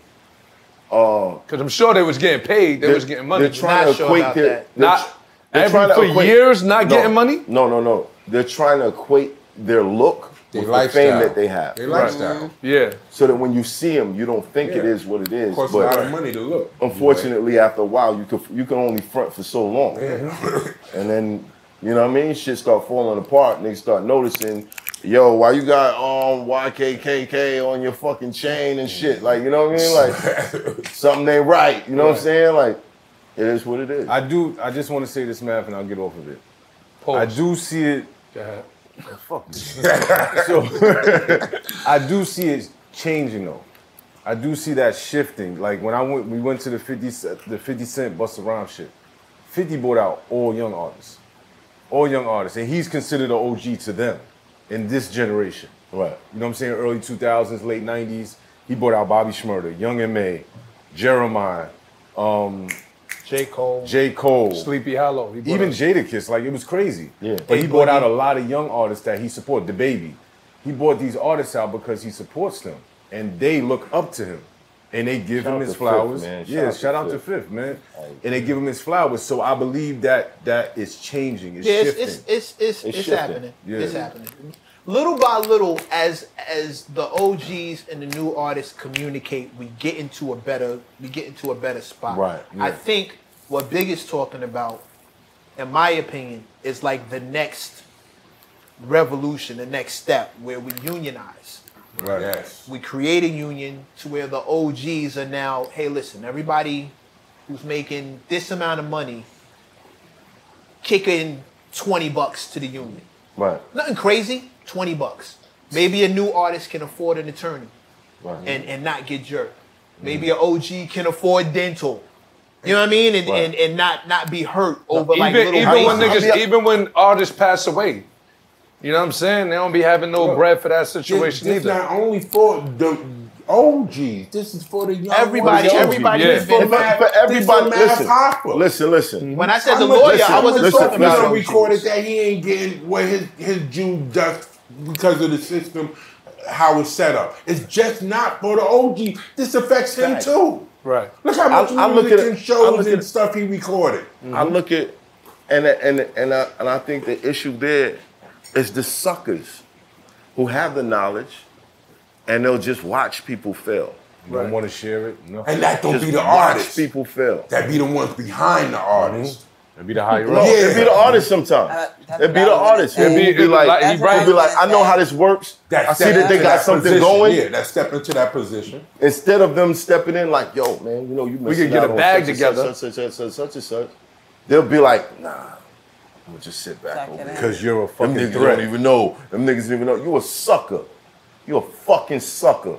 S7: Because
S2: I'm sure they was getting paid. They was getting money.
S7: They're trying
S2: Not
S7: to
S2: sure
S7: equate
S2: about
S7: their,
S2: that.
S7: they're
S2: Not-
S7: tr- they're
S2: every-
S7: trying to
S2: for
S7: equate-
S2: years not
S7: No,
S2: getting money.
S7: No, no, no. They're trying to equate their look
S2: Their
S7: with the fame
S2: lifestyle.
S7: that they have.
S2: Their lifestyle. Yeah.
S7: So that when you see them, you don't think it
S2: Yeah.
S7: is what it is.
S25: Costs a
S7: but
S25: lot of money to look.
S7: Unfortunately, after a while, you could you can only front for so long, and then you know what I mean. Shit start falling apart. Niggas start noticing, yo, why you got um YKKK on your fucking chain and shit? Like you know what I mean? Like something ain't right. You know what I'm
S1: Right.
S7: saying? Like it is what it is.
S1: I do. I just want to say this, math, and I'll get off of it. I do see it. Fuck. so I do see it changing though. I do see that shifting. Like when I went, we went to the fifty, Cent- the fifty cent Busta Rhymes shit. Fifty bought out all young artists, all young artists, and he's considered an OG to them in this generation.
S7: Right.
S1: You know what I'm saying? Early 2000s, late 90s. He bought out Bobby Schmurda, Young M.A., Jeremiah, um,
S4: J. Cole.
S1: J. Cole.
S2: Sleepy Hollow. He bought
S1: Even
S2: out-
S1: Jadakiss, like it was crazy.
S2: Yeah.
S1: But he
S2: Hey,
S1: bought out a
S2: Boogie.
S1: lot of young artists that he supported. The baby. He bought these artists out because he supports them. And they look up to him. And they give
S24: Shout
S1: him
S24: out
S1: his
S24: to
S1: flowers.
S24: Fifth, man.
S1: yeah, shout, out to Fifth, man. And they give him his flowers. So I believe that that is changing. It's
S4: yeah, it's
S1: shifting.
S4: it's it's it's, it's,
S1: shifting.
S4: happening.
S1: Yeah.
S4: It's happening. Little by little, as as the OGs and the new artists communicate, we get into a better we get into a better spot.
S7: Right,
S4: I
S7: yeah.
S4: think what Big is talking about, in my opinion, is like the next revolution, the next step where we unionize.
S1: Right.
S4: We create a union to where the OGs are now, hey, listen, everybody who's making this amount of money, kick in 20 bucks to the union.
S7: Right.
S4: Nothing crazy, 20 bucks. Maybe a new artist can afford an attorney
S7: Right.
S4: and, and not get jerked. Maybe an OG can afford dental. You know what I mean? And
S2: Right.
S4: and, and not not be hurt over
S2: even
S4: like little
S2: even when
S4: raises.
S2: niggas, even when artists pass away, you know what I'm saying? They don't be having no bread for that situation
S25: It's
S2: either.
S25: not only for the OGs. This is for the young
S4: Everybody-
S25: ones.
S4: everybody Yeah. is
S25: This
S4: for-
S25: Mav-
S4: for
S25: this
S4: everybody-
S25: Mav
S4: listen.
S25: Hopper.
S7: Listen, listen.
S4: When I said
S25: I'm
S4: the
S25: gonna-
S4: lawyer,
S25: listen,
S4: I wasn't
S25: listen,
S4: talking about
S25: listen,
S4: OGs.
S25: recorded that he ain't getting what his his due dust because of the system, how it's set up. It's just not for the OG. This affects him
S7: Facts.
S25: too.
S2: Right.
S25: Look how much
S7: I- I look
S25: music
S7: at it-
S25: and
S7: I
S25: shows
S7: look
S25: and
S7: at-
S25: stuff he recorded.
S7: I look at and and and I, and I think the issue there is the suckers who have the knowledge and they'll just watch people fail.
S1: Don't want to share it. No.
S25: And that don't
S7: Just
S25: be the
S7: watch
S25: artist.
S7: People fail.
S25: That be the ones behind the artist.
S1: It'd be the higher
S4: No,
S1: up.
S4: it'd be the artist sometimes. it'd be the artist. It'd be, it'd be like, it'd be like, I know how this works. I see that they got something going.
S7: Yeah, that step into that position.
S4: Instead of them stepping in like, yo, man, you know, you
S7: We
S4: missing
S7: could get
S4: out
S7: a
S4: on
S7: bag
S4: such and
S7: together.
S4: such, such, such, such, such and such. They'll be like, nah, I'm gonna just sit back over
S1: Because you're a fucking
S4: Them niggas
S1: threat.
S4: don't even know. Them niggas don't even know. You a sucker. You a fucking sucker.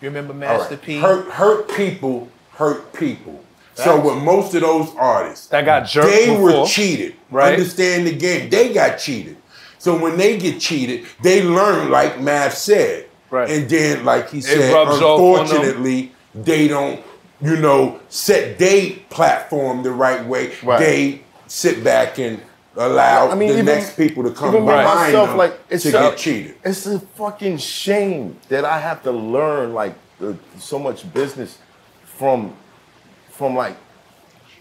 S26: You remember
S7: All
S26: Master
S7: right.
S26: P?
S7: Hurt, hurt people, hurt people. So
S26: Facts.
S7: with most of those artists that
S2: got jerked
S7: they were
S2: before,
S7: cheated.
S2: right?
S7: Understand the game. They got cheated. So when they get cheated, they learn, like Mav said, right? And then, like he
S2: It
S7: said,
S2: rubs off on them.
S7: unfortunately, they don't, you know, set they platform the right way.
S4: Right.
S7: They sit back and allow
S4: I mean,
S7: the
S4: even-
S7: next people to come
S4: even
S7: behind
S4: myself,
S7: them
S4: like, it's
S7: to
S4: a-
S7: get cheated.
S4: It's a fucking shame that I have to learn like the, so much business from from like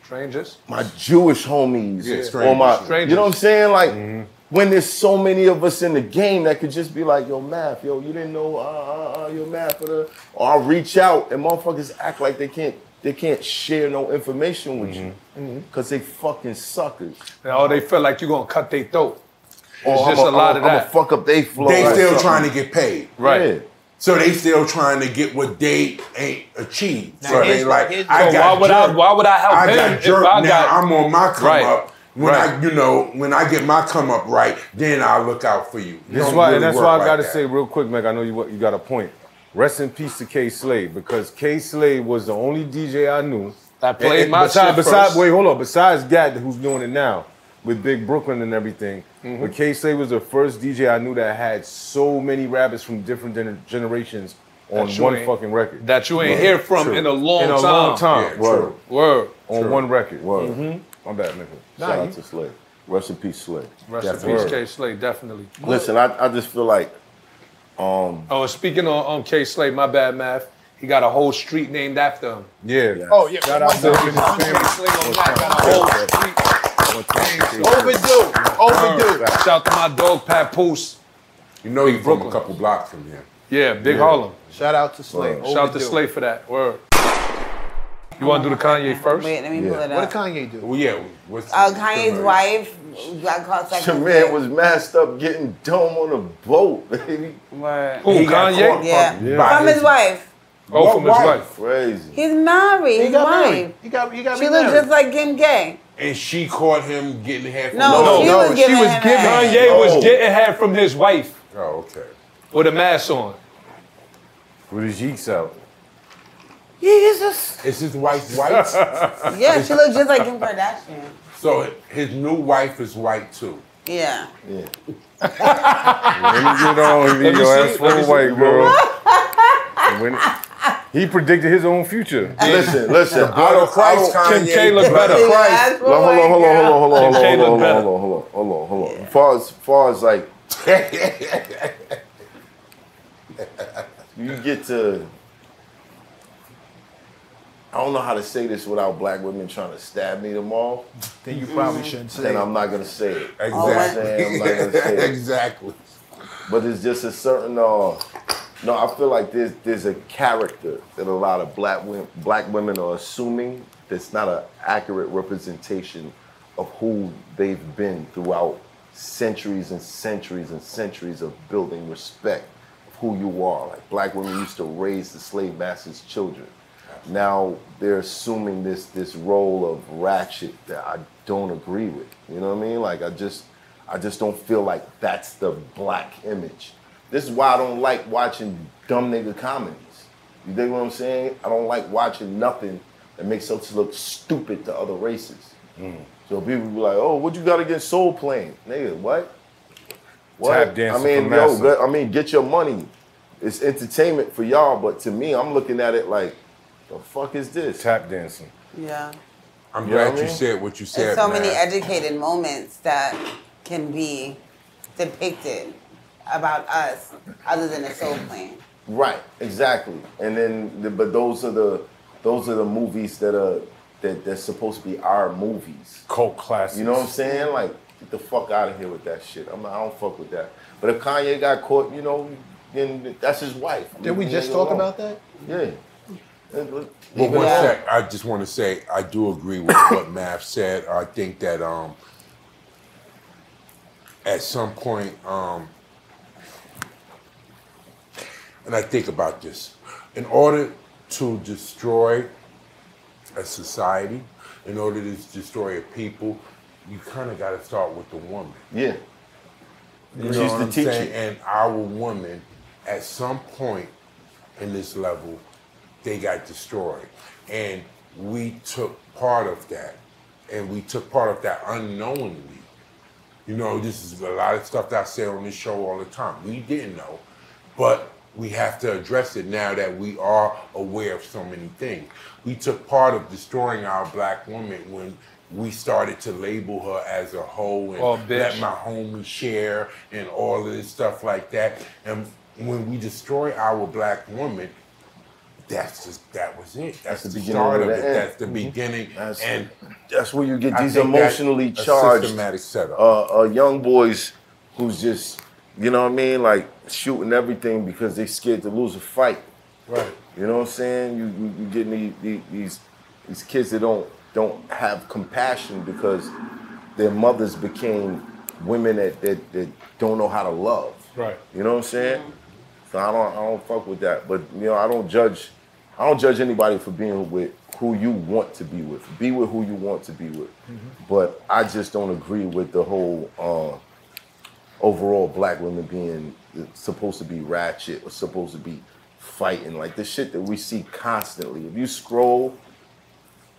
S2: Strangers.
S4: my Jewish homies
S2: Yeah,
S4: or my
S2: strangers.
S4: you know what I'm saying like
S7: Mm-hmm.
S4: when there's so many of us in the game that could just be like yo math yo you didn't know uh uh, uh yo math for the or I'll reach out and motherfuckers act like they can't they can't share no information with
S7: Mm-hmm.
S4: you because they fucking suckers
S2: Oh, they feel like you're gonna cut their throat.
S4: Or
S2: It's
S4: I'm
S2: just a lot of
S4: I'm
S2: that.
S4: I'ma fuck up they flow
S7: They
S4: or
S7: still
S4: something.
S7: trying to get paid.
S4: Right. Yeah.
S7: So they still trying to get what they ain't achieved.
S2: Now
S7: So they
S2: here's-
S7: like,
S2: here's-
S7: I
S2: So
S7: got
S2: why would I-
S7: jerked.
S2: why would I help
S7: I
S2: him
S7: got
S2: if
S7: jerked.
S2: I
S7: now
S2: got-
S7: I'm on my come
S2: Right.
S7: up. When I, you know, when I get my come up right, then I'll look out for you. It
S1: That's
S7: don't
S1: why,
S7: really
S1: and that's
S7: work
S1: why I
S7: like
S1: gotta
S7: that.
S1: say real quick, Mac. I know you you got a point. Rest in peace to K Slade because K Slade was the only DJ I knew that
S2: played my
S1: besides,
S2: shit
S1: besides,
S2: first.
S1: Wait, hold on. Besides Gad, who's doing it now with Big Brooklyn and everything,
S2: Mhm.
S1: but K Slade was the first DJ I knew that had so many rappers from different gener- generations on
S2: That you
S1: one
S2: ain't-
S1: fucking record
S2: that you ain't
S1: Word.
S2: hear from in a long
S1: in a
S2: time.
S1: long time.
S2: Yeah,
S1: Word.
S2: true. Word.
S1: on
S2: True.
S1: one record.
S2: Word.
S1: Mhm. My bad, nigga.
S2: Nah,
S4: Shout
S2: you-
S4: out to Slay. Rest in peece, Slay.
S2: Rest
S4: Definitely.
S2: in peace, K. Slade. Definitely.
S4: Listen, I, I just feel like, um,
S2: Oh, speaking on, on K. Slade, my bad, math. He got a whole street named after him.
S1: Yeah.
S2: Oh yeah.
S1: Shout out to him and his family.
S2: Overdue. Overdue. Shout out to my dog Papoose.
S7: You know he's from a couple blocks from here.
S2: Yeah, Big
S7: Yeah.
S2: Harlem.
S26: Shout out to Slay.
S2: Shout out to
S26: Overdue.
S2: Slay for that. Word. You want to do the Kanye first?
S5: Wait, let me pull it
S26: What did Kanye do?
S7: Well, yeah. What's
S5: Uh, Kanye's wife got caught
S4: your
S5: second.
S4: man was masked up getting dome on a boat, baby.
S5: Word.
S4: Who,
S5: He got
S4: Kanye?
S5: caught Yeah.
S4: Yeah. By
S5: From
S4: his-
S5: his wife.
S4: Oh, from his
S7: wife.
S4: Crazy.
S5: He's married.
S26: He
S5: his
S26: got
S5: wife.
S26: married. He got, he got
S5: She
S26: remarried.
S5: looked just like Kim K.
S7: And she caught him getting half.
S5: No, she was giving him head.
S7: Kanye
S2: Kanye
S10: Oh.
S4: Oh.
S2: was getting head from his wife
S7: Oh, okay.
S2: with a mask on.
S1: With his yeeks out.
S5: He is just.
S7: Is his wife white?
S5: Yeah, she looked just like Kim Kardashian.
S7: So his new wife is white too.
S5: Yeah.
S4: Yeah.
S1: When you get on,
S7: Let
S1: he
S7: me
S1: your
S7: see-
S1: ass
S7: let me
S1: full
S7: see the
S1: white, bro.
S7: girl.
S1: And when- he predicted his own future.
S4: Listen, listen. I don't, I don't, Christ. Hold on, hold on, hold on, hold on, hold on, hold on, hold on, hold on, hold on, hold on. As far as, far as like, you get to, I don't know how to say this without black women trying to stab me tomorrow.
S26: Then you probably shouldn't say
S4: And
S26: it.
S4: I'm not gonna say it.
S26: Exactly.
S4: You know
S5: Oh,
S4: what I'm saying? I'm not gonna say it.
S7: Exactly.
S4: But it's just a certain uh no, I feel like there's there's a character that a lot of black women black women are assuming that's not an accurate representation of who they've been throughout centuries and centuries and centuries of building respect of who you are. Like black women used to raise the slave master's children. Now they're assuming this this role of ratchet that I don't agree with. You know what I mean? Like I just I just don't feel like that's the black image. This is why I don't like watching dumb nigga comedies. You dig what I'm saying? I don't like watching nothing that makes us look stupid to other races.
S1: Hmm.
S4: So people be like, "Oh, what you got against Soul Plane, nigga? What? What?
S1: Tap dancing
S4: I mean,
S1: from
S4: yo,
S1: Massa.
S4: let- I mean, get your money. It's entertainment for y'all, but to me, I'm looking at it like, the fuck is this?
S1: Tap dancing.
S5: Yeah.
S7: I'm
S4: You know
S7: glad
S4: what I
S7: you
S4: mean?
S7: said what you
S5: There's
S7: said.
S5: so many
S7: man.
S5: educated moments that can be depicted about us other than a soul plane.
S4: Right, exactly. And then, the, but those are the those are the movies that are that that's supposed to be our movies,
S1: cult classics.
S4: You know what I'm saying? Like, get the fuck out of here with that shit. I'm, I don't fuck with that. But if Kanye got caught, you know, then that's his wife.
S26: Did we
S4: Leave
S26: just
S4: the nigga
S26: talk
S4: alone.
S26: about that?
S4: Yeah.
S7: Well,
S19: Leave it
S7: one
S19: out.
S7: sec. I just want to say I do agree with what Mav said. I think that um, at some point, um, and I think about this, in order to destroy a society, in order to destroy a people, you kind of got to start with the woman.
S19: Yeah.
S7: You
S19: She's the
S7: know what I'm
S19: teacher.
S7: saying? And our women, at some point in this level, they got destroyed. And we took part of that. And we took part of that unknowingly. You know, this is a lot of stuff that I say on this show all the time. We didn't know, but we have to address it now that we are aware of so many things. We took part of destroying our black woman when we started to label her as a hoe and
S10: Oh, bitch.
S7: let my homie share and all of this stuff like that. And when we destroy our black woman, that's just that was it. That's,
S19: the
S7: the,
S19: beginning
S7: start
S19: of
S7: of
S19: the end.
S7: it.
S19: Mm-hmm.
S7: That's the beginning. and
S19: that's where you get
S7: I
S19: these
S7: think that's
S19: emotionally
S7: a
S19: charged
S7: systematic setup.
S19: Uh, uh, young boys who's just, you know what I mean, like shooting everything because they scared to lose a fight.
S7: Right.
S19: You know what I'm saying? You you, you getting these, these these these kids that don't don't have compassion because their mothers became women that that, that don't know how to love.
S7: Right.
S19: You know what I'm saying? So I don't I don't fuck with that. But you know, I don't judge I don't judge anybody for being with who you want to be with. Be with who you want to be with. But I just don't agree with the whole uh, overall black women being supposed to be ratchet or supposed to be fighting like the shit that we see constantly. If you scroll,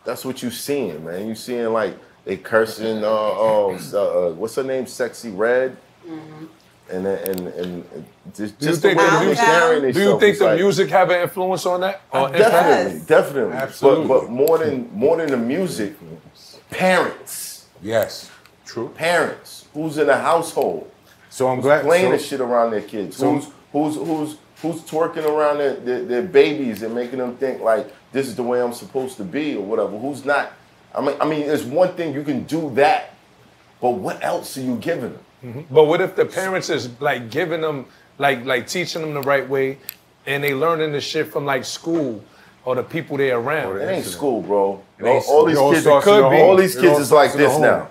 S19: that's what you seeing, man. You seeing like they cursing. Uh, oh, uh, uh, what's her name? Sexy Red. And and and, and just,
S10: Do you
S19: just the
S10: think
S19: way
S10: the
S19: they
S10: music?
S19: carrying
S10: Do you
S19: themselves,
S10: think
S19: it's
S10: the
S19: like-
S10: music have an influence on that? Or
S19: definitely,
S10: impact?
S19: definitely.
S10: Absolutely.
S19: But, but more than more than the music, parents.
S7: Yes, true.
S19: Parents, who's in the household?
S1: So I'm
S19: who's
S1: glad-
S19: playing
S1: so-
S19: this shit around their kids.
S1: so-
S19: who's who's who's who's twerking around their, their, their babies and making them think like this is the way I'm supposed to be or whatever. Who's not? I mean, I mean, it's one thing you can do that, but what else are you giving them?
S10: Mhm. But what if the parents is like giving them, like like teaching them the right way, and they learning this shit from like school or the people they around?
S19: It ain't school, bro.
S10: It ain't
S19: all, all
S10: school.
S19: these
S10: It all
S19: kids,
S10: starts in the home.
S19: all these
S10: It
S19: kids
S10: all
S19: is like
S10: starts in the
S19: this
S10: home.
S19: now.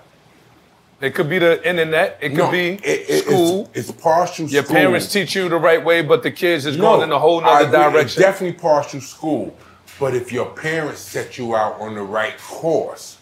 S10: It could be the internet. It could
S7: No,
S10: be
S7: it- it-
S10: school.
S7: It's, partial.
S10: Your
S7: school.
S10: parents teach you the right way, but the kids is
S7: No,
S10: going in a whole
S7: I
S10: nother
S7: agree. It's
S10: direction.
S7: definitely partial school. But if your parents set you out on the right course,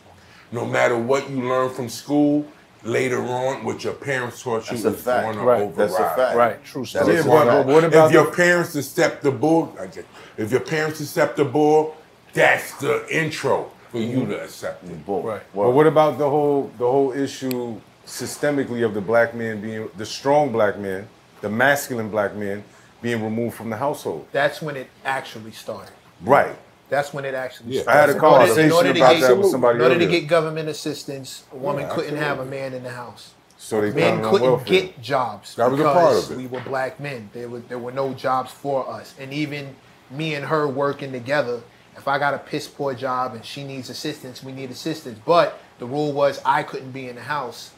S7: no matter what you learn from school, later on, what your parents taught you
S19: That's a
S7: is
S19: fact.
S7: going to
S19: Right.
S7: override.
S19: That's a fact. Right. True That's story. a
S7: Yeah,
S19: fact.
S7: but
S19: What about
S7: if your
S19: the-
S7: parents accept the bull, I get- if your parents accept the bull, that's the intro for you to accept it.
S19: Right.
S1: But what about the whole the whole issue systemically of the black man being the strong black man, the masculine black man being removed from the household?
S4: That's when it actually started.
S1: Right.
S4: That's when it actually
S1: Yeah, I
S4: started.
S1: had a
S4: In order-
S1: conversation
S4: in order to
S1: about
S4: get-
S1: that with somebody
S4: In order to
S1: earlier.
S4: get government assistance, a woman
S1: Yeah,
S4: couldn't have a man in the house.
S1: So they
S4: men
S1: counted on
S4: couldn't
S1: welfare.
S4: get jobs
S1: That was a part
S4: because
S1: of it.
S4: we were black men. There were there were no jobs for us, and even me and her working together. If I got a piss poor job and she needs assistance, we need assistance. But the rule was I couldn't be in the house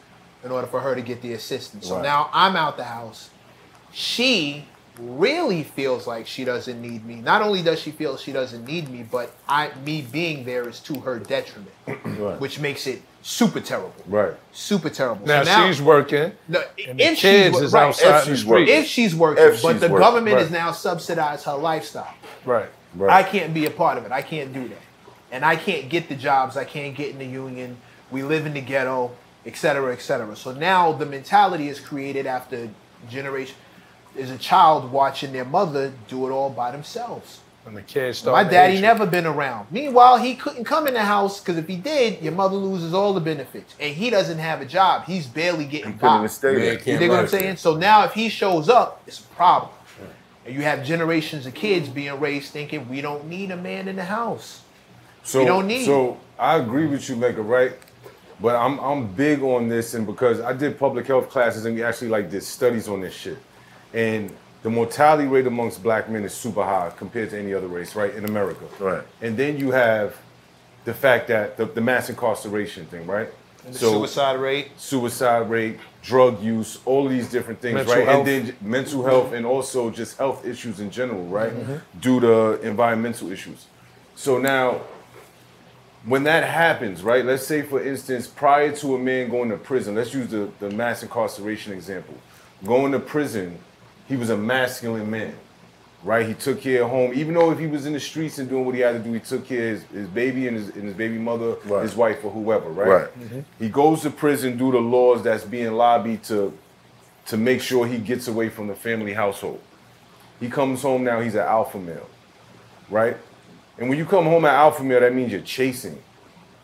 S4: in order for her to get the assistance. So
S27: Right.
S4: now I'm out the house. She really feels like she doesn't need me. Not only does she feel she doesn't need me, but I me being there is to her detriment, which makes it super terrible.
S1: Right.
S4: Super terrible.
S10: Now,
S4: So
S10: she's working.
S4: No,
S10: and the
S4: if
S10: kids
S4: she's,
S10: is
S4: right,
S10: outside
S4: if
S10: in the
S4: she's
S10: street.
S4: working, if she's working,
S10: If
S4: but
S10: she's
S4: the
S10: working,
S4: government
S10: right.
S4: is now subsidized her lifestyle.
S10: Right.
S4: I can't be a part of it. I can't do that, and I can't get the jobs. I can't get in the union. We live in the ghetto, et cetera, et cetera. So now the mentality is created after generation. Is a child watching their mother do it all by themselves.
S10: And the kids start.
S4: My daddy never been around. Meanwhile, he couldn't come in the house because if he did, your mother loses all the benefits, and he doesn't have a job. He's barely getting
S19: couldn't
S4: by.
S19: even stay there. Yeah,
S4: You
S19: can't
S4: dig what I'm
S19: ride
S4: saying?
S19: there.
S4: So now, if he shows up, it's a problem, and you have generations of kids being raised thinking we don't need a man in the house.
S1: So,
S4: we don't need.
S1: So I agree with you, Mecca, right? But I'm I'm big on this, and because I did public health classes and we actually like did studies on this shit, and the mortality rate amongst black men is super high compared to any other race, right? In America, right. And then you have the fact that the, the mass incarceration thing, right?
S4: And the suicide rate,
S1: suicide rate, drug use, all of these different things,
S4: Mental
S1: right?
S4: health. Mm-hmm.
S1: And then j- mental health and also just health issues in general, right?
S4: Mhm.
S1: Due to environmental issues. So now, when that happens, right? Let's say, for instance, prior to a man going to prison, let's use the, the mass incarceration example. Going to prison, he was a masculine man, right? He took care of home. Even though if he was in the streets and doing what he had to do, he took care of his, his baby and his, and his baby mother, his wife, or whoever, right?
S2: Right.
S1: He goes to prison due to laws that's being lobbied to to make sure he gets away from the family household. He comes home now, he's an alpha male, right? And when you come home an alpha male, that means you're chasing.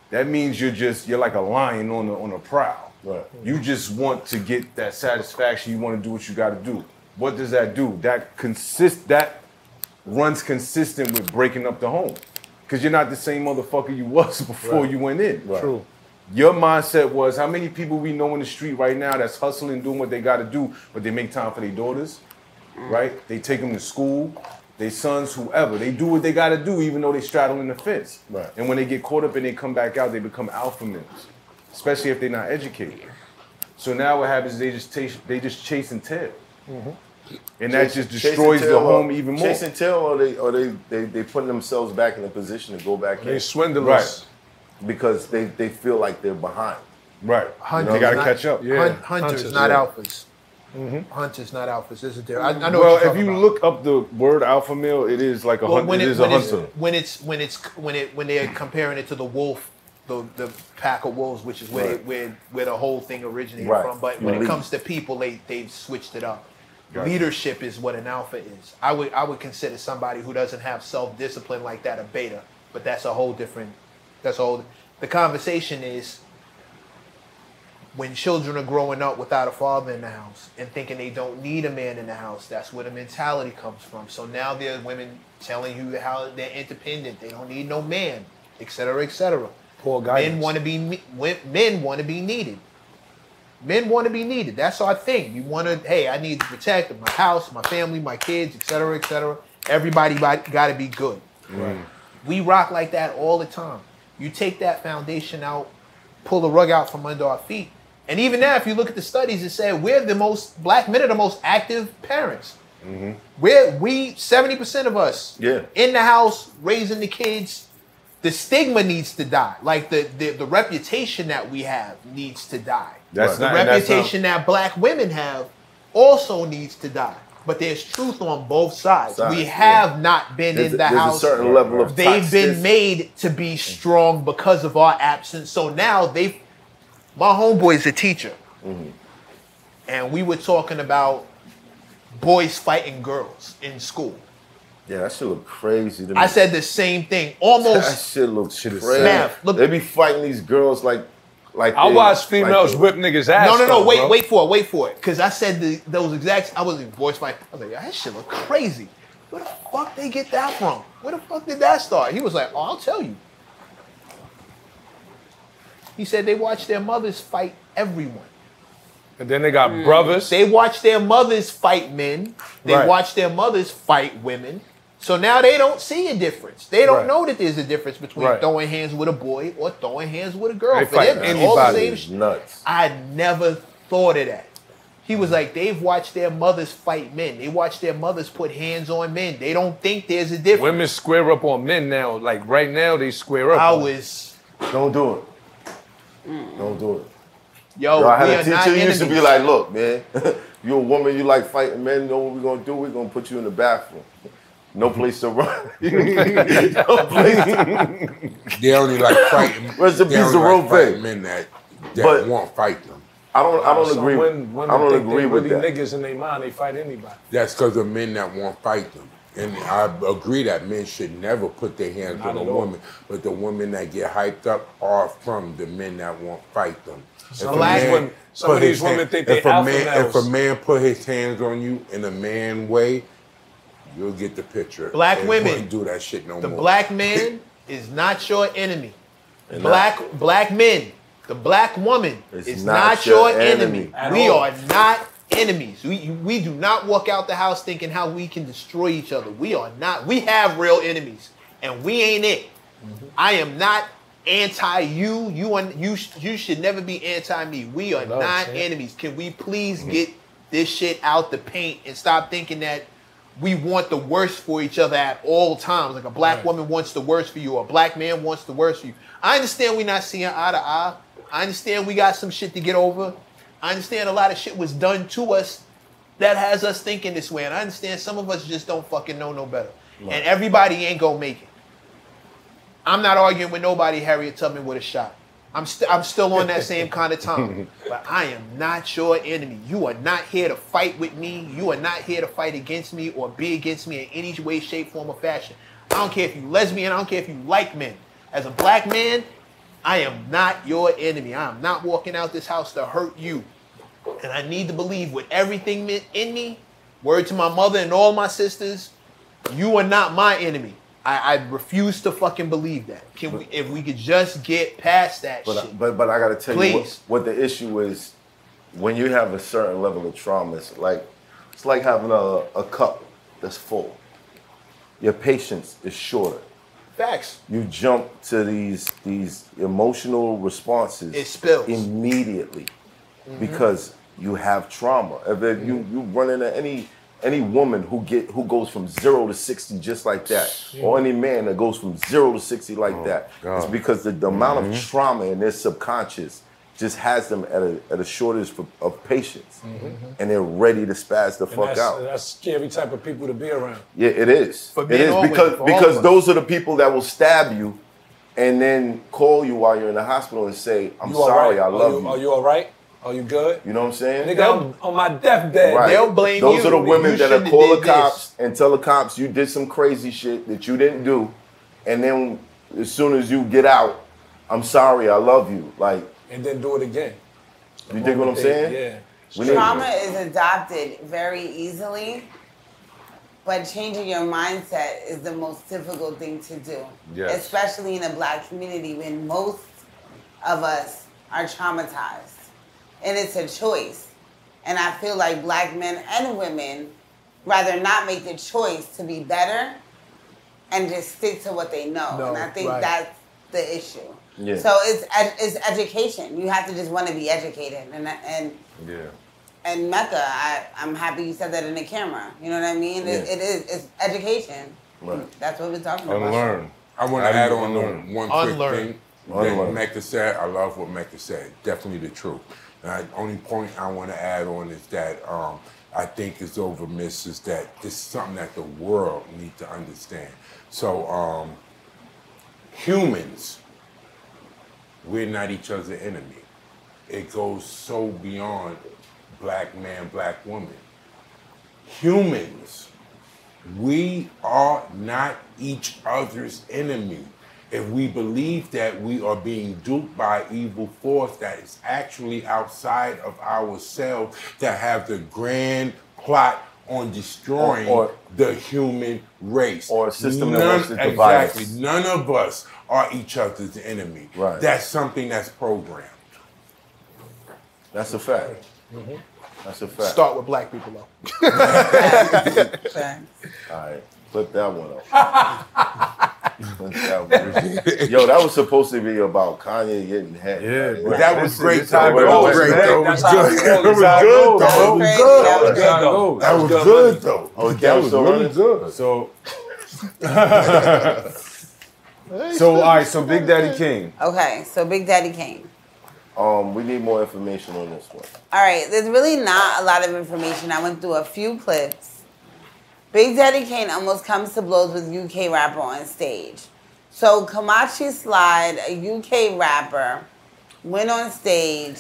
S1: That means you're just you're like a lion on a, on a prowl. Right. You just want to get that satisfaction. You want to do what you got to do. What does that do? That consist that runs consistent with breaking up the home, because you're not the same motherfucker you was before
S2: Right.
S1: you went in.
S2: Right. True.
S1: Your mindset was how many people we know in the street right now that's hustling, doing what they got to do, but they make time for their daughters, right? They take them to school, their sons, whoever. They do what they got to do, even though they straddling the fence. Right. And when they get caught up and they come back out, they become alpha males, especially if they're not educated. So now what happens? is They just chase, they just chase and tail, and that
S19: Chasing-
S1: just
S19: chasing
S1: destroys the
S19: tail or-
S1: home even more.
S19: Chasing tail, or they, or they, they, they putting themselves back in a position to go back.
S1: They
S19: in.
S1: swindle us.
S19: Right. because they, they feel like they're behind.
S1: Right,
S19: Hunters, they gotta
S4: not-
S19: catch up.
S4: hun-
S19: Yeah.
S4: Hunters,
S19: Hunters,
S4: not
S19: yeah.
S4: alphas. Hunters, not alphas. This is there. I, I know.
S1: Mm-hmm. well,
S4: what you're
S1: if you look up the word alpha male, it is like a
S4: Well,
S1: hun-
S4: when
S1: it
S4: it-
S1: is
S4: when
S1: a
S4: it's-
S1: hunter.
S4: when it's when it's when it when they're comparing it to the wolf, the the pack of wolves, which is where
S19: Right.
S4: where where the whole thing originated
S19: Right.
S4: from. But
S19: You
S4: when it
S19: lead.
S4: comes to people, they they've switched it up.
S19: Got it.
S4: Leadership is what an alpha is. I would I would consider somebody who doesn't have self discipline like that a beta, but that's a whole different. That's a whole. The conversation is when children are growing up without a father in the house and thinking they don't need a man in the house, that's where the mentality comes from. So now there are women telling you how they're independent, they don't need no man, et cetera, et cetera. Poor guys. Men
S23: guidance.
S4: want to be me- wen- men want to be needed. Men want to be needed. That's our thing. You want to, hey, I need to protect my house, my family, my kids, et cetera, et cetera. Everybody got to be good.
S23: Right.
S4: We rock like that all the time. You take that foundation out, pull the rug out from under our feet. And even now, if you look at the studies, it said we're the most black men are the most active parents.
S19: Mm-hmm.
S4: We're we seventy percent of us
S19: Yeah.
S4: in the house raising the kids. The stigma needs to die. Like the the, the reputation that we have needs to die.
S1: That's
S4: the
S1: not- and
S19: um,
S1: that's not-
S4: reputation that black women have also needs to die. But there's truth on both sides.
S19: Sides,
S4: we
S19: yeah.
S4: have not been
S19: There's a-
S4: in the
S19: there's a
S4: house.
S19: certain level of
S4: They've
S19: toxicity.
S4: been made to be strong because of our absence. So now they, my homeboy's a teacher,
S19: Mm-hmm.
S4: and we were talking about boys fighting girls in school.
S19: Yeah, that shit look crazy to me.
S4: I said the same thing,
S19: that
S4: almost.
S19: shit look crazy.
S4: sad.
S19: they be fighting these girls like, like.
S10: I
S19: they-
S10: watch females
S19: they-
S10: whip niggas' ass.
S4: No, no,
S10: though,
S4: no. Wait,
S10: bro.
S4: wait for it. Wait for it. Because I said the, those exact. I wasn't voice fight. I was like, "Yo, that shit look crazy. Where the fuck they get that from? Where the fuck did that start? He was like, "Oh, I'll tell you." He said they watched their mothers fight everyone.
S10: And then they got
S4: Mm.
S10: brothers.
S4: They watch their mothers fight men. They
S10: Right.
S4: watch their mothers fight women. So now they don't see a difference. They don't
S10: Right.
S4: know that there's a difference between
S10: Right.
S4: throwing hands with a boy or throwing hands with a girl.
S10: They
S4: For them,
S10: fight
S4: it's all the same
S10: anybody.
S4: sh-
S19: Nuts.
S4: I never thought of that. He was like, they've watched their mothers fight men. They watch their mothers put hands on men. They don't think there's a difference.
S10: Women square up on men now. Like right now, they square up.
S4: I was.
S19: Don't do it. Don't do it.
S4: Yo,
S19: I had
S4: Mm. we
S19: a
S4: are
S19: teacher
S4: not
S19: who used to be
S4: enemies.
S19: like, look, man, you a woman, you like fighting men, you know what we're gonna do? We're gonna put you in the bathroom. No place to run. no place to
S7: They only like fighting.
S19: Where's the
S7: they only
S19: piece of
S7: like
S19: rope
S7: fighting men that, that
S19: But-
S7: won't fight them.
S19: I don't I don't
S7: Some
S19: agree
S7: women-
S19: I
S7: women
S19: don't
S7: think they
S19: agree with
S7: really
S19: that.
S10: Niggas in their mind, they fight anybody.
S7: That's because of men that won't fight them. And I agree that men should never put their hands
S10: Not
S7: on a
S10: at all.
S7: woman, but the women that get hyped up are from the men that won't fight them.
S10: Some
S7: If a
S10: of these
S7: man
S10: women- some
S7: put
S10: of these
S7: his
S10: women
S7: hand-
S10: think
S7: if
S10: they
S7: a
S10: alpha
S7: man if a
S10: males.
S7: man put his hands on you in a man way, you'll get the picture.
S4: Black
S7: They
S4: women.
S7: wouldn't do that shit no
S4: The
S7: more.
S4: black man is not your enemy.
S7: And
S4: black black men, the black woman
S7: It's
S4: is
S7: not
S4: not,
S7: your
S4: your,
S7: enemy.
S4: enemy.
S7: At
S4: We
S7: all.
S4: are not enemies. We you- we do not walk out the house thinking how we can destroy each other. We are not. We have real enemies, and we ain't it.
S7: Mm-hmm.
S4: I am not anti you. You are, you sh- you should never be anti me. We are
S23: No,
S4: not
S23: shit.
S7: Mm-hmm.
S4: enemies. Can we please get this shit out the paint and stop thinking that we want the worst for each other at all times. Like a black woman wants the worst for you, or a black man wants the worst for you. I understand we're not seeing eye to eye. I understand we got some shit to get over. I understand a lot of shit was done to us that has us thinking this way. And I understand some of us just don't fucking know no better.
S27: Right.
S4: And everybody ain't gonna make it. I'm not arguing with nobody, Harriet Tubman, with a shot. I'm, st- I'm still on that same kind of time. But I am not your enemy. You are not here to fight with me. You are not here to fight against me or be against me in any way, shape, form, or fashion. I don't care if you lesbian. I don't care if you like men. As a black man, I am not your enemy. I am not walking out this house to hurt you. And I need to believe with everything mi- in me, word to my mother and all my sisters, you are not my enemy. I, I refuse to fucking believe that. Can we, if we could just get past that
S2: But,
S1: uh,
S4: shit?
S2: I, but but I gotta tell you
S4: Please.
S2: what, what the issue is when you have a certain level of trauma. It's like it's like having a, a cup that's full. Your patience is shorter.
S4: Facts.
S2: You jump to these these emotional responses
S4: It spills.
S2: immediately
S4: Mhm.
S2: because you have trauma. If, if you you run into any any woman who get who goes from zero to sixty just like that, or any man that goes from zero to sixty like
S10: Oh,
S2: that, it's because the, the amount of
S10: Mm-hmm.
S2: trauma in their subconscious just has them at a at a shortage for, of patience, and they're ready to spaz the
S10: Mm-hmm. And
S2: fuck
S10: that's,
S2: out.
S10: That's scary type of people to be around.
S2: Yeah, it is.
S10: For
S2: it
S10: men
S2: is
S10: or women,
S2: because
S10: for all of
S2: because
S10: us.
S2: those are the people that will stab you, and then call you while you're in the hospital and say, "I'm
S10: You all
S2: sorry,
S10: right?
S2: I love
S10: are
S2: you."
S10: Are you all right? Are you good?
S2: You know what I'm saying?
S10: Nigga, I'm on my deathbed.
S2: Right.
S10: They'll blame
S2: Those
S10: you.
S2: are the women
S10: You
S2: that'll
S10: shouldn't
S2: call
S10: have
S2: the
S10: did this.
S2: cops and tell the cops you did some crazy shit that you didn't do, and then as soon as you get out, I'm sorry, I love you. Like,
S10: And then do it again.
S2: you dig what I'm
S10: They-
S2: saying?
S10: Yeah.
S2: We need-
S5: Trauma is adopted very easily, but changing your mindset is the most difficult thing to do.
S2: Yes.
S5: Especially in the black community when most of us are traumatized. And it's a choice. And I feel like black men and women rather not make the choice to be better and just stick to what they know.
S4: No,
S5: and I think
S4: right.
S5: that's the issue.
S4: Yeah.
S5: So it's ed- it's education. You have to just want to be educated, and and
S1: Yeah.
S5: and Mecca, I, I'm happy you said that in the camera. You know what I mean? It,
S7: Yeah.
S5: it is. It's education. That's what we're talking about.
S7: I want
S1: How
S7: to
S1: do
S7: add
S1: you
S7: on
S1: unlearn?
S7: the one quick
S1: Unlearn.
S7: thing
S1: Unlearn.
S7: that Mecca said. I love what Mecca said. Definitely the truth. And the only point I want to add on is that um, I think is over miss is that this is something that the world need to understand. So um, humans, we're not each other's enemy. It goes so beyond black man, black woman. Humans we are not each other's enemy. If we believe that we are being duped by evil force that is actually outside of ourselves that have the grand plot on destroying
S2: Or- or-
S7: the human race. Or
S2: a system that wants to divide us.
S7: exactly. None of us are each other's enemy.
S2: Right.
S7: That's something that's programmed.
S2: That's a fact. That's a fact.
S4: Start with black people, though.
S2: All right, flip that one up. Flip that one. Yo, that was supposed to be about Kanye getting head. Yeah,
S7: but that was great, though. That was great, though. It was good. That was good, though. That was good. That was good, though. That was good, though.
S2: Oh,
S7: That
S2: that
S7: was
S2: was so
S7: really
S2: running?
S1: good. So, so all right. So Big Daddy King.
S5: Okay, so Big Daddy Kane.
S2: Um, we need more information on this one.
S5: All right, there's really not a lot of information. I went through a few clips. Big Daddy Kane almost comes to blows with UK rapper on stage. So Kamachi Slide, a UK rapper, went on stage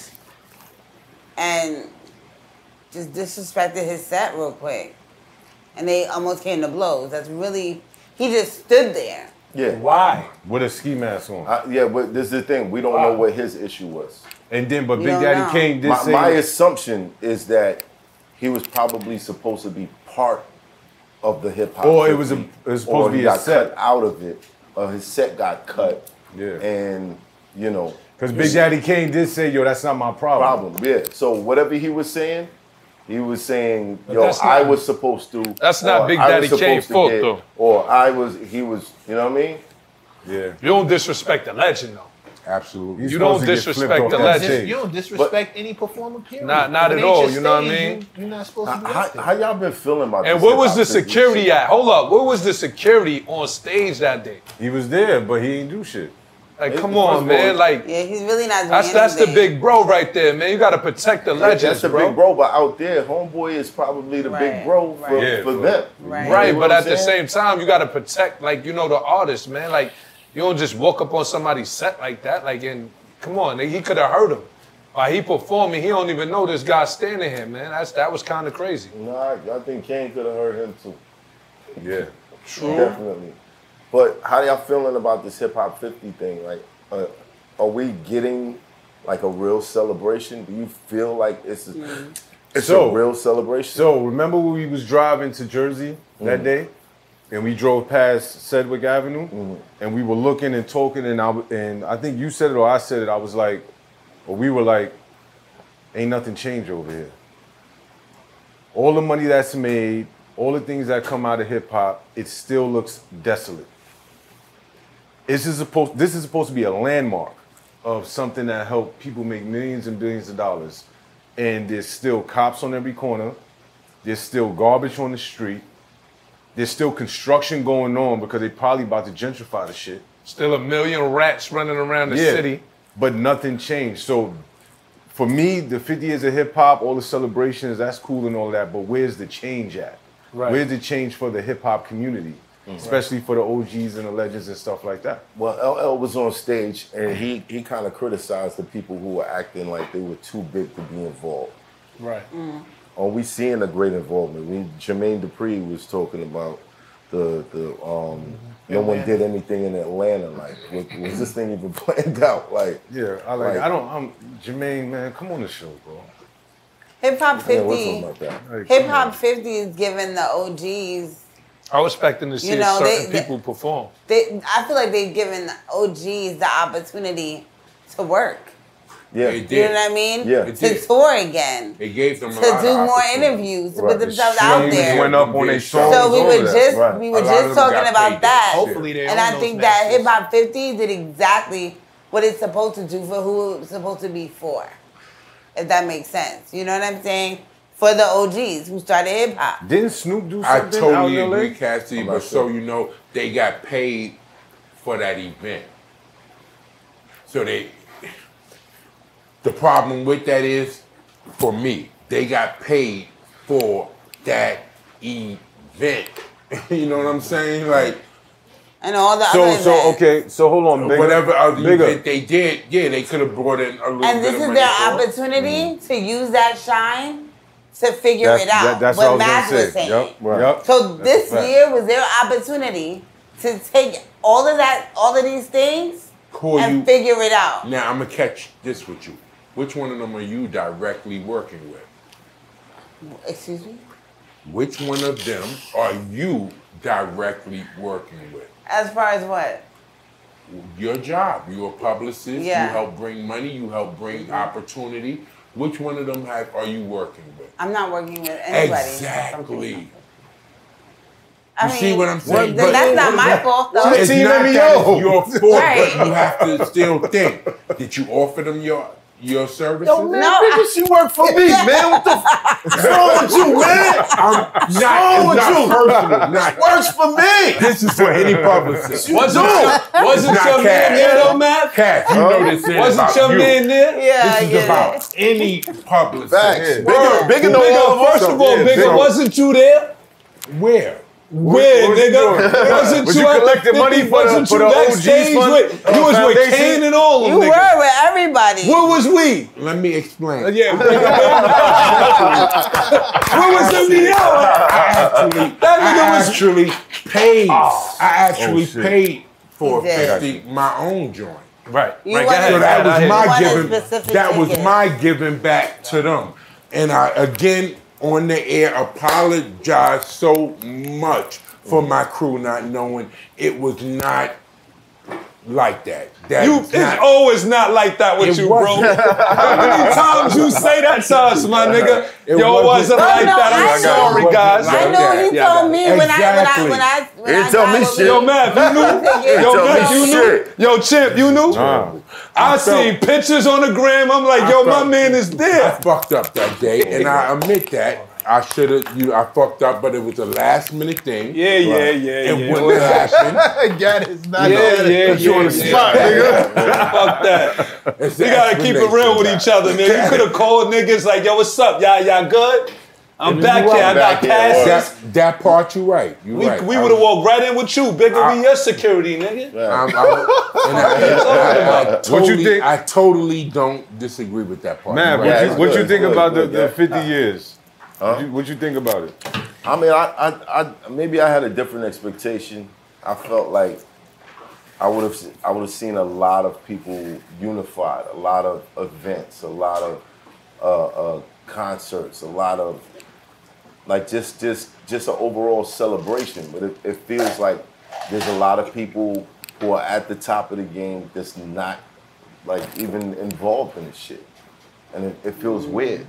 S5: and just disrespected his set real quick. And they almost came to blows. That's really, he just stood there.
S2: Yeah.
S1: Why? With a ski mask on.
S2: yeah, but this is the thing. We don't know what his issue was.
S1: And then, but Big Daddy Kane did
S2: my,
S1: Ah. say.
S2: my assumption is that he was probably supposed to be part of the hip hop.
S1: Or it was a- it was supposed to be a set.
S2: cut out of it. Or his set got cut. Yeah. And you know,
S1: Because Big Daddy Kane did say, "Yo, that's not my problem."
S2: Problem, yeah. So whatever he was saying, he was saying,
S1: But
S2: "Yo,
S1: that's
S2: I
S1: not-
S2: was supposed to."
S1: that's not
S2: or
S1: Big
S2: I was
S1: Daddy
S2: supposed
S1: Kane's
S2: to
S1: fault,
S2: get,"
S1: though.
S2: Or I was, he was, you know what I mean?
S1: Yeah.
S10: You don't disrespect the legend, though.
S7: Absolutely.
S10: You don't disrespect the legend.
S4: You don't disrespect any performer, period.
S10: Not- not
S4: When
S10: at
S4: they
S10: all,
S4: just
S10: you know what I
S4: stage,
S10: mean?
S4: You, are not supposed to do
S2: How,
S4: that.
S2: how y'all been feeling about
S10: And
S2: this
S10: what was the
S2: hip-hop business?
S10: security at? Hold up, what was the security on stage that day?
S1: He was there, but he didn't do shit.
S10: Like,
S1: It-
S10: come
S1: first of
S10: on,
S1: all-
S10: man. Like,
S5: Yeah, he's really not doing
S10: that's that's the
S5: anything.
S10: big bro right there, man. You got to protect the
S2: Yeah,
S10: legends,
S2: That's the
S10: bro.
S2: big bro, but out there, homeboy is probably the big bro for,
S10: Yeah,
S2: for
S10: bro.
S2: them.
S10: Right,
S2: You know
S10: but
S2: what I'm
S10: at the
S2: saying?
S10: same time, you gotta protect, like you know, the artist, man. Like you don't just walk up on somebody's set like that. Like, and come on, like, he could have hurt him. Like he performing, he don't even know this guy standing here, man. That's that was kind of crazy.
S2: Nah, I, I think Kane could have hurt him too.
S1: Yeah,
S10: True.
S2: Definitely. But how y'all feeling about this hip hop 50 thing? Like, uh, are we getting like a real celebration? Do you feel like it's a, it's
S1: So-
S2: a real celebration?
S1: So remember when we was driving to Jersey that
S2: Mhm.
S1: day, and we drove past Sedgwick Avenue,
S2: Mm.
S1: and we were looking and talking, and I w- and I think you said it or I said it. I was like, or we were like, ain't nothing changed over here. All the money that's made, all the things that come out of hip hop, it still looks desolate. This is supposed this is supposed to be a landmark of something that helped people make millions and billions of dollars. And there's still cops on every corner. There's still garbage on the street. There's still construction going on because they probably about to gentrify the shit.
S10: Still a million rats running around the city.
S1: But nothing changed. So for me, the 50 years of hip hop, all the celebrations, that's cool and all that, but where's the change at?
S2: Right.
S1: Where's the change for the hip hop community?
S2: Mhm.
S1: Especially for the OGs and the legends and stuff like that.
S2: Well, LL was on stage and he, he kind of criticized the people who were acting like they were too big to be involved.
S10: Right.
S2: Are we seeing a great involvement? We Jermaine Dupri was talking about the the um no one did anything in Atlanta. Like was, was this thing even planned out? Like
S1: Yeah, I like, I don't, I'm, Jermaine, man, come on the show, bro.
S5: Hip Hop
S2: Yeah, what's up
S5: 50.
S2: about that?
S1: Like,
S5: Hip
S1: come on.
S5: Hop 50 is giving the OGs.
S10: I was expecting to see
S5: You know,
S10: certain
S5: they-
S10: people perform.
S5: They, I feel like they've given the OGs the opportunity to work.
S2: Yeah,
S7: it
S5: You
S7: did.
S5: know what I mean?
S7: Yeah, it
S5: To
S7: did.
S5: tour again.
S7: It gave them a
S5: To
S7: lot
S5: do
S7: of
S5: more
S7: opportunity.
S5: interviews, to put
S7: Right.
S5: themselves out there.
S1: went up on their songs.
S5: So we
S1: all
S5: were
S1: that.
S5: just
S1: Right.
S5: we were
S1: A lot of
S5: just
S1: them
S5: talking
S1: got
S5: about
S1: paid
S5: that.
S1: this Hopefully they
S5: and
S1: own
S5: I
S1: those
S5: think that Hip Hop 50 did exactly what it's supposed to do for who it's supposed to be for. If that makes sense, you know what I'm saying? For the OGs who started hip hop.
S1: Didn't Snoop do
S7: I
S1: something out
S7: totally
S1: in LA?
S7: agree, Cassidy,
S1: I'm
S7: but
S1: not
S7: so
S1: sure.
S7: you know, they got paid for that event. So they the problem with that is for me, they got paid for that event. you know what I'm saying? Like
S5: And all the
S1: So,
S5: other
S1: so
S5: events.
S1: okay, so hold on, bigger,
S7: whatever other
S1: bigger.
S7: event they did, yeah, they could have brought in a little
S5: And
S7: bit
S5: this
S7: of
S5: is
S7: money
S5: their
S7: for it.
S5: opportunity to use that shine to figure
S1: That's-
S5: it out.
S1: that- that's
S5: what,
S1: what I was
S5: Mac
S1: gonna say.
S5: was saying.
S1: Yep, right. Yep.
S5: So
S1: That's
S5: this
S1: a fact.
S5: year was their opportunity to take all of that, all of these things,
S7: Call
S5: and
S7: you-
S5: figure it out.
S7: Now I'm gonna catch this with you. Which one of them are you directly working with?
S5: Excuse me.
S7: Which one of them are you directly working with?
S5: As far as what?
S7: Your job. You're a publicist.
S5: Yeah. Mm-hmm.
S7: You help bring money. You help bring opportunity. Which one of them have, are you working with?
S5: I'm not working with anybody.
S7: Exactly.
S5: I
S7: you see
S5: mean,
S7: what I'm saying?
S5: then that's not my fault, though.
S7: It's
S5: Team
S7: not that
S5: MEO.
S7: it's your fault,
S5: Right.
S7: but you have to still think. Did you offer them your your services?
S5: man, No, I-
S2: she worked for me, man. What the
S7: What's wrong with you, man? I'm
S2: wrong
S7: not,
S2: with
S7: it's
S2: you?
S7: not personal. Not,
S2: Works for me.
S7: This is for any publicist.
S10: Wasn't your- wasn't
S7: Not
S10: your man
S7: Cass.
S10: there, though, Matt?
S7: Cass, you know this is
S10: Wasn't
S7: about
S10: your
S7: you.
S10: man there? Yeah, I
S7: This is
S10: get it.
S7: about any publicist.
S10: Facts.
S7: Word.
S10: Bigger- bigger know all of us. First of all,
S7: Yeah,
S10: bigger,
S7: so-
S10: wasn't you there?
S7: Where?
S10: Where,
S7: what was you
S10: nigga?
S7: doing?
S10: wasn't
S7: Was
S10: you,
S7: you
S10: at
S7: collecting
S10: 50?
S7: money for the-
S10: wasn't
S7: for
S10: you
S7: the
S10: backstage
S7: OG fund,
S10: with?
S7: uh,
S10: you was with
S7: foundation?
S10: Kane and all of
S5: You
S10: them,
S5: were
S10: nigga.
S5: with everybody.
S10: Where was we?
S7: Let me explain.
S10: yeah. Where was MDL?
S7: I actually, I actually paid. I
S10: Oh,
S7: actually
S10: shit.
S7: paid for
S10: You did.
S7: 50 my own joint.
S10: Right.
S5: You right, go wanted- ahead. You
S7: So that was my
S5: wanted
S7: giving.
S5: specific
S7: That was
S5: tickets.
S7: my giving back to them, and I again on the air apologize so much for my crew not knowing it was not like that. That
S10: you,
S7: is
S10: it's
S7: not-
S10: always not like that with
S7: It
S10: you,
S7: wasn't.
S10: bro. How many times you say that to us, my nigga?
S7: It
S10: Yo,
S7: wasn't.
S10: it wasn't like
S7: No, no,
S10: that.
S7: I
S10: I'm
S7: know.
S10: sorry, guys.
S7: I know he
S10: Yeah,
S5: told
S10: yeah.
S5: me when I- when I- when I- when He I didn't tell me got shit.
S10: Yo, Matt, you knew.
S5: He
S10: Yo,
S5: told
S10: Matt,
S5: me
S10: you knew. Yo, Chimp, you knew. I, seen pictures on the gram. I'm like, yo, my man is dead.
S7: I fucked up that day, and I admit that. I should have, you. I fucked up, but it was a last minute thing.
S10: Yeah, yeah, yeah,
S7: It
S10: yeah.
S7: wouldn't have happened.
S4: that is not
S7: Yeah,
S4: gonna
S7: yeah,
S4: put you
S7: yeah,
S4: on the
S7: yeah.
S4: spot, nigga.
S10: Fuck that. we gotta keep it real with each other, man. You could have called niggas like, yo, what's up? Y'all, y'all good? I'm
S7: You
S10: back
S7: right.
S10: here. I got passes.
S7: That, that part, you right. You
S10: We,
S7: right.
S10: we
S7: I-
S10: would have walked right in with you, bigger than your security, nigga.
S7: I'm- I'm- and I-
S10: What you
S7: and
S10: talking
S7: I- I
S10: about? What you
S7: totally-
S10: think-
S7: I totally don't disagree with that part.
S1: Matt,
S7: You're
S1: what,
S7: right.
S1: you, what you think about the, the 50
S2: Nah.
S1: years? What, you, what you think about it?
S2: I mean, I, I, I, maybe I had a different expectation. I felt like I would have, I would have seen a lot of people unified, a lot of events, a lot of uh, uh, concerts, a lot of like just, just, just an overall celebration. But it, it feels like there's a lot of people who are at the top of the game that's not like even involved in this shit, and it, it feels weird.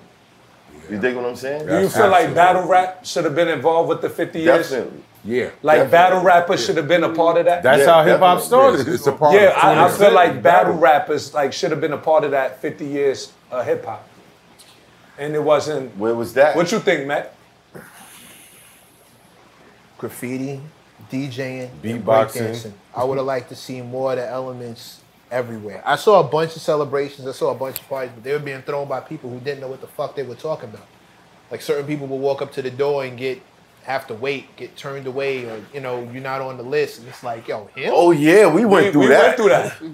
S2: You dig what I'm saying?
S10: Do you feel like battle rap should have been involved with the 50 years?
S2: Definitely.
S7: Yeah.
S10: Like battle rappers should have been a part of that.
S1: That's Yeah, how hip-hop definitely. started. It's- it's a part
S10: yeah,
S1: of
S10: I, I
S1: 20%.
S10: feel like battle rappers like should have been a part of that 50 years of hip hop, and it wasn't.
S2: Where was that?
S10: What you think, Matt?
S4: graffiti, DJing, and
S10: Beatboxing.
S4: breakdancing. I would have liked to see more of the elements everywhere. I saw a bunch of celebrations, I saw a bunch of parties, but they were being thrown by people who didn't know what the fuck they were talking about. Like certain people will walk up to the door and get have to wait, get turned away, or you know, you're not on the list. And it's like, yo, him?
S2: Oh yeah, we went through that.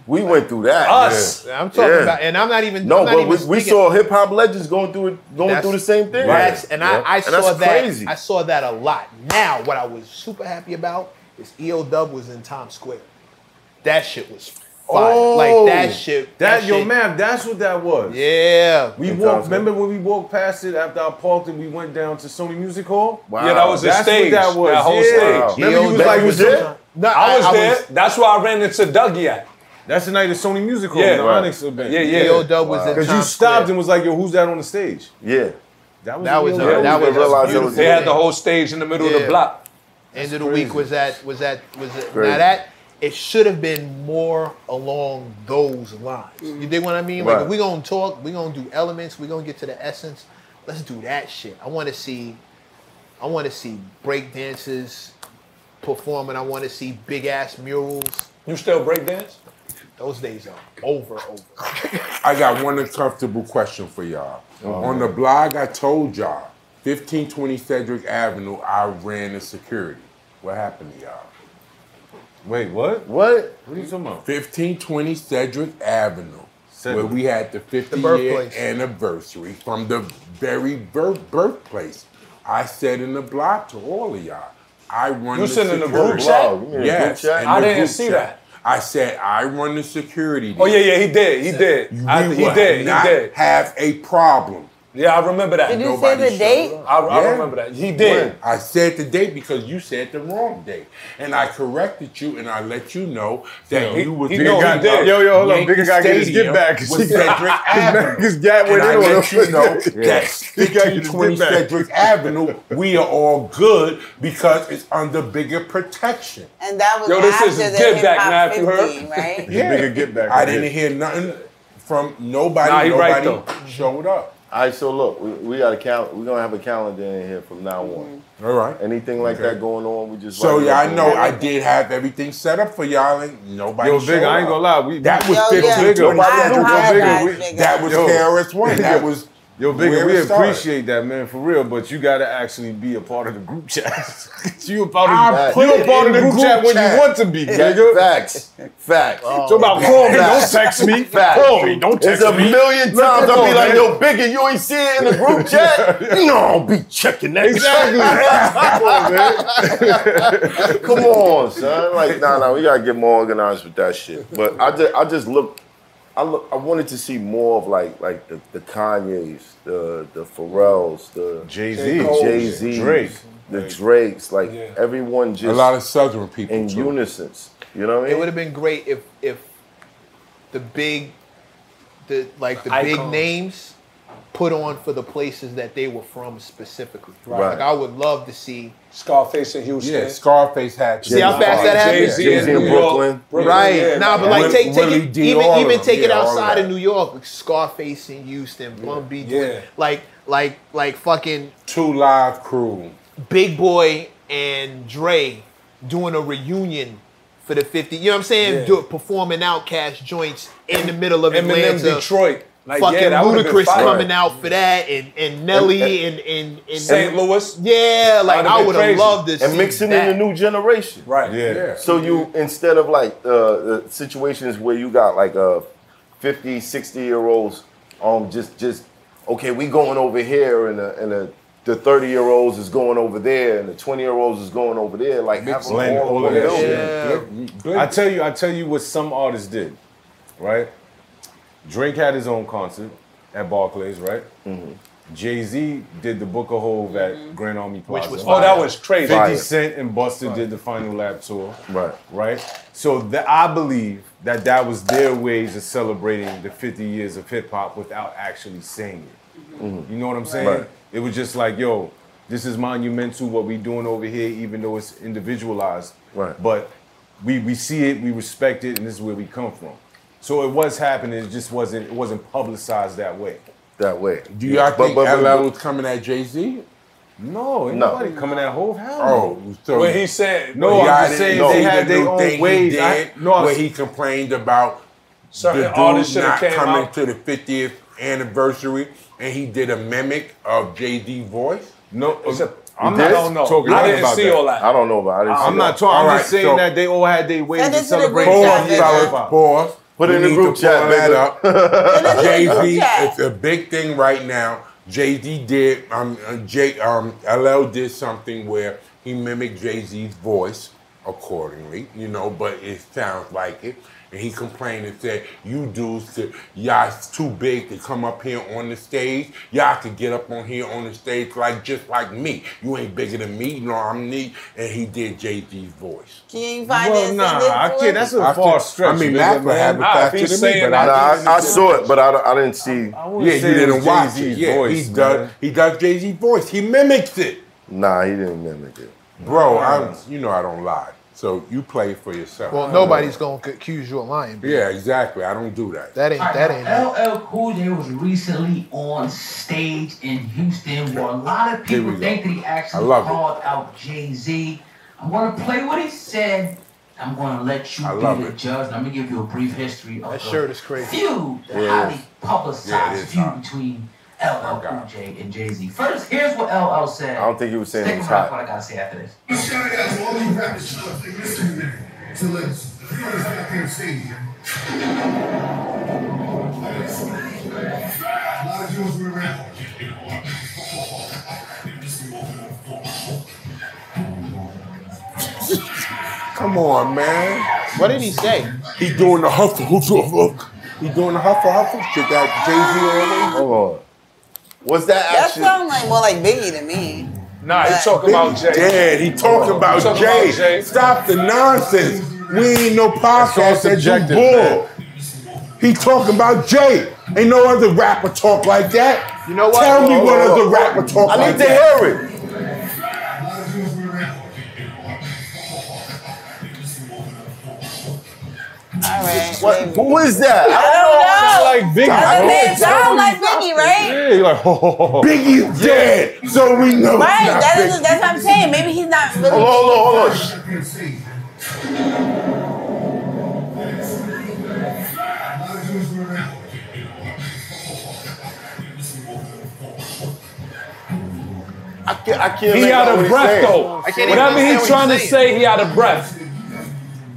S2: We went through that.
S4: Us.
S2: Yeah.
S4: I'm talking
S2: Yeah.
S4: about and I'm not even
S2: No,
S4: I'm not
S2: but
S4: even
S2: we, we
S4: speaking-
S2: saw hip hop legends going through it, going through the same thing.
S4: That's, and I, I
S2: And
S4: saw
S2: that's
S4: that.
S2: Crazy.
S4: I saw that a lot. Now, what I was super happy about is EO Dub was in Times Square. That shit was fire. like that shit.
S1: That, yo,
S4: shit-
S1: man, that's what that was.
S4: Yeah.
S1: We
S4: In
S1: walked.
S4: Times Square.
S1: Remember when we walked past it after I parked and we went down to Sony Music Hall?
S10: Yeah, that was the
S1: That's
S10: stage.
S1: What that was.
S10: That whole
S1: yeah.
S10: stage.
S1: Remember you
S4: E
S1: was like, was there?
S4: No,
S10: I was
S1: I- I
S10: there.
S1: was-
S10: That's where I ran into Dougie at.
S1: That's the night of Sony Music Hall.
S10: Yeah.
S1: the
S10: Right.
S1: Onyx event.
S10: Yeah,
S4: E
S10: yeah. Yo, Dub was in
S1: Because you
S10: Times
S1: stopped and was like, yo, who's that on the stage?
S2: Yeah.
S1: That was
S4: That was-
S1: real-
S4: that was-
S1: real-
S4: realized that was
S10: They had
S4: it.
S10: the whole stage in the middle of the
S4: Yeah.
S10: block.
S4: End of the week was that was that was it.
S10: Crazy.
S4: Now that it should have been more along those lines. You dig what I mean? Like
S2: Right.
S4: if we gonna talk, we gonna do elements, we gonna get to the essence. Let's do that shit. I want to see, I want to see break dances performing. I want to see big ass murals.
S10: You still break dance?
S4: Those days are over, over.
S7: I got one uncomfortable question for y'all.
S2: Oh,
S7: On the blog, I told y'all, 1520 Cedric Avenue, I ran the security. What happened to y'all?
S1: Wait, what?
S2: What?
S1: What are you talking about?
S7: 1520 Cedric Avenue,
S1: Cedric.
S7: where we had the 50 year
S1: birthplace.
S7: anniversary from the very birth, birthplace. I said in the blog to all of y'all, I run
S10: You
S7: the
S10: said in
S7: security.
S10: the group chat? Wow, you mean the
S7: Yes,
S10: Oh, group chat?
S7: in
S10: I
S7: the
S10: didn't
S7: group
S10: see
S7: chat.
S10: that.
S7: I said I run the security.
S10: Oh yeah, yeah, he did. He did. I,
S7: We
S10: he
S7: will
S10: did. He
S7: not
S10: did.
S7: Have a problem.
S10: Yeah, I remember that.
S7: Did you say the Nobody showed date? up.
S10: I, I
S7: Yeah.
S10: remember that. He did.
S7: When? I said the date because you said the wrong date, and I corrected you, and I let you know that
S1: He-
S7: you were.
S1: he know he did. Yo, yo, hold on. Bigger guy get his get back.
S7: With Cedric Avenue.
S1: His gap went
S7: and I
S1: in on
S7: let
S1: him.
S7: you know
S1: Yeah.
S7: that
S1: He got his
S7: 1520
S1: get back.
S7: Cedric Avenue, we are all good because it's under bigger protection.
S5: And that was
S7: Yo, this
S5: after
S7: is
S5: the
S7: Get Back,
S5: hip-hop
S7: Matthew,
S5: 50,
S7: heard?
S5: right?
S7: I didn't hear nothing from nobody.
S2: Nah, he
S7: nobody
S2: right, though.
S7: showed up.
S2: All right, so look, we, we got a cal- We're gonna have a calendar in here from now on.
S7: All right.
S2: Anything like
S7: Okay.
S2: that going on, we just.
S7: So
S2: like-
S7: yeah, I know I did have everything set up for y'all, and nobody.
S1: Yo,
S7: showed
S1: Big, I ain't
S7: up.
S1: gonna lie. We,
S7: that was
S1: Yo, yeah.
S7: 15
S1: Bigger,
S7: 20
S1: I apologize,
S7: Bigger.
S1: Bigger.
S7: That was
S1: Yo.
S7: KRS One. That was
S1: Yo, Bigger,
S7: where
S1: we
S7: it started.
S1: appreciate that, man, for real. But you gotta actually be a part of the group chat. you a part
S7: I
S1: of,
S7: put
S1: you a
S7: it
S1: part
S7: in
S1: of the group, chat when you want to be, nigga.
S2: Facts. Facts.
S4: Oh.
S1: So about call me, don't text me.
S2: Facts.
S1: Call me, don't text
S2: There's a
S1: me.
S2: million
S1: Look,
S2: times
S1: come
S2: I'll be
S1: on,
S2: like,
S1: man.
S2: yo, Biggie, you ain't see it in the group chat? no, be checking that.
S1: Exactly.
S2: Come on, son. Like, nah, nah, we gotta get more organized with that shit. But I just, I just look, I look, I wanted to see more of like, like the, the Kanye's, the the Pharrells, the
S1: Jay-Z.
S2: Jay Z,
S1: Drake.
S2: the Drakes. Like everyone just
S7: a lot of Southern people
S2: in
S7: too.
S2: unison. You know what I
S4: It
S2: mean?
S4: would have been great if if the big the like the big
S2: Icons.
S4: names put on for the places that they were from specifically.
S7: Right.
S4: Like I would love to see
S10: Scarface in Houston.
S7: Yeah, Scarface had.
S4: See how fast that happened?
S7: Jay-Z, in Brooklyn.
S4: Right.
S7: Yeah,
S4: nah, but
S7: man.
S4: like take, take
S7: Willie
S4: it,
S7: D,
S4: even
S7: all of
S4: even
S7: them.
S4: take it
S7: Yeah, all
S4: outside
S7: that.
S4: of New York, like Scarface in Houston, Bum B doing like like like fucking
S7: Two Live Crew.
S4: Big Boy and Dre doing a reunion for the 50. You know what I'm saying?
S10: Yeah.
S4: Do, performing outcast joints in the middle of
S10: Eminem,
S4: Atlanta.
S10: Detroit. Like,
S4: fucking
S10: yeah, that would've been
S4: Ludacris
S10: fire.
S4: coming out for that and, and Nelly and,
S2: And-
S4: and, and
S2: St.
S10: Louis.
S4: Yeah, like
S2: That'd
S4: I
S2: been
S4: would have
S2: crazy.
S4: loved this.
S2: And mixing in the new generation.
S10: Right.
S2: Yeah.
S10: yeah.
S2: So you instead of like uh, uh, situations where you got like uh 50, 60 year olds um just just okay, we going over here and the and the the 30 year olds is going over there and the 20 year olds is going over there like have them
S1: blend
S2: all
S1: all
S2: over
S1: of that
S2: the
S1: shit.
S2: building.
S1: I tell you, I tell you what some artists did, right? Drake had his own concert at Barclays, right?
S10: Mm-hmm.
S1: Jay Z did the Book of Hove at Grand Army Plaza,
S10: was Oh, that fire. was crazy.
S1: Fifty
S10: Fire.
S1: Cent and Buster did the Final Lap tour,
S2: Right.
S1: right? So that I believe that that was their ways of celebrating the 50 years of hip hop without actually saying it. You know what I'm saying?
S2: Right.
S1: It was just like, yo, this is monumental what we doing over here, even though it's individualized.
S2: Right.
S1: But we we see it, we respect it, and this is where we come from. So it was happening. It just wasn't it wasn't publicized that way.
S2: That way.
S7: Do y'all think LL was coming at Jay Z?
S1: No, ain't
S7: No.
S1: nobody coming at whole house.
S7: Oh, so
S1: Well, he said-
S7: No,
S1: Well, yeah, I
S7: I'm just
S1: didn't
S7: saying
S1: know
S7: they
S1: the
S7: had their
S1: new
S7: own
S1: thing he
S7: ways.
S1: did,
S7: I,
S1: no, I
S7: where
S1: was-
S7: he complained about
S10: Certain
S7: the dude
S10: artists should've
S7: not
S10: came
S7: coming
S10: out.
S7: to the 50th anniversary, and he did a mimic of Jay Z voice.
S1: No,
S7: I'm
S1: He did?
S7: not know.
S1: Talking
S7: I
S1: about
S7: didn't see all that.
S2: I don't know about it. I didn't
S1: I'm
S2: see
S1: not
S2: that.
S1: talking. I'm
S2: All
S1: just
S2: right,
S1: saying
S2: so-
S1: that they all had their ways
S2: Send
S1: to
S2: this to the
S1: celebrate.
S2: group
S1: that
S2: chat, nigga.
S1: hip hop.
S7: Boss,
S2: Put it
S7: we
S2: in the
S7: need
S2: group
S7: to
S2: chat,
S7: pull
S2: nigga.
S7: That up.
S2: the
S7: Jay
S2: group
S7: Z,
S2: chat.
S7: it's a big thing right now. Jay Z did um uh, Jay um LL did something where he mimicked Jay Z's voice accordingly, you know, but it sounds like it. And he complained and said, "You dudes, to, y'all's too big to come up here on the stage. Y'all could get up on here on the stage like just like me. You ain't bigger than me. No, I'm neat." And he did Jay Z's voice.
S5: Can you find
S1: Well,
S5: it? and
S1: nah,
S5: send it
S1: I
S5: to
S1: can't-
S5: us?
S1: that's a I far think- stretch,
S7: I mean,
S1: nigga,
S7: Mac would
S1: man.
S7: have it
S1: Nah, if
S7: faster
S1: he's
S7: than me,
S1: saying
S7: but
S1: that,
S7: I,
S2: Nah, I, I saw it, but I, don't- I didn't see.
S7: yeah, you didn't watch it. Yeah,
S2: voice,
S7: he does. He does Jay Z voice. He mimics it,
S2: Nah, he didn't mimic it.
S7: bro. I'm, you know I don't lie, so you play for yourself.
S4: Well, nobody's going to accuse you of lying. B.
S7: Yeah, exactly. I don't do that.
S4: That ain't that ain't it.
S27: LL Cool J was recently on stage in Houston where a lot of
S7: Here we
S27: people
S7: go.
S27: think that he
S7: I
S27: actually
S7: love it.
S27: called out Jay Z. I'm going to play what he said. I'm going to let you
S7: I
S27: be
S7: love
S27: the
S7: it.
S27: judge. I'm going to give you a brief history of
S4: That
S27: the
S4: shirt is crazy.
S27: feud, the
S4: Yeah, it
S27: highly
S4: is.
S27: publicized
S2: Yeah, it is
S27: feud
S2: hot.
S27: between LL Cool J and Jay Z. First, here's what LL said.
S2: Oh, I don't think he was saying
S27: Stick
S2: it was
S27: around for
S2: hot.
S27: what I got to say after this.
S3: Shout out to all you rappers who are listening to this. The feelings out there in the stadium. A lot of you was around.
S7: Come on, man.
S4: What did he say?
S7: He doing the huff huff huff. huff. He doing the huff huff huff. Shit that Jay Z on.
S2: Hold on. What's that
S5: That sounds like more like Biggie to me.
S10: Nah, he talking about Jay.
S7: Dad, he talking about
S10: Talking about
S7: Jay. Stop the nonsense. We ain't no podcast that you
S1: subjective,
S7: bull. He talking about Jay. Ain't no other rapper talk like that. You know
S4: what?
S7: Tell me
S4: Whoa,
S7: what
S4: whoa,
S7: other
S4: whoa.
S7: rapper talk
S4: I need
S7: like
S4: to
S7: that.
S2: hear it. What, who is that?
S5: I
S1: don't know. Like Biggie.
S5: I
S7: I
S5: mean,
S7: don't
S5: it sounds
S7: know.
S5: like Biggie, right?
S1: Yeah, you're like, ho, ho,
S2: oh.
S1: ho, ho.
S7: Biggie's dead, so we know.
S5: Right.
S7: it's not
S5: That
S7: Biggie.
S5: is, that's what I'm saying. Maybe he's not really.
S2: Hold on, hold on, hold on. I can't. I can't
S10: He
S2: make
S10: out
S2: out
S10: of
S2: what
S10: breath
S2: he's saying.
S1: Oh,
S10: though. Whatever he trying to say, he out of breath.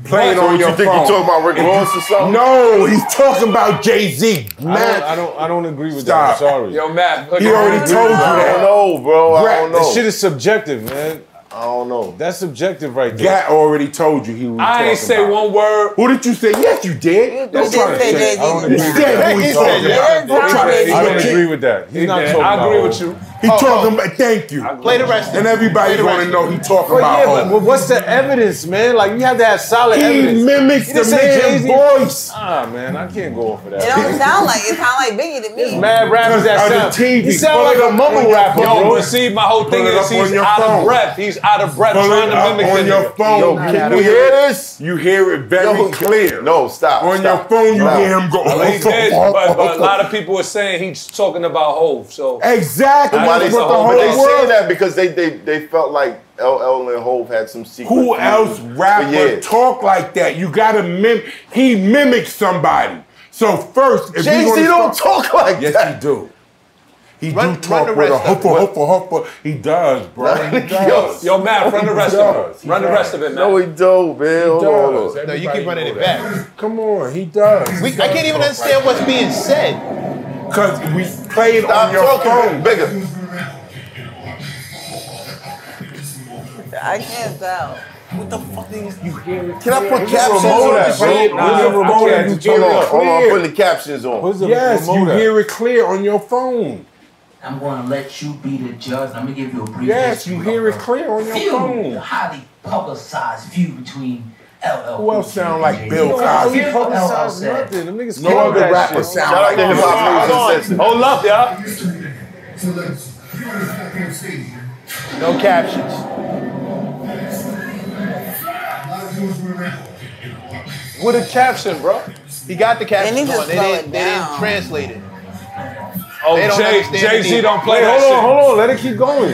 S7: Play it
S2: So
S7: on
S2: what
S7: your
S2: you think you
S7: phone.
S2: talking about Rick
S7: If you-
S2: Ross or something?
S7: No, he's talking about Jay Z.
S1: I don't,
S7: Man,
S1: I don't, I don't agree with
S7: Stop.
S1: that. I'm sorry.
S10: Yo, Matt, look
S7: he
S10: at
S7: already
S10: him.
S7: told you
S2: I
S7: that.
S2: don't know, bro. I don't know.
S1: This shit is subjective, man.
S2: I don't don't know.
S1: That's subjective, right there.
S7: Gat already told you he was.
S1: I ain't
S7: talking
S1: say
S7: about.
S1: one word.
S7: Who did you say? Yes, you did.
S1: Don't try to say- I don't agree
S7: He
S1: with
S7: said
S1: that.
S7: who
S1: He
S7: he's
S1: said
S7: talking
S1: yes,
S7: about. Don't try to-
S1: I don't agree with that. He's not
S7: Yeah,
S1: talking
S7: I
S1: about
S7: agree
S1: home.
S7: with you. He talking about. Thank you.
S1: Oh, Play the rest.
S7: And everybody's going to know he talking
S1: Well,
S7: about
S1: yeah, but
S7: home.
S1: but what's the evidence, man? Like you have to have solid
S7: He
S1: evidence.
S7: mimics
S1: You didn't
S7: the
S1: say
S7: man's
S1: Jay-Z. Ah, man, I can't go off of
S5: It don't
S1: that.
S5: sound like it sound like Biggie to me.
S1: There's mad rappers that
S10: Because
S1: sound.
S10: of the TV.
S1: You sound
S10: Pull
S1: like
S10: it
S1: a
S10: up on
S1: mumble
S10: your
S1: rapper,
S10: phone.
S1: bro.
S10: Yo, but see, my whole thing
S1: Pull it
S10: is
S1: up
S10: he's
S1: on your
S10: out of
S1: phone.
S10: breath. He's out of breath
S7: Pull it
S10: trying to
S7: up
S10: mimic
S7: on
S10: the
S7: your
S10: nigga.
S7: phone.
S10: Yo,
S7: can you hear this? You hear it very clear.
S2: No, stop.
S7: On your phone, you hear him go.
S10: Well, he did, but, but a lot of people were saying he's talking about Hove. So
S7: Exactly.
S2: Why they,
S10: That's what the
S2: but they
S10: whole
S2: saying
S10: world-
S2: that because they, they they felt like LL and Hove had some secret.
S7: Who else
S2: feud.
S7: rapper
S2: But yeah.
S7: talk like that? You gotta mim. He mimics somebody. So first, if
S2: Jay-Z
S7: you wanna
S2: don't
S7: start-
S2: talk like
S7: yes,
S2: that.
S7: he do. He do
S2: run the
S7: talk with a
S2: rest of it.
S7: huffer, huffer, huffer. He does, bro. He does.
S10: Yo, Matt, run the rest of it. Run the rest of it, man.
S2: No, Oh, he do, man. Hold on, hold on.
S4: No, you keep running it back.
S7: Come on, he does.
S4: We, I can't even understand what's being said.
S7: Cause we played on your phone.
S2: Bigger.
S5: I can't tell.
S7: What the fuck is you hearing?
S2: Can I put captions on that, bro? Hold
S7: Nah, I can't.
S2: on,
S7: You
S2: hold
S7: hear
S2: on.
S7: it
S2: Hold on. I'm
S7: clear.
S2: putting the captions on.
S7: Yes, you hear it clear on your phone.
S27: I'm going to let you be the judge. I'm going to give you a brief.
S7: Yes, you hear it clear on your
S27: Feud,
S7: phone.
S27: highly publicized feud between LL.
S7: Who else sound like Bill
S27: Cosby?
S7: Cosby?
S27: He
S1: Oh,
S27: publicized nothing.
S1: Them niggas
S7: No other rapper sound
S2: Shout out
S7: like
S2: to
S7: Bill
S2: Hip Hop
S7: Cosby.
S2: Music Sensitive.
S1: Hold up, y'all.
S4: No captions.
S10: With a caption, bro.
S4: He got the captions
S5: They need to
S4: on. They
S5: slow
S4: didn't,
S5: it
S4: they didn't
S5: down.
S4: translate it.
S10: Oh,
S4: They don't
S10: Jay
S4: understand
S10: Jay Z
S4: the-
S10: don't play
S1: Wait,
S10: that
S1: hold
S10: shit.
S1: on, hold on. Let it keep going.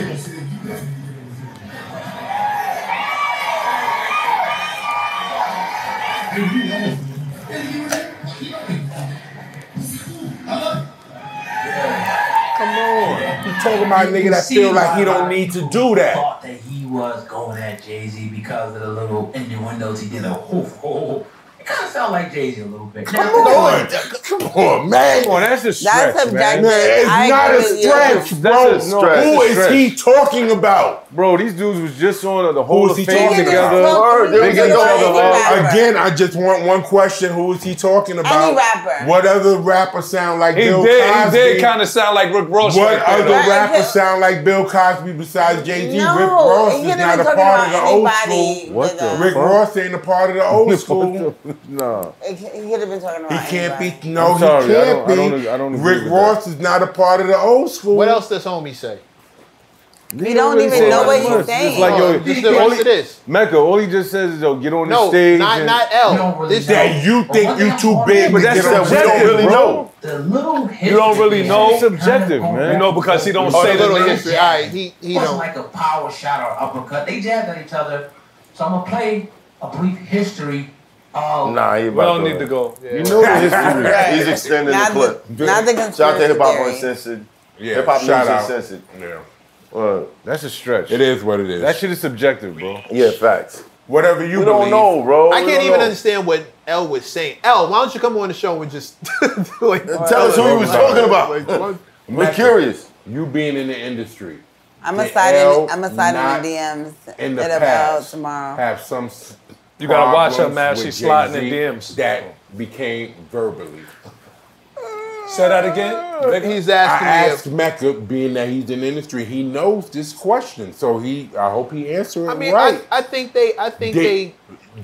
S7: Come on. You talking about a nigga that feel like he don't need to do that.
S27: Thought that he was going at Jay Z because of the little innuendos he did. A hoof, hoof. It kind of sound like Jay Z a little bit.
S7: Come on. Come on, man.
S1: Come on, that's a stretch,
S5: That's
S1: man.
S5: objective.
S7: Man, it's
S5: I
S7: not a
S5: agree with you.
S7: stretch, bro.
S1: That's a- no, that's
S7: Who
S1: a
S7: is
S1: stretch.
S7: he talking about?
S1: Bro, these dudes was just on the whole
S7: Who is he
S1: of fame
S7: talking
S1: together.
S7: about?
S5: Word,
S1: They
S5: they
S1: get each
S5: was
S1: other
S5: on
S1: up.
S5: Rapper.
S7: Again, I just want one question. Who is he talking about?
S5: rapper.
S7: What other rapper sound like
S10: He
S7: Bill
S10: did. He
S7: Cosby?
S10: did kind of sound like Rick Ross.
S7: What
S10: right there,
S7: other
S10: though.
S5: Right,
S7: rapper
S5: okay.
S7: sound like Bill Cosby besides Jay Z?
S5: No,
S7: Rick Ross
S5: you
S7: is
S5: never
S7: not a
S5: talking
S7: part of the
S5: about
S7: old
S5: anybody
S7: school.
S5: What with the a-
S7: Rick
S1: fuck?
S7: Ross ain't a part of the old school.
S1: No.
S5: It- He could have been talking
S7: He
S5: about.
S7: can't
S5: anybody.
S7: be. No,
S1: I'm sorry,
S7: he
S1: I don't-
S7: can't
S1: I
S7: be.
S1: don't- I don't agree
S7: Rick
S1: with
S7: Ross is not a part of the old school.
S4: What else does homie say?
S1: We
S5: don't even know what he's saying.
S1: Like, yo,
S4: Just the rest of this.
S1: Mecca, all he just says is, yo, get on the
S4: No,
S1: stage.
S4: not
S1: and-
S4: not L. This
S7: That you think you too big,
S1: But
S7: to
S1: that's
S7: get on-
S1: subjective,
S7: we don't really
S1: bro.
S7: know.
S27: The little
S10: You don't really
S27: history
S10: know.
S27: is kinda
S1: Subjective, man.
S10: You know because he don't
S4: Oh,
S10: say
S4: the
S10: the
S4: little
S10: name.
S4: history. All right, he he
S27: It wasn't
S4: don't.
S27: like a power shot or uppercut. They jabbed at each other. So I'm gonna play a brief history of
S2: Nah, he
S10: We
S2: about
S10: don't need to go.
S1: You know the history.
S2: He's extending
S5: Not
S2: the clip.
S5: the- not the
S2: Shout out to Hip Hop
S5: conspiracy
S2: Uncensored.
S7: Yeah,
S2: Hip Hop
S7: shout
S2: Music
S7: out.
S2: Uncensored.
S7: Yeah.
S2: Well,
S1: That's a stretch.
S7: It is what it is.
S1: That shit is subjective, bro.
S2: yeah, facts.
S7: Whatever you
S2: We
S7: believe.
S2: don't know, bro.
S4: I
S2: We
S4: can't
S2: don't
S4: even
S2: know.
S4: understand what L was saying. L, why don't you come on the show and just do it?
S2: Tell us who he was talking about. We're curious.
S7: You being in the industry
S5: I'm a
S7: The
S5: slide
S7: L
S5: in. I'm a slide
S7: not
S5: in the DMs
S7: in the
S5: at about
S7: past
S5: tomorrow.
S7: have some. s-
S10: You gotta watch her,
S7: problems
S10: man.
S7: with
S10: She's sliding in
S7: Jay-Z
S10: DMs.
S7: That became verbally.
S10: Say that again. Vic?
S4: He's
S7: I
S4: asking me.
S7: asked Mecca, being that he's in the industry, he knows this question, so he. I hope he answered
S4: if-
S7: it
S4: I mean,
S7: right.
S4: I, I think they. I think
S7: Did
S4: they.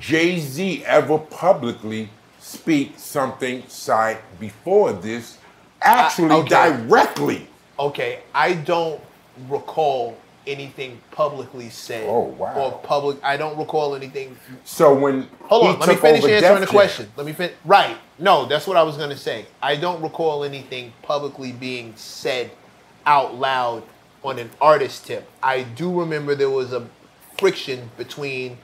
S7: Jay Z ever publicly speak something signed before this? Actually,
S4: okay.
S7: directly.
S4: Okay, I don't recall anything publicly said.
S7: Oh, wow.
S4: Or public. I don't recall anything.
S7: So when
S4: Hold
S7: he
S4: on. Let me
S7: took
S4: finish
S7: over
S4: answering
S7: Def
S4: the
S7: Jam-
S4: question. Let me finish. Right. No, that's what I was gonna say. I don't recall anything publicly being said out loud on an artist tip. I do remember there was a friction between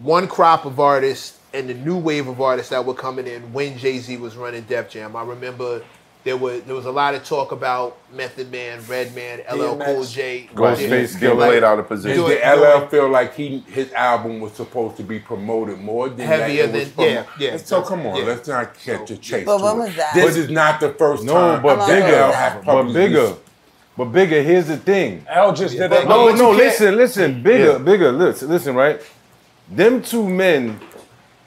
S4: one crop of artists and the new wave of artists that were coming in when Jay Z was running Def Jam. I remember there was there was a lot of talk about Method Man, Redman, LL
S10: DMX.
S4: Cool J,
S1: Ghostface
S2: Get
S1: Killer.
S2: laid out of
S7: Did
S2: position.
S4: Do it.
S7: the LL feel like he his album was supposed to be promoted more than
S4: Heavier
S7: that it was
S4: than- yeah,
S7: promo-
S4: yeah.
S7: So come on,
S4: Yeah.
S7: let's not catch a chase.
S5: But
S7: to
S5: when
S7: it.
S5: was that?
S7: This is not the first
S1: No,
S7: time.
S1: but
S5: bigger.
S7: LL have
S1: But
S7: publicly
S1: bigger. But bigger, here's the thing.
S10: Al just did
S1: But
S10: that.
S1: no, no, listen, listen, bigger, bigger, listen, listen, right? Them two men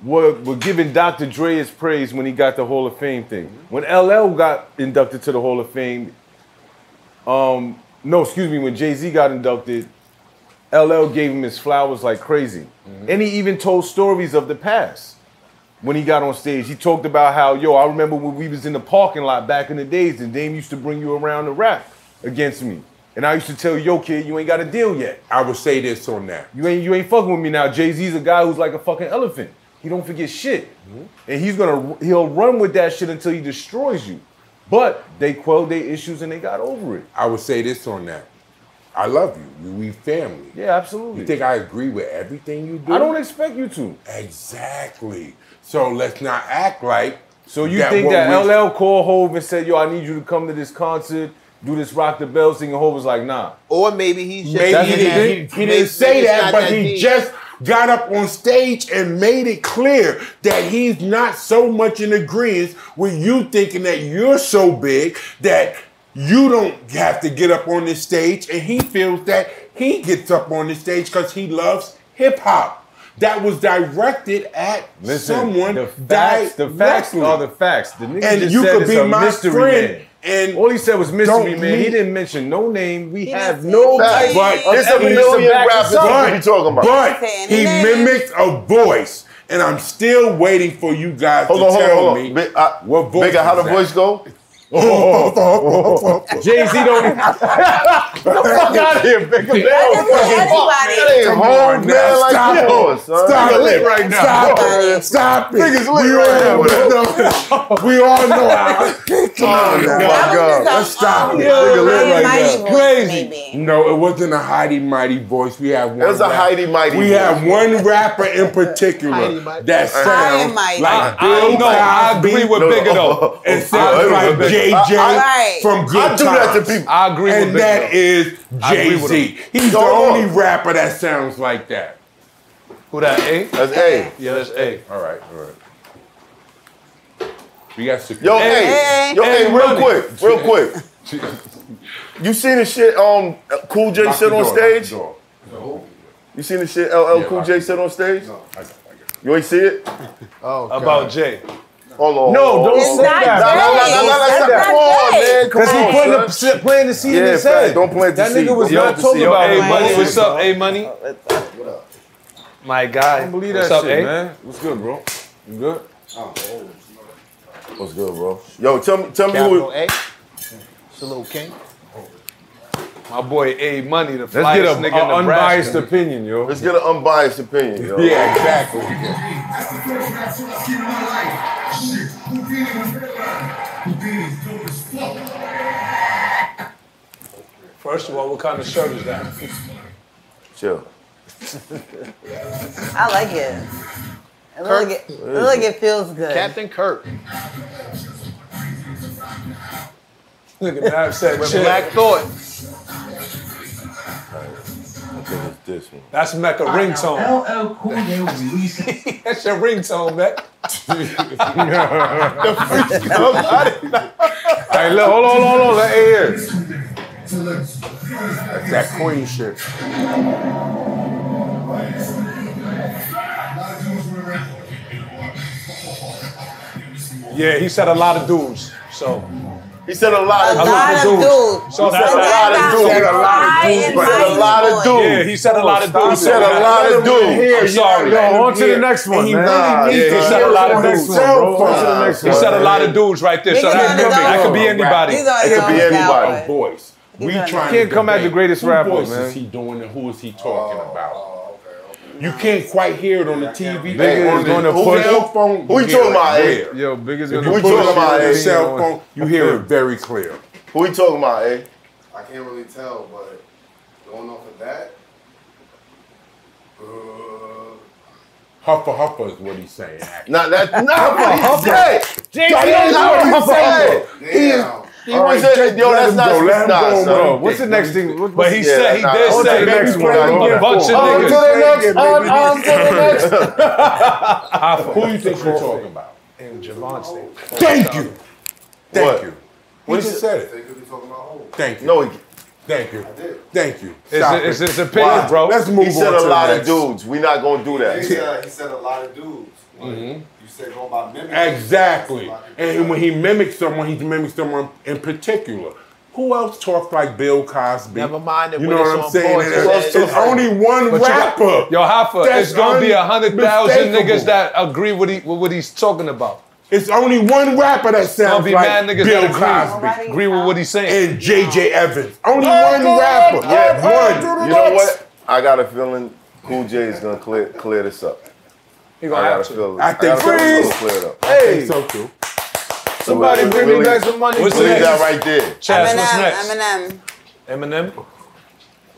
S1: were, were giving Dr. Dre his praise when he got the Hall of Fame thing. When LL got inducted to the Hall of Fame, um, no, excuse me, when Jay Z got inducted, LL gave him his flowers like crazy.
S7: Mm-hmm.
S1: And he even told stories of the past. When he got on stage, he talked about how, yo, I remember when we was in the parking lot back in the days and Dame used to bring you around to rap against me. And I used to tell you, yo, kid, you ain't got a deal yet.
S7: I would say this on that.
S1: You ain't you ain't fucking with me now. Jay-Z's a guy who's like a fucking elephant. He don't forget shit. And he's gonna he'll run with that shit until he destroys you. But they quelled their issues and they got over it.
S7: I would say this on that. I love you. We family.
S1: Yeah, absolutely.
S7: You think I agree with everything you do?
S1: I don't expect you to.
S7: Exactly. So let's not act like.
S1: So you think
S7: what
S1: that
S7: we-
S1: LL called Hove and said, yo, I need you to come to this concert, do this rock the bell thing, and Hove was like, nah.
S4: Or maybe he's just
S7: Maybe he didn't, he didn't say that, but he just got up on stage and made it clear that he's not so much in agreement with you thinking that you're so big that you don't have to get up on this stage, and he feels that he gets up on this stage because he loves hip hop. That was directed at
S1: Listen,
S7: someone.
S1: the facts, the facts
S7: directly.
S1: are the facts. The nigga
S7: And
S1: just
S7: you
S1: said
S7: could
S1: it's
S7: be
S1: a
S7: my
S1: mystery
S7: friend,
S1: man. And all he said was mystery
S7: don't
S1: man. He
S7: need-
S1: didn't mention no name. We have no
S7: No, but
S1: type of
S7: there's
S1: evidence to back this up.
S7: But he mimics a voice, and I'm still waiting for you guys
S2: Hold
S7: to
S2: on, hold on,
S7: tell
S2: hold on.
S7: me
S2: Big- I-
S7: what voice.
S2: Bigger, how
S7: was
S2: the
S7: that.
S2: voice go?
S1: Jay Z don't. Get
S2: the fuck out of here, Bigger. Man,
S7: That
S2: don't fucking
S5: everybody.
S2: That ain't
S7: Come
S2: home,
S7: on now,
S2: man. Like
S7: stop
S2: you
S7: it.
S2: on, son.
S7: Stop
S2: Nigga
S7: it.
S2: lit right now.
S7: Stop it. Stop it.
S2: Niggas lit
S7: we,
S2: right
S7: all know, we all know how. Come on now.
S2: my God.
S7: Let's stop it.
S2: Yeah, Nigga lit right
S7: It's
S2: now.
S7: Crazy. No, it wasn't a Heidi Mighty voice. We have one.
S2: was a
S7: rap-
S2: Heidi Mighty
S7: We
S2: voice.
S7: have one rapper in particular
S2: Heidi Mighty.
S7: that
S2: Heidi
S7: sounds
S5: Mighty.
S7: like
S10: I- I
S7: Bill
S10: know, I
S7: Cosby.
S10: agree with
S7: No, no.
S10: Bigger though.
S7: It
S10: I
S7: sounds
S10: agree
S7: like
S10: with Bigger.
S7: JJ
S10: I- I-
S7: from Good
S10: I do that to
S7: Times.
S10: people. I agree with
S7: And
S10: Bigger
S7: that
S10: though.
S7: is
S10: I agree with
S7: Jay-Z.
S10: him.
S7: He's the
S10: Yo.
S7: only rapper that sounds like that.
S10: Who that
S1: eh?
S10: A?
S2: That's A.
S10: Yeah, that's A.
S7: All right, all right. We got security.
S2: Yo, hey, yo, hey, real quick, real quick. You seen the shit um Cool J
S7: Lock
S2: said
S7: the
S2: on
S7: door,
S2: stage?
S7: lock
S2: You seen the shit LL
S7: Yeah,
S2: Cool
S7: lock
S2: J
S7: it.
S2: said on stage? You ain't see it?
S4: Oh,
S10: About Jay.
S2: Hold on.
S1: No,
S2: hold on,
S1: don't
S2: hold
S1: say
S2: on.
S1: that,
S2: No, no, no, no,
S1: bro.
S2: no, no,
S1: It's not
S2: Come on,
S1: that.
S2: man. Come on.
S1: Because he playing the-
S2: son.
S1: playing the seed in
S2: Yeah,
S1: his
S2: fact.
S1: head.
S2: Don't plant the
S1: That
S2: seed.
S1: nigga was
S2: Don't
S1: not
S2: plant the
S1: told
S2: seed.
S10: Yo,
S1: about
S10: A
S1: it.
S10: Money,
S1: Money,
S10: what's up, A Money? My guy.
S1: I don't believe
S10: what's
S1: that
S10: up,
S1: shit,
S10: A?
S1: man. What's good, bro? You good?
S2: What's good, bro? Yo, tell me, tell me who.
S4: Capital A. It's a little king.
S10: My boy A Money, the
S2: Let's get
S10: flyest
S2: a-
S10: nigga in
S2: a unbiased
S10: Nebraska.
S1: opinion, yo.
S2: Let's get an unbiased opinion, yo.
S10: Yeah,
S7: exactly.
S10: First of all, what kind of shirt is that?
S2: Chill.
S5: I like it. It look like it, it look like it feels good.
S4: Captain Kirk.
S10: Look at that upset
S4: With
S10: shit.
S4: Black Thought.
S2: I think it's this one.
S10: That's Mecca ringtone.
S27: LL Cool J was releasing.
S10: That's your ringtone, Mecca.
S1: Hey, look, hold on, hold on, hold on. That air.
S7: That's that queen shit.
S10: Yeah, he said a lot of dudes. So
S2: He said a lot
S5: A
S2: of
S5: lot of dudes.
S10: So
S2: He
S10: that's
S2: said a lot of dudes.
S10: He said a lot of
S5: Why am
S10: dudes.
S2: He said a
S5: I
S2: lot of
S5: even
S2: dudes.
S5: going?
S10: Yeah, he said
S2: He said a lot of
S10: a lot of dudes.
S2: dudes.
S10: I'm sorry.
S1: Yo, on to the next one, man.
S2: Nah,
S10: Yeah, he said a lot of dudes.
S1: dudes.
S10: He said a lot of dudes right there. So
S5: Niggas
S10: that
S5: on the
S10: could be, that could be
S5: dole.
S10: anybody.
S5: These are
S2: It could be
S5: his own
S2: anybody.
S5: cowboys.
S7: voice. We
S5: He's
S7: trying
S1: Can't
S7: to
S1: come at
S7: debate
S1: the greatest
S7: who
S1: rapper,
S7: voice
S1: man.
S7: is he doing and who is he talking about? You can't quite hear it on the TV.
S1: Bigger
S7: or
S1: is
S7: the
S1: gonna push-
S7: cell phone.
S2: Who you
S7: hear
S2: talking
S7: it
S2: about,
S7: clear.
S2: eh?
S1: Yo, biggest
S7: If
S1: gonna
S7: you
S2: Who
S1: push
S2: you talking about,
S7: on
S2: eh?
S7: the cell phone, you hear it very clear.
S2: Who you talking about, eh?
S28: I can't really tell, but going off of that, uh,
S7: Huffa huffa is what he's saying. actually.
S2: Not that. Not what he said.
S7: That is what he said.
S2: He is. He was saying, yo, that's not. nah, son.
S1: Bro, what's the next thing? What-
S10: But he
S1: what's-
S2: Yeah,
S10: said, he
S2: nah,
S10: did
S2: on to
S10: say
S2: the next one,
S10: a
S2: bro.
S10: bunch of
S2: On to
S10: niggas.
S2: the next. On, on to the next.
S7: Who you think you're talking about?
S10: And Javon State.
S7: Thank you. Thank
S2: What?
S7: you.
S2: What
S7: He
S2: is
S7: just
S2: it?
S7: said it. Thank you.
S2: No, he-
S7: Thank you. Thank you.
S2: It's
S7: Stop
S2: a- it's
S7: it.
S2: his opinion, bro.
S7: Let's move
S2: He
S7: on.
S2: said a
S7: to
S2: lot
S7: the
S2: of
S7: next.
S2: dudes. We not gonna do that.
S7: He
S29: said, he said a lot of dudes. Like, You said go by memory.
S7: Exactly. And when he mimics someone, he mimics someone in particular. Who else talks like Bill Cosby? Never mind
S10: that
S7: You
S10: when
S7: know
S10: it's
S7: what I'm
S10: on
S7: saying?
S10: pause,
S7: It's,
S10: it's-
S7: it's only one
S10: But you got-
S7: rapper.
S10: Yo, Hoffa,
S7: That's
S10: it's gonna be a hundred thousand
S7: unmistakable.
S10: niggas that agree with, he, with what he's talking about.
S7: It's only one rapper that sounds
S10: be
S7: like
S10: mad niggas
S7: Bill
S10: that agree.
S7: Cosby.
S10: Agree with what he's saying.
S7: And J.J. Evans. Only
S2: Yeah,
S7: one rapper.
S2: You know what? I got a feeling Cool J is gonna clear clear this up.
S1: He
S2: I
S1: gonna
S2: got
S1: have
S2: a
S1: to.
S2: feeling.
S1: I think
S2: got a feeling he's gonna
S1: freeze.
S2: clear it up.
S1: I think Hey. so,
S7: too.
S1: Somebody bring me back some money,
S2: What's
S1: please.
S2: that right there?
S10: Chaz, what's
S5: Eminem,
S10: next?
S5: Eminem,
S10: Eminem.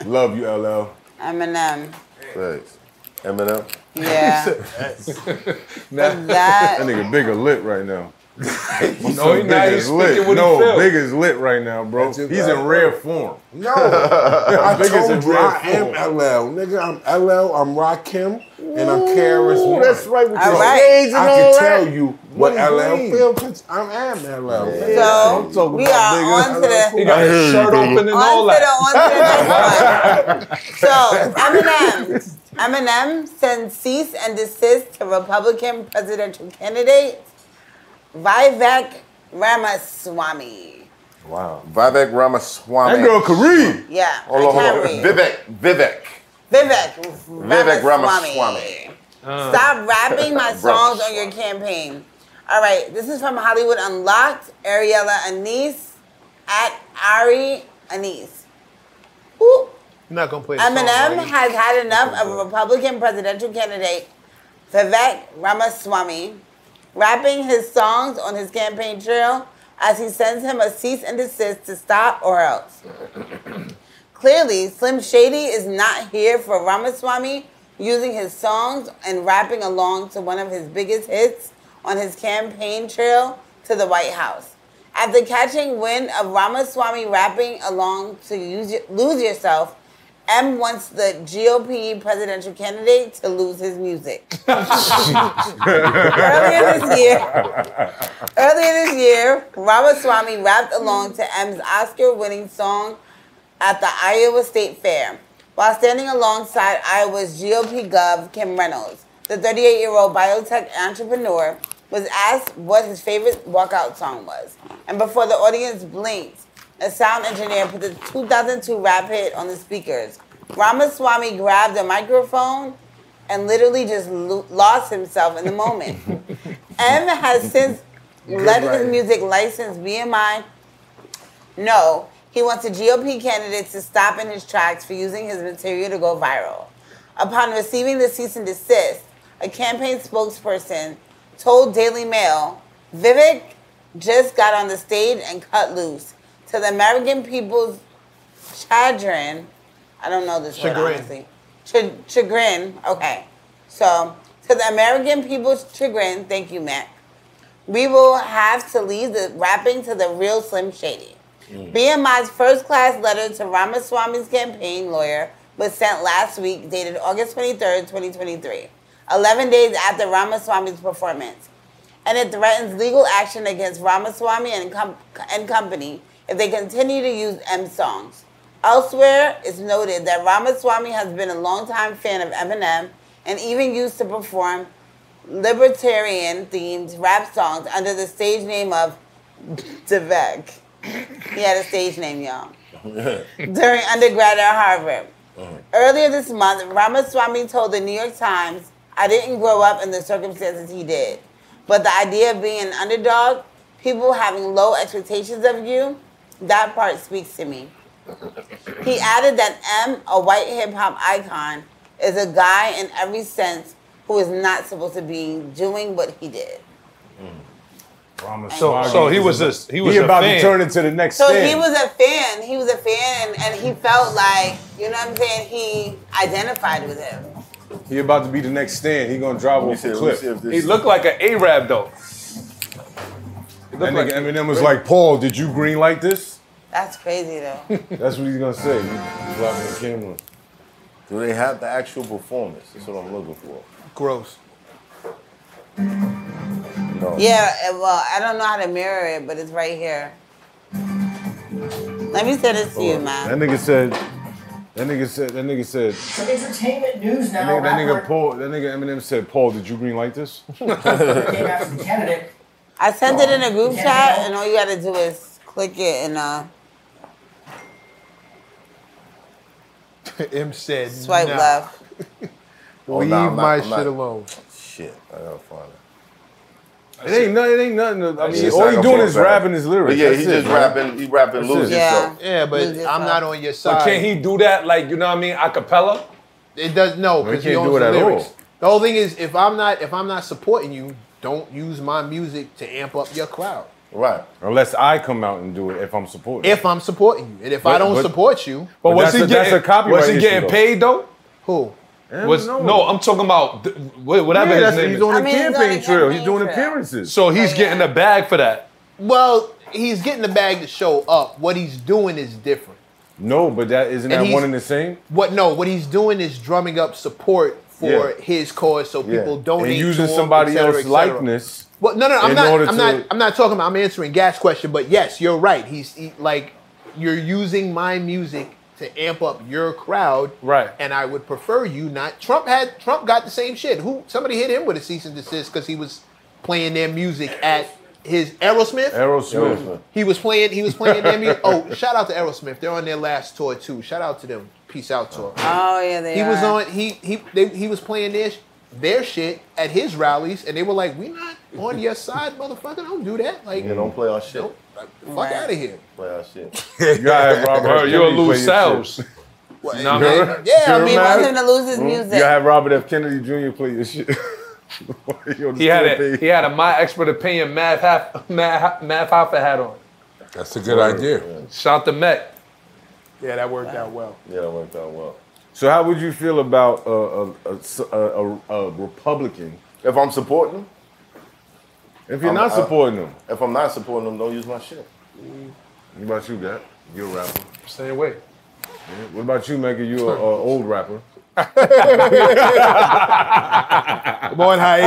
S7: Love you, LL.
S5: Eminem.
S2: Thanks. Eminem.
S5: Yeah.
S1: Nah.
S5: that-
S1: that nigga bigger lit right now.
S7: No, he not. He's speaking
S1: lit.
S7: what he
S1: no,
S7: feel.
S1: big is lit right now, bro. He's in rare form.
S7: No, I
S1: Big is
S7: told
S1: in
S7: you
S1: rare
S7: I am
S1: form.
S7: LL, nigga. I'm LL. I'm Rakim, and I'm Karis.
S1: Ooh,
S7: One.
S1: that's right, with
S7: So,
S1: your shades and
S7: I
S1: all
S7: can
S1: that.
S7: tell you what
S1: What do you
S7: LL
S1: mean?
S7: feels. 'cause I'm am LL.
S1: Yeah.
S7: nigga.
S1: So,
S7: I'm talking
S1: we
S7: about
S1: are
S7: niggas.
S1: on to the-
S7: He got his shirt open and all
S5: Onto
S7: that.
S5: the, onto the next one. So, Eminem. Eminem sends cease and desist to Republican presidential candidate Vivek Ramaswamy.
S2: Wow. Vivek Ramaswamy.
S7: That girl can read.
S5: Yeah,
S2: Hold on,
S5: I
S2: hold on.
S5: can't read.
S2: Vivek. Vivek.
S5: Vivek.
S2: Vivek
S5: Ramaswamy.
S2: Ramaswamy.
S5: Stop rapping my
S2: Bruh.
S5: songs on your campaign. All right, this is from Hollywood Unlocked. Ariella Anise at Ari Anise. Ooh,
S4: I'm not gonna play. the song,
S5: Eminem
S4: right?
S5: has had enough of a Republican presidential candidate, Vivek Ramaswamy, rapping his songs on his campaign trail as he sends him a cease and desist to stop or else. Clearly, Slim Shady is not here for Ramaswamy using his songs and rapping along to one of his biggest hits on his campaign trail to the White House. After catching wind of Ramaswamy rapping along to use, Lose Yourself, M wants the GOP presidential candidate to lose his music. Earlier this year- Earlier this year, Ramaswamy rapped along to M's Oscar winning song at the Iowa State Fair while standing alongside Iowa's GOP Gov Kim Reynolds. The 38 year old biotech entrepreneur was asked what his favorite walkout song was. And before the audience blinked, a sound engineer put the 2002 rap hit on the speakers. Ramaswamy grabbed a microphone and literally just lo- lost himself in the moment. M has since let his
S30: writing.
S5: music license be in mind no, he wants a GOP candidate to stop in his tracks for using his material to go viral. Upon receiving the cease and desist, a campaign spokesperson told Daily Mail, Vivek just got on the stage and cut loose to the American people's chagrin. I don't know this word,
S4: Chagrin.
S5: honestly. Ch- chagrin, okay. So, to the American people's chagrin, thank you, Matt. We will have to leave the rapping to the real Slim Shady. BMI's first class letter to Ramaswamy's campaign lawyer was sent last week, dated August 23rd, 2023, 11 days after Ramaswamy's performance. And it threatens legal action against Ramaswamy and, com- and company if they continue to use M songs. Elsewhere, it's noted that Ramaswamy has been a longtime fan of Eminem and even used to perform libertarian themed rap songs under the stage name of Devek. He had a stage name, y'all. During undergrad at Harvard. Earlier this month, Ramaswamy told the New York Times, I didn't grow up in the circumstances he did. But the idea of being an underdog, people having low expectations of you, that part speaks to me. He added that M, a white hip hop icon, is a guy in every sense who is not supposed to be doing what he did.
S10: So- so he was a- he was a
S1: about
S10: fan.
S1: to turn into the next
S5: So
S1: thing.
S5: he was a fan. He was a fan, and, and he felt like you know what I'm saying. He identified with him.
S1: he about to be the next stand. He gonna drive off
S10: see-
S1: a
S10: let me
S1: cliff.
S10: see if this- He looked like an Arab though.
S1: That nigga Eminem was like, Paul, did you green light this?
S5: That's crazy though.
S1: That's what he's gonna say. He's blocking the camera.
S2: Do they have the actual performance? That's what I'm looking for.
S4: Gross.
S2: No.
S5: yeah. eh, Well, I don't know how to mirror it, but it's right here. Let me send this to
S4: Oh,
S5: you,
S1: That
S5: man.
S1: nigga said. That nigga said. That nigga said.
S27: Some entertainment news
S1: That
S27: now.
S1: nigga, that
S27: rapper
S1: nigga Paul. That nigga Eminem said, "Paul, did you green light this?"
S27: came out from Canada.
S5: I sent it in a group chat, and all you gotta do is click it and uh,
S4: M said
S5: swipe
S4: nah.
S5: left.
S4: Leave
S2: Oh,
S4: my shit alone.
S2: Shit, I gotta find it.
S1: It ain't nothing. It ain't nothing. to- I
S2: It's
S1: mean,
S2: just
S1: all he
S2: like
S1: doing
S2: I'm
S1: is
S2: saying.
S1: rapping his lyrics.
S2: But yeah,
S1: That's
S2: he
S1: it,
S2: just
S1: man.
S2: rapping- he rapping,
S1: That's
S2: losing
S1: it.
S2: himself.
S4: Yeah, but
S2: Lose
S4: I'm not on your side.
S10: But can he do that? Like you know what I mean? A cappella?
S4: It does no because he owns the lyrics. The whole thing is if I'm not if I'm not supporting you, don't use my music to amp up your crowd.
S2: Right.
S1: Unless I come out and do it if I'm supporting.
S4: If I'm supporting you, and if I
S1: But-
S4: don't
S1: but-
S4: support you,
S1: But what's he getting?
S10: Was he getting paid though?
S4: Who?
S10: Was, no. I'm talking about th- wh- whatever
S1: Yeah,
S10: his
S1: that's-
S10: name
S1: he's
S10: is.
S1: on a I mean, he's on a campaign trail. He's
S4: doing
S1: appearances.
S10: So he's getting a bag for that.
S4: Well, he's getting the bag to show up. What he's doing is different.
S1: No, but that isn't
S4: And
S1: that
S4: he's-
S1: one and the same.
S4: What no, what he's doing is drumming up support for
S1: Yeah.
S4: his cause so
S1: Yeah.
S4: people donate
S1: and using
S4: to him,
S1: somebody
S4: et cetera,
S1: else's
S4: et cetera.
S1: likeness.
S4: Well, no, no, I'm
S1: in
S4: not.
S1: order
S4: I'm
S1: to-
S4: not. I'm not talking about. I'm answering Gas' question, but yes, you're right. He's he, like, you're using my music to amp up your crowd,
S10: right?
S4: And I would prefer you not. Trump had Trump got the same shit. Who somebody hit him with a cease and desist because he was playing their music at his Aerosmith.
S1: Aerosmith. Aerosmith.
S4: He was playing. He was playing their music. Oh, shout out to Aerosmith. They're on their last tour too. Shout out to them. Peace out tour.
S5: Oh yeah, they
S4: He was
S5: are.
S4: on. He he they, he was playing their sh- their shit at his rallies, and they were like, "We not on your side, motherfucker. Don't do that. Like,
S2: You don't play our shit.
S4: Nope. fuck out of here."
S2: Play our shit.
S1: You all right, Robert
S10: Bro,
S1: F.
S10: you'll
S1: Kennedy
S10: lose
S1: play your
S10: sales.
S1: shit.
S4: You
S1: know what
S5: I mean? Yeah, I
S1: You
S5: mean, want
S1: remember?
S5: him to lose his
S4: Mm-hmm.
S1: Hmm?
S5: music.
S1: You have Robert F. Kennedy Jr. play your shit. Yo, this
S10: He had
S1: kid,
S10: a he had a my expert opinion Matt half Matt Matt Hoffa hat on.
S7: That's a good idea.
S10: Shout the Met.
S4: Yeah, that worked out well.
S2: Yeah, that worked out well.
S1: So how would you feel about a a, a, a, a Republican?
S2: If I'm supporting him?
S1: If you're
S2: I'm-
S1: not
S2: I-
S1: supporting him,
S2: If I'm not supporting them, don't use my shit.
S1: what about you, Gat? You're a rapper.
S10: Same way.
S1: What about you, Mega? You an old rapper.
S4: Boy,
S5: Former,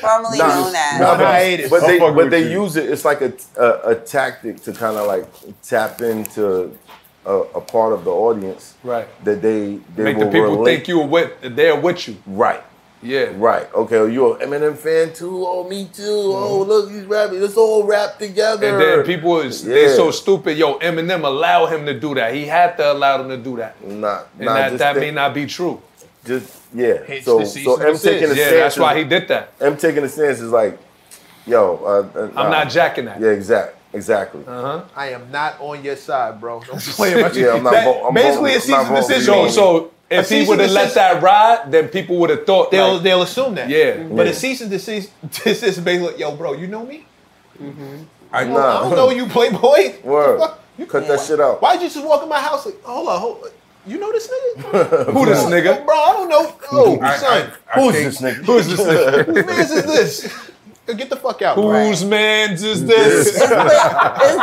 S5: formerly known as.
S2: Nah, but, but they
S1: I'm fucking
S2: but
S1: with
S2: they
S1: you.
S2: use it. It's like a a, a tactic to kind of like tap into a, a part of the audience
S10: Right.
S2: that they they
S10: Make
S2: will
S10: the people
S2: relate.
S10: think you were with they're with you.
S2: Right.
S10: Yeah.
S2: Right. Okay. Well, you an Eminem fan too? Oh, me too. Oh, look, he's rapping. Let's all rap together.
S10: Mm-hmm. And then people is they
S2: Yeah.
S10: so stupid. Yo, Eminem allowed him to do that. He had to allow him to do that.
S2: Not
S10: and
S2: nah,
S10: that,
S2: just
S10: that
S2: think-
S10: may not be true.
S2: Just yeah.
S10: Hence
S2: so
S10: the cease
S2: so
S10: and
S2: M
S10: desist.
S2: taking a
S10: Yeah,
S2: stance.
S10: that's
S2: is-
S10: why he did that.
S2: M taking a stance is like, yo, uh, uh, nah.
S10: not jacking that.
S2: Yeah. Exact.
S1: Uh,
S2: Exactly.
S10: Uh-huh.
S4: I am not on your side, bro. Don't play about you.
S2: yeah. I'm not.
S4: That-
S2: vo- I'm
S4: basically,
S2: voting-
S4: it's
S2: I'm
S4: season
S2: not voting
S4: decision.
S2: for
S10: So,
S2: him.
S10: so
S4: A
S10: if he
S4: cease
S10: would have
S4: and
S10: let
S4: desist.
S10: that ride, then people would have thought
S4: They'll
S10: like,
S4: they'll assume that.
S10: Yeah.
S4: But
S10: Yeah.
S4: a cease and desist. This is basically, like, yo, bro. You know me.
S2: Mm-hmm.
S7: I,
S4: Well, I don't know you, Playboy.
S2: Word. You cut that shit out.
S4: Why'd you just walk in my house? Like, hold on, hold. On. You know this nigga,
S2: Who
S10: this nigga?
S4: bro? I don't know. Oh,
S2: I-
S4: son,
S2: Who's this nigga? Who's this
S4: whose man is this? Get the fuck out, bro.
S10: whose man's is this?
S5: It's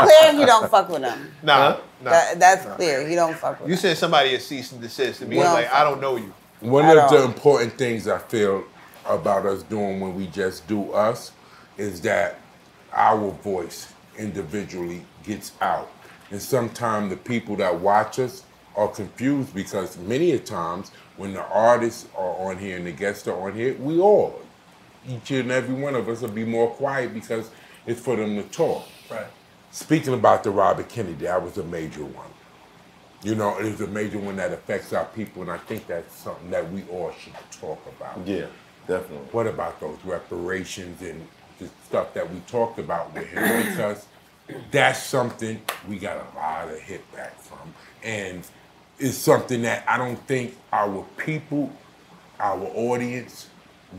S5: clear he don't fuck with him.
S4: Nah, nah.
S5: That, that's clear. He don't fuck with
S4: You send somebody a cease and desist and be
S5: No.
S4: like, I don't know you.
S7: One
S5: At
S7: of the
S5: all.
S7: important things I feel about us doing when we just do us is that our voice individually gets out. And sometimes the people that watch us are confused because many a times when the artists are on here and the guests are on here, we all, each and every one of us, will be more quiet because it's for them to talk.
S10: Right.
S7: Speaking about the Robert Kennedy, that was a major one. You know, it is a major one that affects our people, and I think that's something that we all should talk about.
S2: Yeah, definitely.
S7: What about those reparations and the stuff that we talked about with him? Because that's something we got a lot of hit back from, and it's something that I don't think our people, our audience,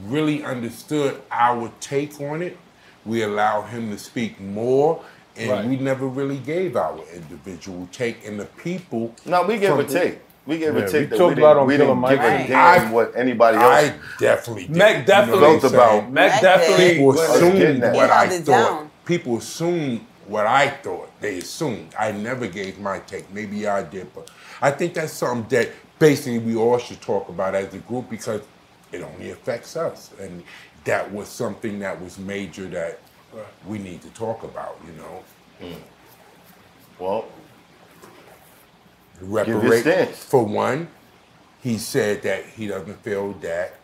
S7: really understood our take on it. We allow him to speak more, and
S2: Right.
S7: we never really gave our individual take, and the people.
S2: No, we gave a
S7: from-
S2: take. We gave
S7: Yeah,
S2: a take
S7: we
S2: that
S7: talked
S2: we
S7: about
S2: didn't,
S7: on
S2: we
S7: Killer
S2: didn't
S7: Mike.
S2: give
S7: Right.
S2: a damn
S7: I-
S2: what anybody else.
S7: I definitely did.
S10: Mac definitely
S2: Felt about-
S10: Mac
S5: Mac
S10: definitely
S5: did.
S7: people
S5: Well,
S7: assumed
S2: getting at
S7: what
S2: it.
S7: I
S5: Held it
S7: thought.
S5: down.
S7: People assumed what I thought. They assumed. I never gave my take. Maybe I did, but I think that's something that basically we all should talk about as a group because it only affects us, and that was something that was major that we need to talk about. You know.
S2: Well, your
S7: reparate-
S2: stance.
S7: For one, he said that he doesn't feel that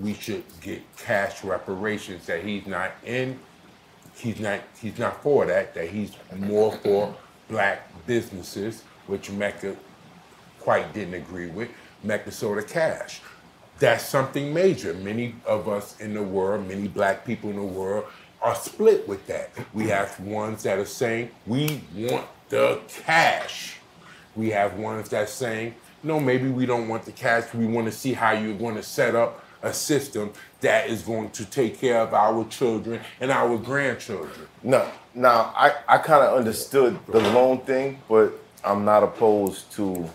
S7: we should get cash reparations. That he's not in. He's not. He's not for that. That he's more for black businesses, which Mecca quite didn't agree with. Mecca sold the cash. That's something major. Many of us in the world, many black people in the world, are split with that. We have ones that are saying, we want the cash. We have ones that saying, no, maybe we don't want the cash. We want to see how you're going to set up a system that is going to take care of our children and our grandchildren.
S2: No, now I, I kind of understood the loan thing, but I'm not opposed to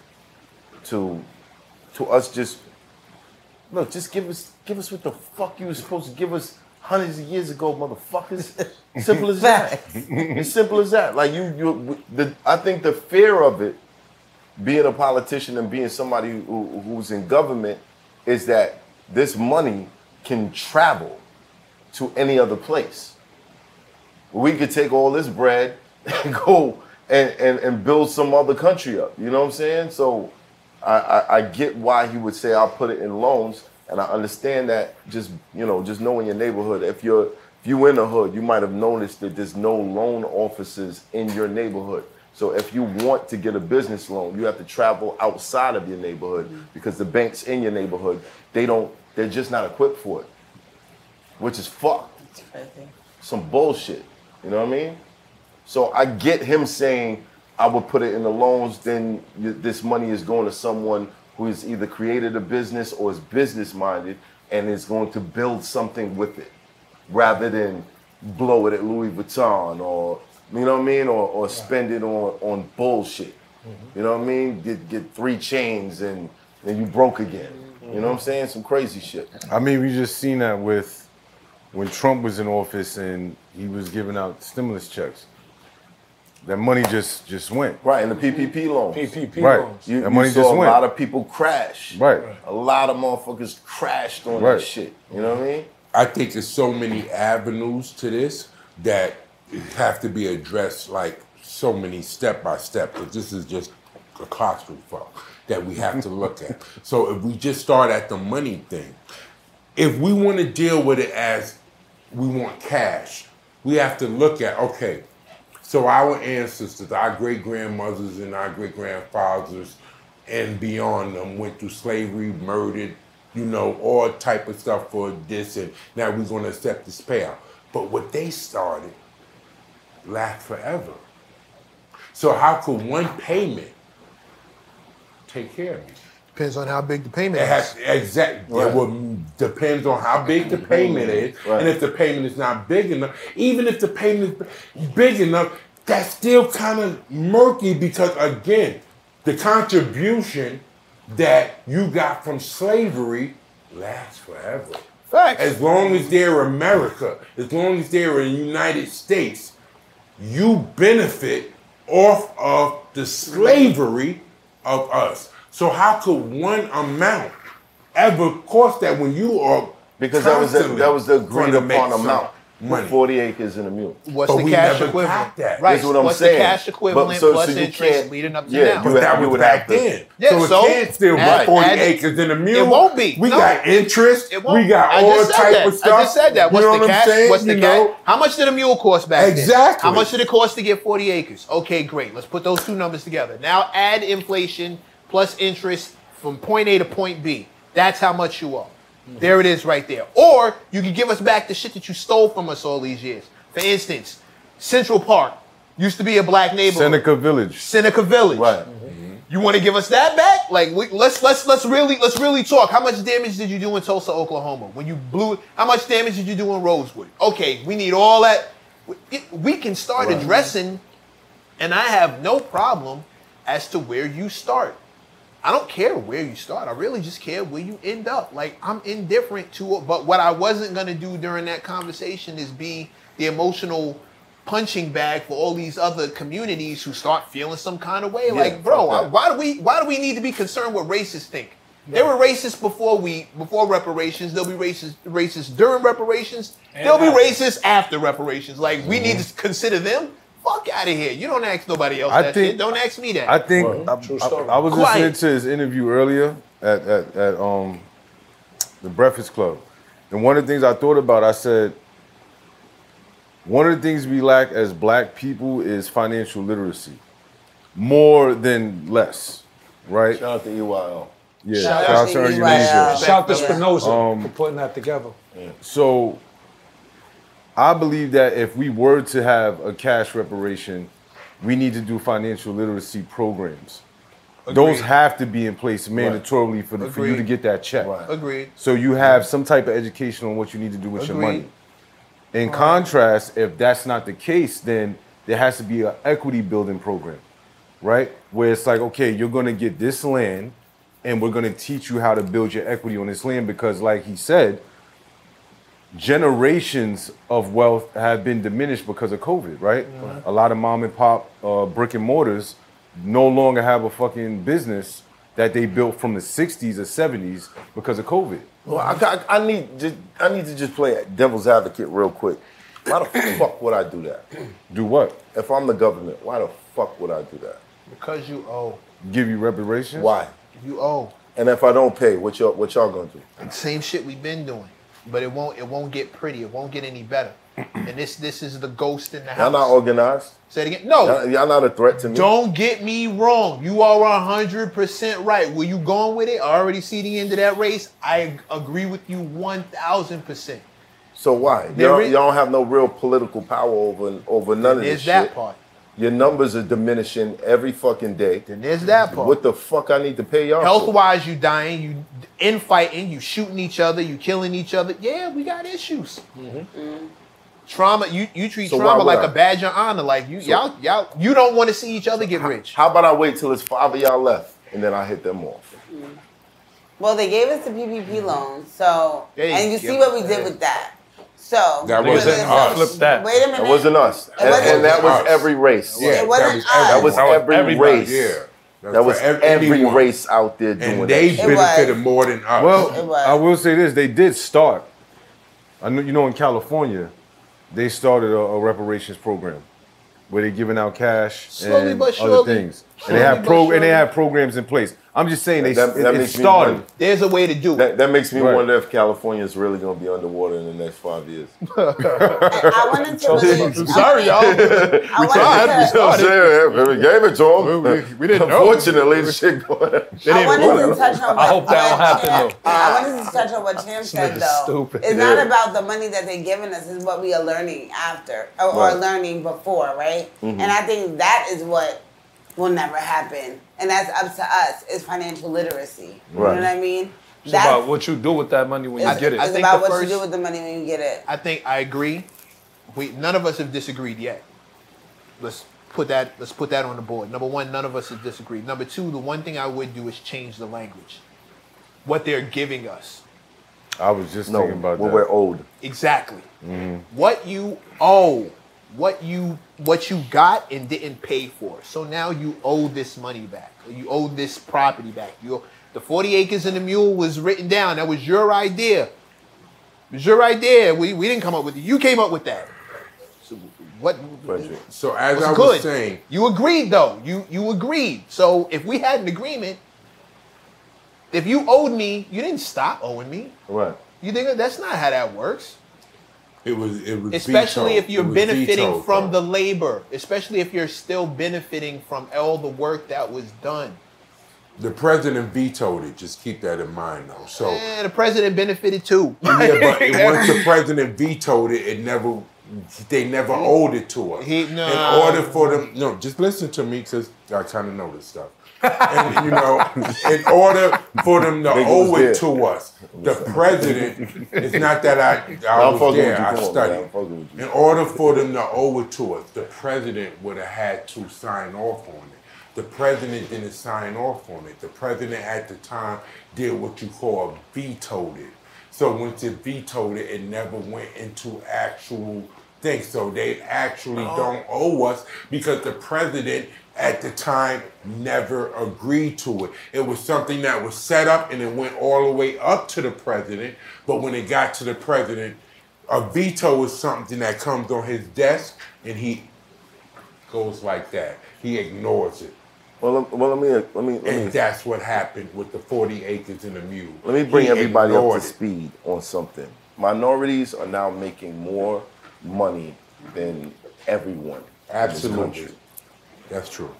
S2: to to us just look. Just give us give us what the fuck you were supposed to give us hundreds of years ago, motherfuckers. Simple as that. as simple as that. Like you, you the, I think the fear of it, being a politician and being somebody who, who's in government, is that this money can travel to any other place we could take all this bread and go and, and, and build some other country up. You know what I'm saying? So I, I, I get why he would say I'll put it in loans, and I understand that just you know, just knowing your neighborhood. If you're if you in the hood, you might have noticed that there's no loan officers in your neighborhood. So if you want to get a business loan, you have to travel outside of your neighborhood because the banks in your neighborhood, they don't they're just not equipped for it. Which is fucked some bullshit. You know what I mean? So I get him saying I would put it in the loans. Then y- this money is going to someone who has either created a business or is business minded and is going to build something with it, rather than blow it at Louis Vuitton or you know what I mean, or, or spend it on on bullshit. You know what I mean? Get get three chains and and you broke again. You know what I'm saying? Some crazy shit.
S1: I mean, we just seen that with when Trump was in office and he was giving out stimulus checks. That money just just went.
S2: Right, and the PPP loans.
S1: PPP right.
S2: You, you
S1: that money
S2: saw
S1: just
S2: a
S1: went.
S2: lot of people crash.
S1: Right.
S2: A lot of motherfuckers crashed on that shit. You know what I mean?
S7: I think there's so many avenues to this that have to be addressed, like so many step by step, because this is just a classroom fuck that we have to look at. So if we just start at the money thing, if we want to deal with it as we want cash, we have to look at okay, so our ancestors, our great grandmothers and our great grandfathers and beyond them went through slavery, murdered, you know, all type of stuff for this and now we're gonna accept this payout. But what they started lasts forever. So how could one payment take care of me?
S4: Depends on how big the payment
S7: It has
S4: is.
S7: exactly.
S4: Right.
S7: It will, depends on how big the payment is, and if the payment is not big enough. Even if the payment is big enough, that's still kind of murky because again, the contribution that you got from slavery lasts forever. As long as they're America, as long as they're in the United States, you benefit off of the slavery of us. So how could one amount ever cost that when you are
S2: Because that was the,
S7: constantly
S2: that was the
S7: trying
S2: agreed
S7: to make
S2: upon
S7: some
S2: amount.
S7: money.
S2: Forty acres and a mule.
S7: What's But the we cash never equivalent? got that.
S2: That's
S7: Right.
S2: what I'm
S7: What's the
S2: saying.
S7: cash equivalent plus
S2: you
S7: interest
S2: can't-
S7: leading up to
S2: yeah,
S7: now?
S2: You
S7: But
S2: would-
S7: that
S2: you
S7: was
S2: would
S7: back
S2: have to-
S7: then. Yeah, So it so can't still be add- 40 add- acres and a mule.
S4: It won't be.
S7: We
S4: No.
S7: got interest.
S4: It won't.
S7: We got
S4: I
S7: all
S4: just said
S7: type
S4: that.
S7: of
S4: I just
S7: stuff.
S4: said that.
S7: You
S4: What's
S7: know
S4: the
S7: what I'm
S4: cash?
S7: saying?
S4: What's the
S7: You
S4: cash?
S7: know?
S4: How much did a mule cost back then?
S7: Exactly.
S4: How much did it cost to get 40 acres? Okay, great. Let's put those two numbers together. Now add inflation plus interest from point A to point B. That's how much you owe. There it is right there. Or you can give us back the shit that you stole from us all these years. For instance, Central Park used to be a black neighborhood.
S1: Seneca Village.
S4: Seneca Village. Right. You want to give us that back? Like, we, let's let's let's really let's really talk. How much damage did you do in Tulsa, Oklahoma, when you blew? it? How much damage did you do in Rosewood? Okay, we need all that. We, it- we can start addressing, and I have no problem as to where you start. I don't care where you start. I really just care where you end up. Like I'm indifferent to it. But what I wasn't gonna do during that conversation is be the emotional punching bag for all these other communities who start feeling some kind of way.
S2: Yeah,
S4: like, bro,
S2: fuck
S4: I-
S2: that.
S4: why do we why do we need to be concerned what racists think? They were racist before we before reparations. They'll be racist racist during reparations.
S23: And
S4: They'll be
S23: after.
S4: racist after reparations. Like we need to consider them. Fuck out of here. You don't ask nobody else
S1: I
S4: that
S1: think-
S4: shit. Don't ask me that.
S1: I think I, I- I was
S4: Quiet.
S1: listening to his interview earlier at, at, at um the Breakfast Club, and one of the things I thought about, I said, one of the things we lack as Black people is financial literacy, more than less, right? Shout
S2: out to E EYL.
S1: Yeah,
S10: Shout out to
S1: Ernst and
S10: EYL.
S1: Young.
S10: Shout to Spinoza
S1: Um,
S10: for putting that together.
S1: so I believe that if we were to have a cash reparation, we need to do financial literacy programs. Those
S4: Agreed.
S1: have to be in place mandatorily for, the, for you to
S4: Agreed.
S1: get that check.
S4: Agreed.
S1: So you have some type of education on what you need to do with your
S4: Agreed.
S1: money. In contrast, if that's not the case, then there has to be an equity building program, right? Where it's like, okay, you're gonna get this land, and we're gonna teach you how to build your equity on this land because, like he said, generations of wealth have been diminished because of COVID, right?
S31: Mhm.
S1: A lot of mom and pop uh, brick and mortars no longer have a fucking business that they built from the 60s or 70s because of COVID.
S2: Well, I, got- I need just, I need to just play devil's advocate real quick. Why the fuck would I do that?
S1: Do what?
S2: If I'm the government, why the fuck would I do that?
S4: Because you owe.
S1: Give you reparations?
S2: Why?
S4: You owe.
S2: And if I don't pay, what y'all what y'all gonna do?
S4: Same shit we've been doing. But it won't it won't get pretty. It won't get any better. And this this is the ghost in the
S2: Y'all
S4: house.
S2: not organized?
S4: Say it again. No.
S2: Y'all, y'all not a threat to me.
S4: Don't get me wrong. You are hundred percent right. Where you going with it? I already see the end of that race. I agree with you one thousand percent.
S2: So why?
S4: There
S2: Y'all,
S4: is-
S2: y'all don't have no real political power over over none of
S4: There's
S2: this
S4: that
S2: shit.
S4: part.
S2: Your numbers are diminishing every fucking day. Then
S4: there's that part.
S2: What the fuck I need to pay y'all?
S4: Health
S2: for?
S4: wise, you dying, you infighting, you shooting each other, you killing each other. Yeah, we got issues. Mm-hmm. Trauma. You you treat
S2: Mm-hmm. So why
S4: trauma
S2: would
S4: like a
S2: I?
S4: badge of honor. Like you
S2: So-
S4: y'all y'all you don't want to see each other get rich.
S2: How about I wait till it's five of y'all left and then I hit them off?
S5: Well, they gave us the PPP loan, so
S2: There you
S5: and you
S2: go.
S5: see what we did with that. So
S2: That
S5: wait a
S2: wasn't
S5: minute,
S2: us.
S5: so-
S2: Flip that.
S5: Wait a minute.
S2: That wasn't us.
S5: It
S2: And,
S5: wasn't
S2: and that was
S5: us.
S2: every race.
S5: It Yeah, wasn't that was us.
S2: That was
S7: everyone.
S2: every
S7: That was everybody,
S2: race.
S7: yeah.
S2: That,
S7: That
S2: was
S7: was ev-
S2: every
S7: everyone.
S2: race out there doing
S7: And they
S2: that. shit.
S7: benefited more than us.
S1: Well, I will say this: they did start. I know you know in California, they started a, a reparations program where they're giving out cash
S4: Slowly
S1: and
S4: but surely.
S1: other things, and
S4: Slowly
S1: they have
S4: but
S1: pro and
S4: surely.
S1: they have programs in place. I'm just saying they
S2: That-
S1: it,
S2: that
S1: it
S2: makes me
S1: started.
S2: wonder.
S4: There's a way to do
S2: That, that makes me
S1: Right.
S2: wonder if California is really going to be underwater in the next five years.
S5: I wanted to really.
S2: Sorry, y'all. we tried. We
S7: Oh,
S2: started. We gave it to them. We, didn't know. Unfortunately, the shit going.
S5: I wanted to touch on. What, what Chan-
S2: happen
S5: I wanted to touch on what Chan said
S2: nigga's
S5: though.
S2: stupid.
S5: It's not
S2: Yeah.
S5: about the money that they're giving us; it's what we are learning after or, or
S2: Right.
S5: learning before, right?
S2: Mhm.
S5: And I think that is what will never happen, and that's up to us. Is financial literacy?
S10: Right.
S5: You know what I mean?
S10: It's about what you do with that money when you
S5: it's,
S10: get it.
S5: it's about what you do with the money when you get it.
S4: I think I agree. We none of us have disagreed yet. Let's put that let's put that on the board. Number one, none of us have disagreed. Number two, the one thing I would do is change the language. What they're giving us.
S1: I was just
S2: No,
S1: thinking about
S2: well,
S1: that.
S2: we're old.
S4: Exactly.
S7: Mm-hmm.
S4: What you owe, what you what you got and didn't pay for. So now you owe this money back. Or you owe this property back. You owe, the 40 acres and the mule was written down. That was your idea. It was your idea. We, we didn't come up with it. You came up with that. So what
S7: So as
S4: what's
S7: I was
S4: good?
S7: saying-
S4: You agreed though. You you agreed. So if we had an agreement, if you owed me, you didn't stop owing me.
S2: Right.
S4: You think that's not how that works?
S7: It was. It was.
S4: especially
S7: vetoed.
S4: if you're
S7: It was
S4: benefiting
S7: vetoed,
S4: from
S7: bro.
S4: the labor especially if you're still benefiting from all the work that was done
S7: The president vetoed it. Just keep that in mind, though. So.
S4: and the president benefited too
S7: Yeah, but it- once the president vetoed it, it never they never owed it to us.
S4: no.
S7: In order for them, no, just listen to me because I kind of know this stuff. And, you know, in order for them to
S2: Nigga
S7: owe
S2: was
S7: it
S2: there.
S7: to us, the president. It's not that I I
S2: I'm
S7: was
S2: fucking
S7: there.
S2: with you. Come on,
S7: I
S2: man. I'm
S7: studied.
S2: fucking with you.
S7: In order for them to owe it to us, the president would have had to sign off on it. The president didn't sign off on it. The president at the time did what you call vetoed it. So once it vetoed it, it never went into actual thing. So they actually don't owe us because the president at the time never agreed to it. It was something that was set up and it went all the way up to the president. But when it got to the president, a veto is something that comes on his desk and he
S1: goes like that. He ignores it.
S7: Well, lem- well, let me let me let
S1: And
S7: me
S1: that's what happened with the 40 acres and a mule.
S7: Mm. Let me bring
S1: He
S7: everybody up to
S1: ignored it.
S7: speed on something. Minorities are now making more money than everyone.
S1: Absolutely.
S7: In this country.
S1: That's true.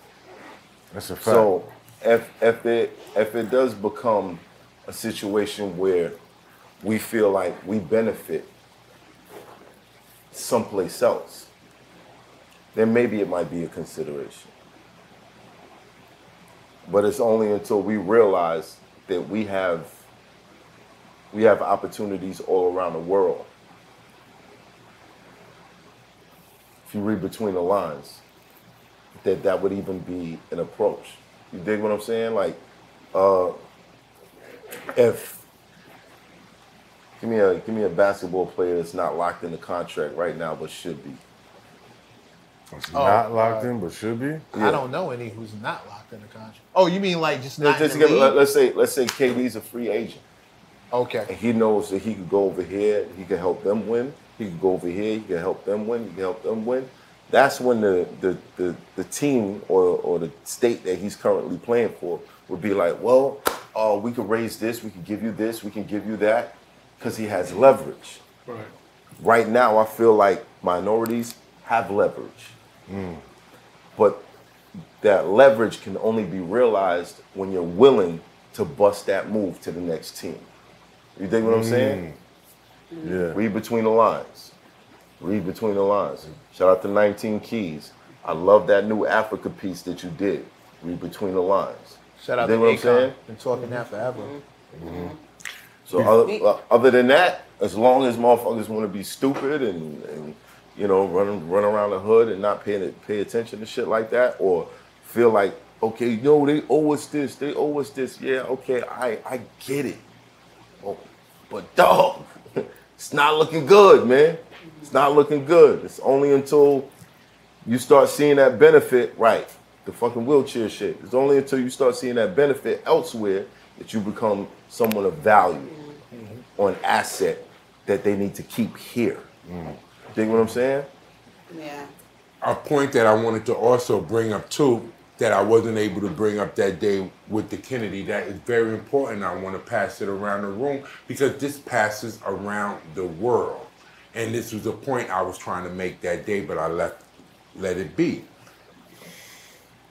S32: That's a fact.
S7: So if if it if it does become a situation where we feel like we benefit someplace else, then maybe it might be a consideration. But it's only until we realize that we have we have opportunities all around the world. If you read between the lines, that that would even be an approach. You dig what I'm saying? Like, uh, if give me a give me a basketball player that's not locked in the contract right now, but should be.
S32: Not locked in, but should be.
S4: I don't know any who's not locked in the contract. Oh, you mean like just not
S7: Just
S4: in the
S7: give, let,
S4: league?
S7: us say let's say KD's a free agent.
S4: Okay.
S7: And he knows that he could go over here, he could help them win. He could go over here, he could help them win, he could help them win. That's when the the, the, the team or, or the state that he's currently playing for would be like, well, uh, we could raise this, we could give you this, we can give you that, because he has leverage.
S5: Right.
S7: Right now, I feel like minorities have leverage, but that leverage can only be realized when you're willing to bust that move to the next team. You dig what I'm saying?
S32: Yeah.
S7: Read between the lines. Read between the lines. Shout out to 19 Keys. I love that new Africa piece that you did. Read between the lines.
S4: Shout out
S7: You
S4: to
S7: dig what I'm saying? Mm-hmm.
S4: Akon. Been talking that forever.
S7: So other, uh, other than that, as long as motherfuckers want to be stupid and, and you know run run around the hood and not pay pay attention to shit like that, or feel like okay, yo, they owe us this, they owe us this. Yeah, okay, I I get it. Oh, but dog, it's not looking good, man. It's not looking good. It's only until you start seeing that benefit, right? The fucking wheelchair shit. It's only until you start seeing that benefit elsewhere that you become someone of value or an asset that they need to keep here.
S1: Mm.
S7: Dig what I'm saying?
S33: Yeah.
S1: a point that I wanted to also bring up too that I wasn't able to bring up that day with the Kennedy that is very important. I want to pass it around the room because this passes around the world. And this was a point I was trying to make that day, but I left let it be.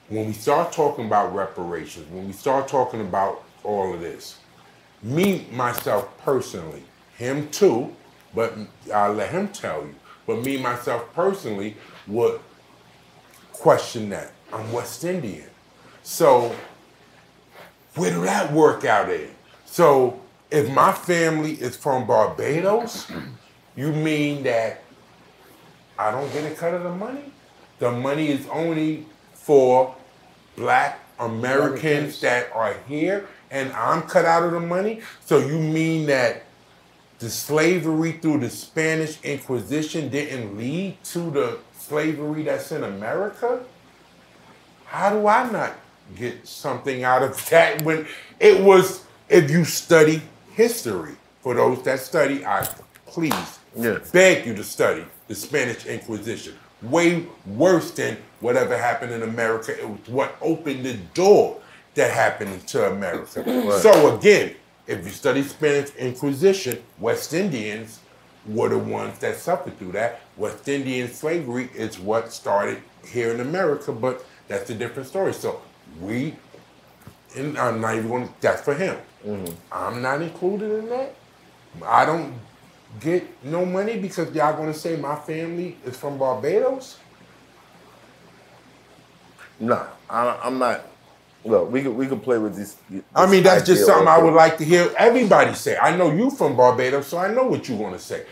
S1: When we start talking about reparations, when we start talking about all of this, me myself personally, him too, but I'll let him tell you. But me myself personally would question that. I'm West Indian, so where did that work out at? So if my family is from Barbados, you mean that I don't get a cut of the money? The money is only for black Americans that are here and I'm cut out of the money? So you mean that the slavery through the Spanish Inquisition didn't lead to the slavery that's in America? How do I not get something out of that when it was, if you study history, for those that study, I please beg you to study the Spanish Inquisition. Way worse than whatever happened in America. It was what opened the door that happened to America.
S7: Right.
S1: So again, if you study Spanish Inquisition, West Indians were the ones that suffered through that. West Indian slavery is what started here in America, but that's a different story. So we, and I'm not even going to, that's for him. I'm not included in that. I don't get no money because y'all going to say my family is from Barbados?
S7: Nah, I, I'm not. Look, we could we could play with this.
S1: I mean, that's
S7: idea
S1: just something
S7: real
S1: I would
S7: quick.
S1: like to hear everybody say. I know you from Barbados, so I know what you want to say.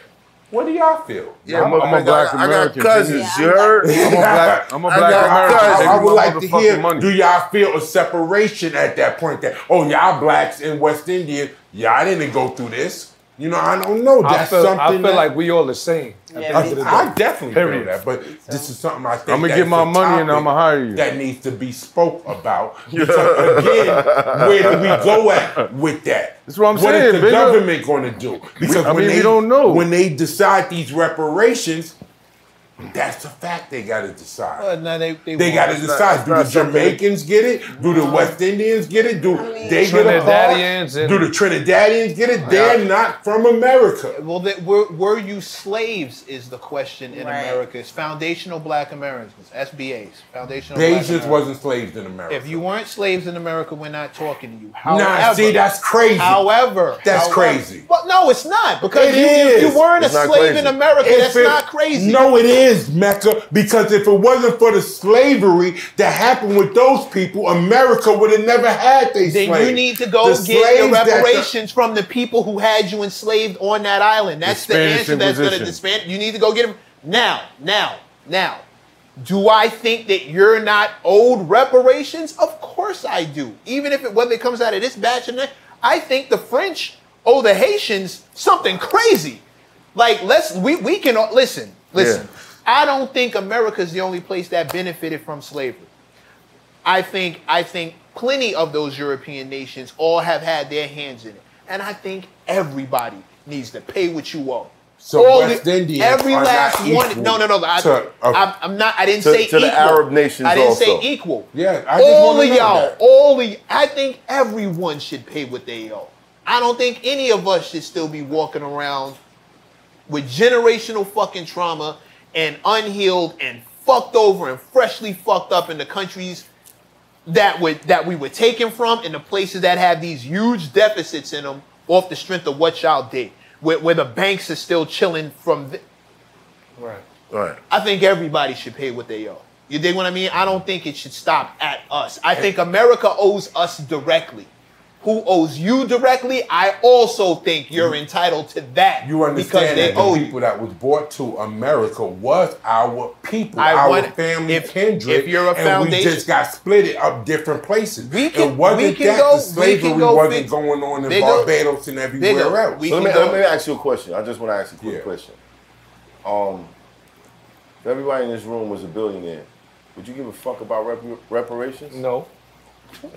S1: What do y'all feel?
S7: Yeah, I'm a- I'm a black American,
S32: Jesus. Yeah, I'm black- I'm a black- I'm a black American.
S1: cousins.
S32: Take
S1: I would
S32: my
S1: like to
S32: motherfucking
S1: hear.
S32: money.
S1: Do y'all feel a separation at that point? That oh, y'all blacks and West Indian, y'all didn't go through this. You know, I don't know.
S5: I
S1: That's
S5: feel,
S1: something.
S5: I feel
S1: that-
S5: like we all the same. at the
S1: I,
S5: end of the day.
S1: I definitely feel
S5: Period.
S1: that, but this is something I think
S32: I'ma
S1: that
S32: get
S1: is
S32: my
S1: a
S32: money and
S1: topic
S32: I'ma hire you.
S1: That needs to be spoke about. Because again, where do we go at with that?
S32: That's what I'm
S1: What is
S32: saying,
S1: the
S32: bigger.
S1: government going to do? Because
S32: I
S1: when
S32: mean,
S1: they,
S32: we don't know.
S1: when they decide these reparations, That's a fact they got to decide.
S4: Well, no, Uh, they
S1: They,
S4: they, won't.
S1: got to decide. Do the Jamaicans get it? Do the West Indians get it? Do they get a
S34: Trinidadians
S1: part?
S34: and-
S1: Do the Trinidadians get it? They're not from America.
S4: Well, that were, were you slaves is the question in America. It's foundational black Americans, SBAs, foundational
S1: They
S4: black
S1: just
S4: Americans.
S1: wasn't slaves in America.
S4: If you weren't slaves in America, we're not talking to you. However,
S1: Nah, see, that's crazy.
S4: However,
S1: That's
S4: however-
S1: crazy.
S4: Well, no, it's not because
S1: It
S4: you, if
S1: is.
S4: you weren't
S1: It's
S4: a
S1: not
S4: slave
S1: crazy.
S4: in America.
S1: If
S4: that's
S1: it-
S4: not crazy.
S1: No, it is, Mecca, because if it wasn't for the slavery that happened with those people, America would have never had they
S4: Then
S1: slaves.
S4: you need to go
S1: The
S4: get your
S1: slaves that the-
S4: reparations from the people who had you enslaved on that island. That's the,
S1: Spanish
S4: answer that's going to
S1: Inquisition.
S4: disband. You need to go get them now, now, now. Do I think that you're not owed reparations? Of course I do. Even if it whether it comes out of this batch or that, I think the French owe the Haitians something crazy. Like let's we we can listen listen. I don't think America's the only place that benefited from slavery. I think I think plenty of those European nations all have had their hands in it, and I think everybody needs to pay what you owe.
S7: So
S4: All
S7: West Indians
S4: every
S7: are
S4: last
S7: not
S4: one.
S7: equal
S4: No, no, no. I,
S7: to, uh,
S4: I'm, I'm not. I didn't
S7: to-
S4: say
S7: to the
S4: equal.
S7: Arab nations
S4: I didn't
S7: also.
S4: say equal.
S1: Yeah, I just
S4: all
S1: wanna
S4: of
S1: know
S4: y'all,
S1: that.
S4: all the. I think everyone should pay what they owe. I don't think any of us should still be walking around with generational fucking trauma and unhealed and fucked over and freshly fucked up in the countries that would that we were taken from and the places that have these huge deficits in them off the strength of what y'all did where, where the banks are still chilling from th- right
S7: Right.
S4: I think everybody should pay what they owe. You dig what I mean? I don't think it should stop at us. I think America owes us directly. Who owes you directly? I also think you're entitled to that.
S1: Mm-hmm. You
S4: because
S1: understand
S4: they
S1: that the
S4: owe you.
S1: people that was brought to America was our people,
S4: I
S1: our
S4: want-
S1: family, kindred.
S4: if you're a
S1: and
S4: foundation-
S1: we just got split it up different places. We
S4: can-
S1: it wasn't
S4: we can
S1: that
S4: go-
S1: the
S4: we
S1: slavery
S4: can go
S1: wasn't
S4: fix-
S1: going on in
S4: Bigger-
S1: Barbados and everywhere
S4: bigger.
S1: else.
S7: So let me, let me ask you a question. I just want to ask you a quick question. Um, if everybody in this room was a billionaire, would you give a fuck about rep- reparations? No.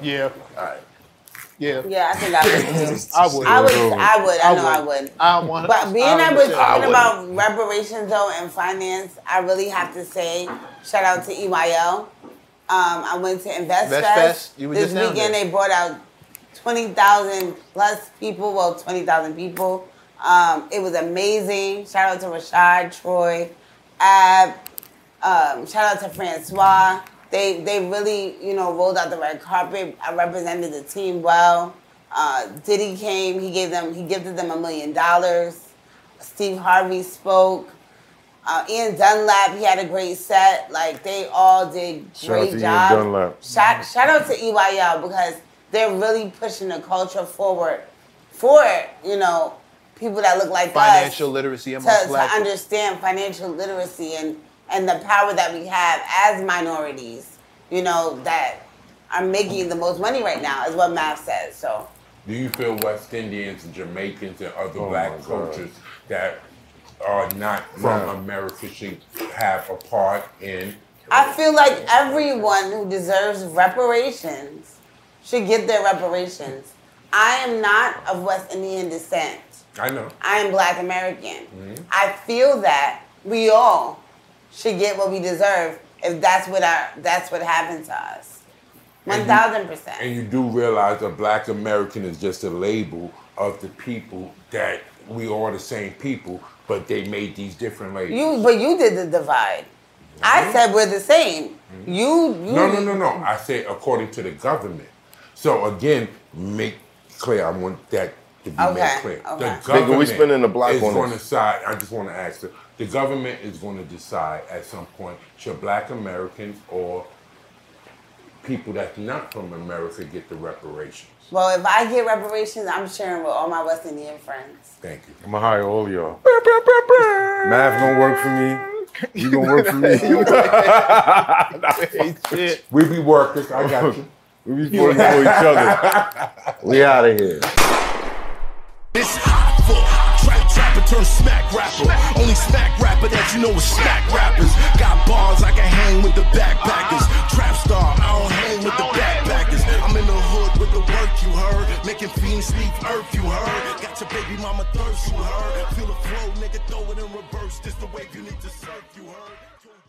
S4: Yeah.
S7: All right.
S4: Yeah.
S5: Yeah, I think I would.
S7: I would.
S5: I would. I would. I know I would.
S4: I want.
S5: But being
S4: I
S5: that we're
S4: would.
S5: talking about reparations though and finance, I really have to say shout out to EYL. Um, I went to Invest
S4: Invest
S5: Fest.
S4: Fest, you were
S5: this
S4: just down
S5: weekend.
S4: there.
S5: They brought out twenty thousand plus people. Well, twenty thousand people. Um, it was amazing. Shout out to Rashad, Troy, Ab. Um, shout out to Francois. They they really you know rolled out the red carpet. I represented the team well. Uh, Diddy came. He gave them he gifted them a million dollars. Steve Harvey spoke. Uh, Ian Dunlap, he had a great set. Like they all did
S7: Shout out
S5: great
S7: to Ian
S5: jobs.
S7: Dunlap.
S5: Shout, shout out to EYL because they're really pushing the culture forward for you know people that look like us
S4: Financial literacy
S5: to,
S4: amongst
S5: to
S4: black people.
S5: understand financial literacy and and the power that we have as minorities. You know that are making the most money right now is what Math says. So
S1: Do you feel West Indians and Jamaicans and other
S7: Oh my
S1: black
S7: God.
S1: cultures that are not from
S7: No.
S1: America should have a part in?
S5: I feel like everyone who deserves reparations should get their reparations. I am not of West Indian descent.
S1: I know.
S5: I am Black American.
S1: Mm-hmm.
S5: I feel that we all should get what we deserve if that's what our that's what happened to us. One
S1: And you-
S5: thousand percent.
S1: And you do realize that black American is just a label of the people that we are the same people, but they made these different labels.
S5: You but you did the divide. I said we're the same. You
S1: Mm-hmm.
S5: you
S1: No, no, no, no. I say according to the government. So again, make clear. I want that to be
S5: Okay,
S1: made clear.
S5: okay.
S1: The
S5: Nigga, we
S1: government
S7: spinning the block
S1: is
S7: on
S1: going to
S7: this.
S1: decide. I just want to ask. The, the government is going to decide at some point should Black Americans or people that's not from America get the reparations.
S5: Well, if I get reparations, I'm sharing with all my West Indian friends.
S1: Thank you.
S35: I'm gonna hire all y'all. Math gonna work for me. You gonna work for me.
S1: we be workers. I got you.
S35: we be working for each other.
S7: We out of here.
S10: This hot for trap trapper turn smack rapper. Only smack rapper that you know is smack rappers. Got bars I can hang with the backpackers. Trap star, I don't hang with the backpackers. I'm in the hood with the work you heard. Making fiends leave earth you heard. Got your baby mama thirst you heard. Feel the flow, nigga, throw it in reverse
S3: first. This the wave you need to surf, you heard?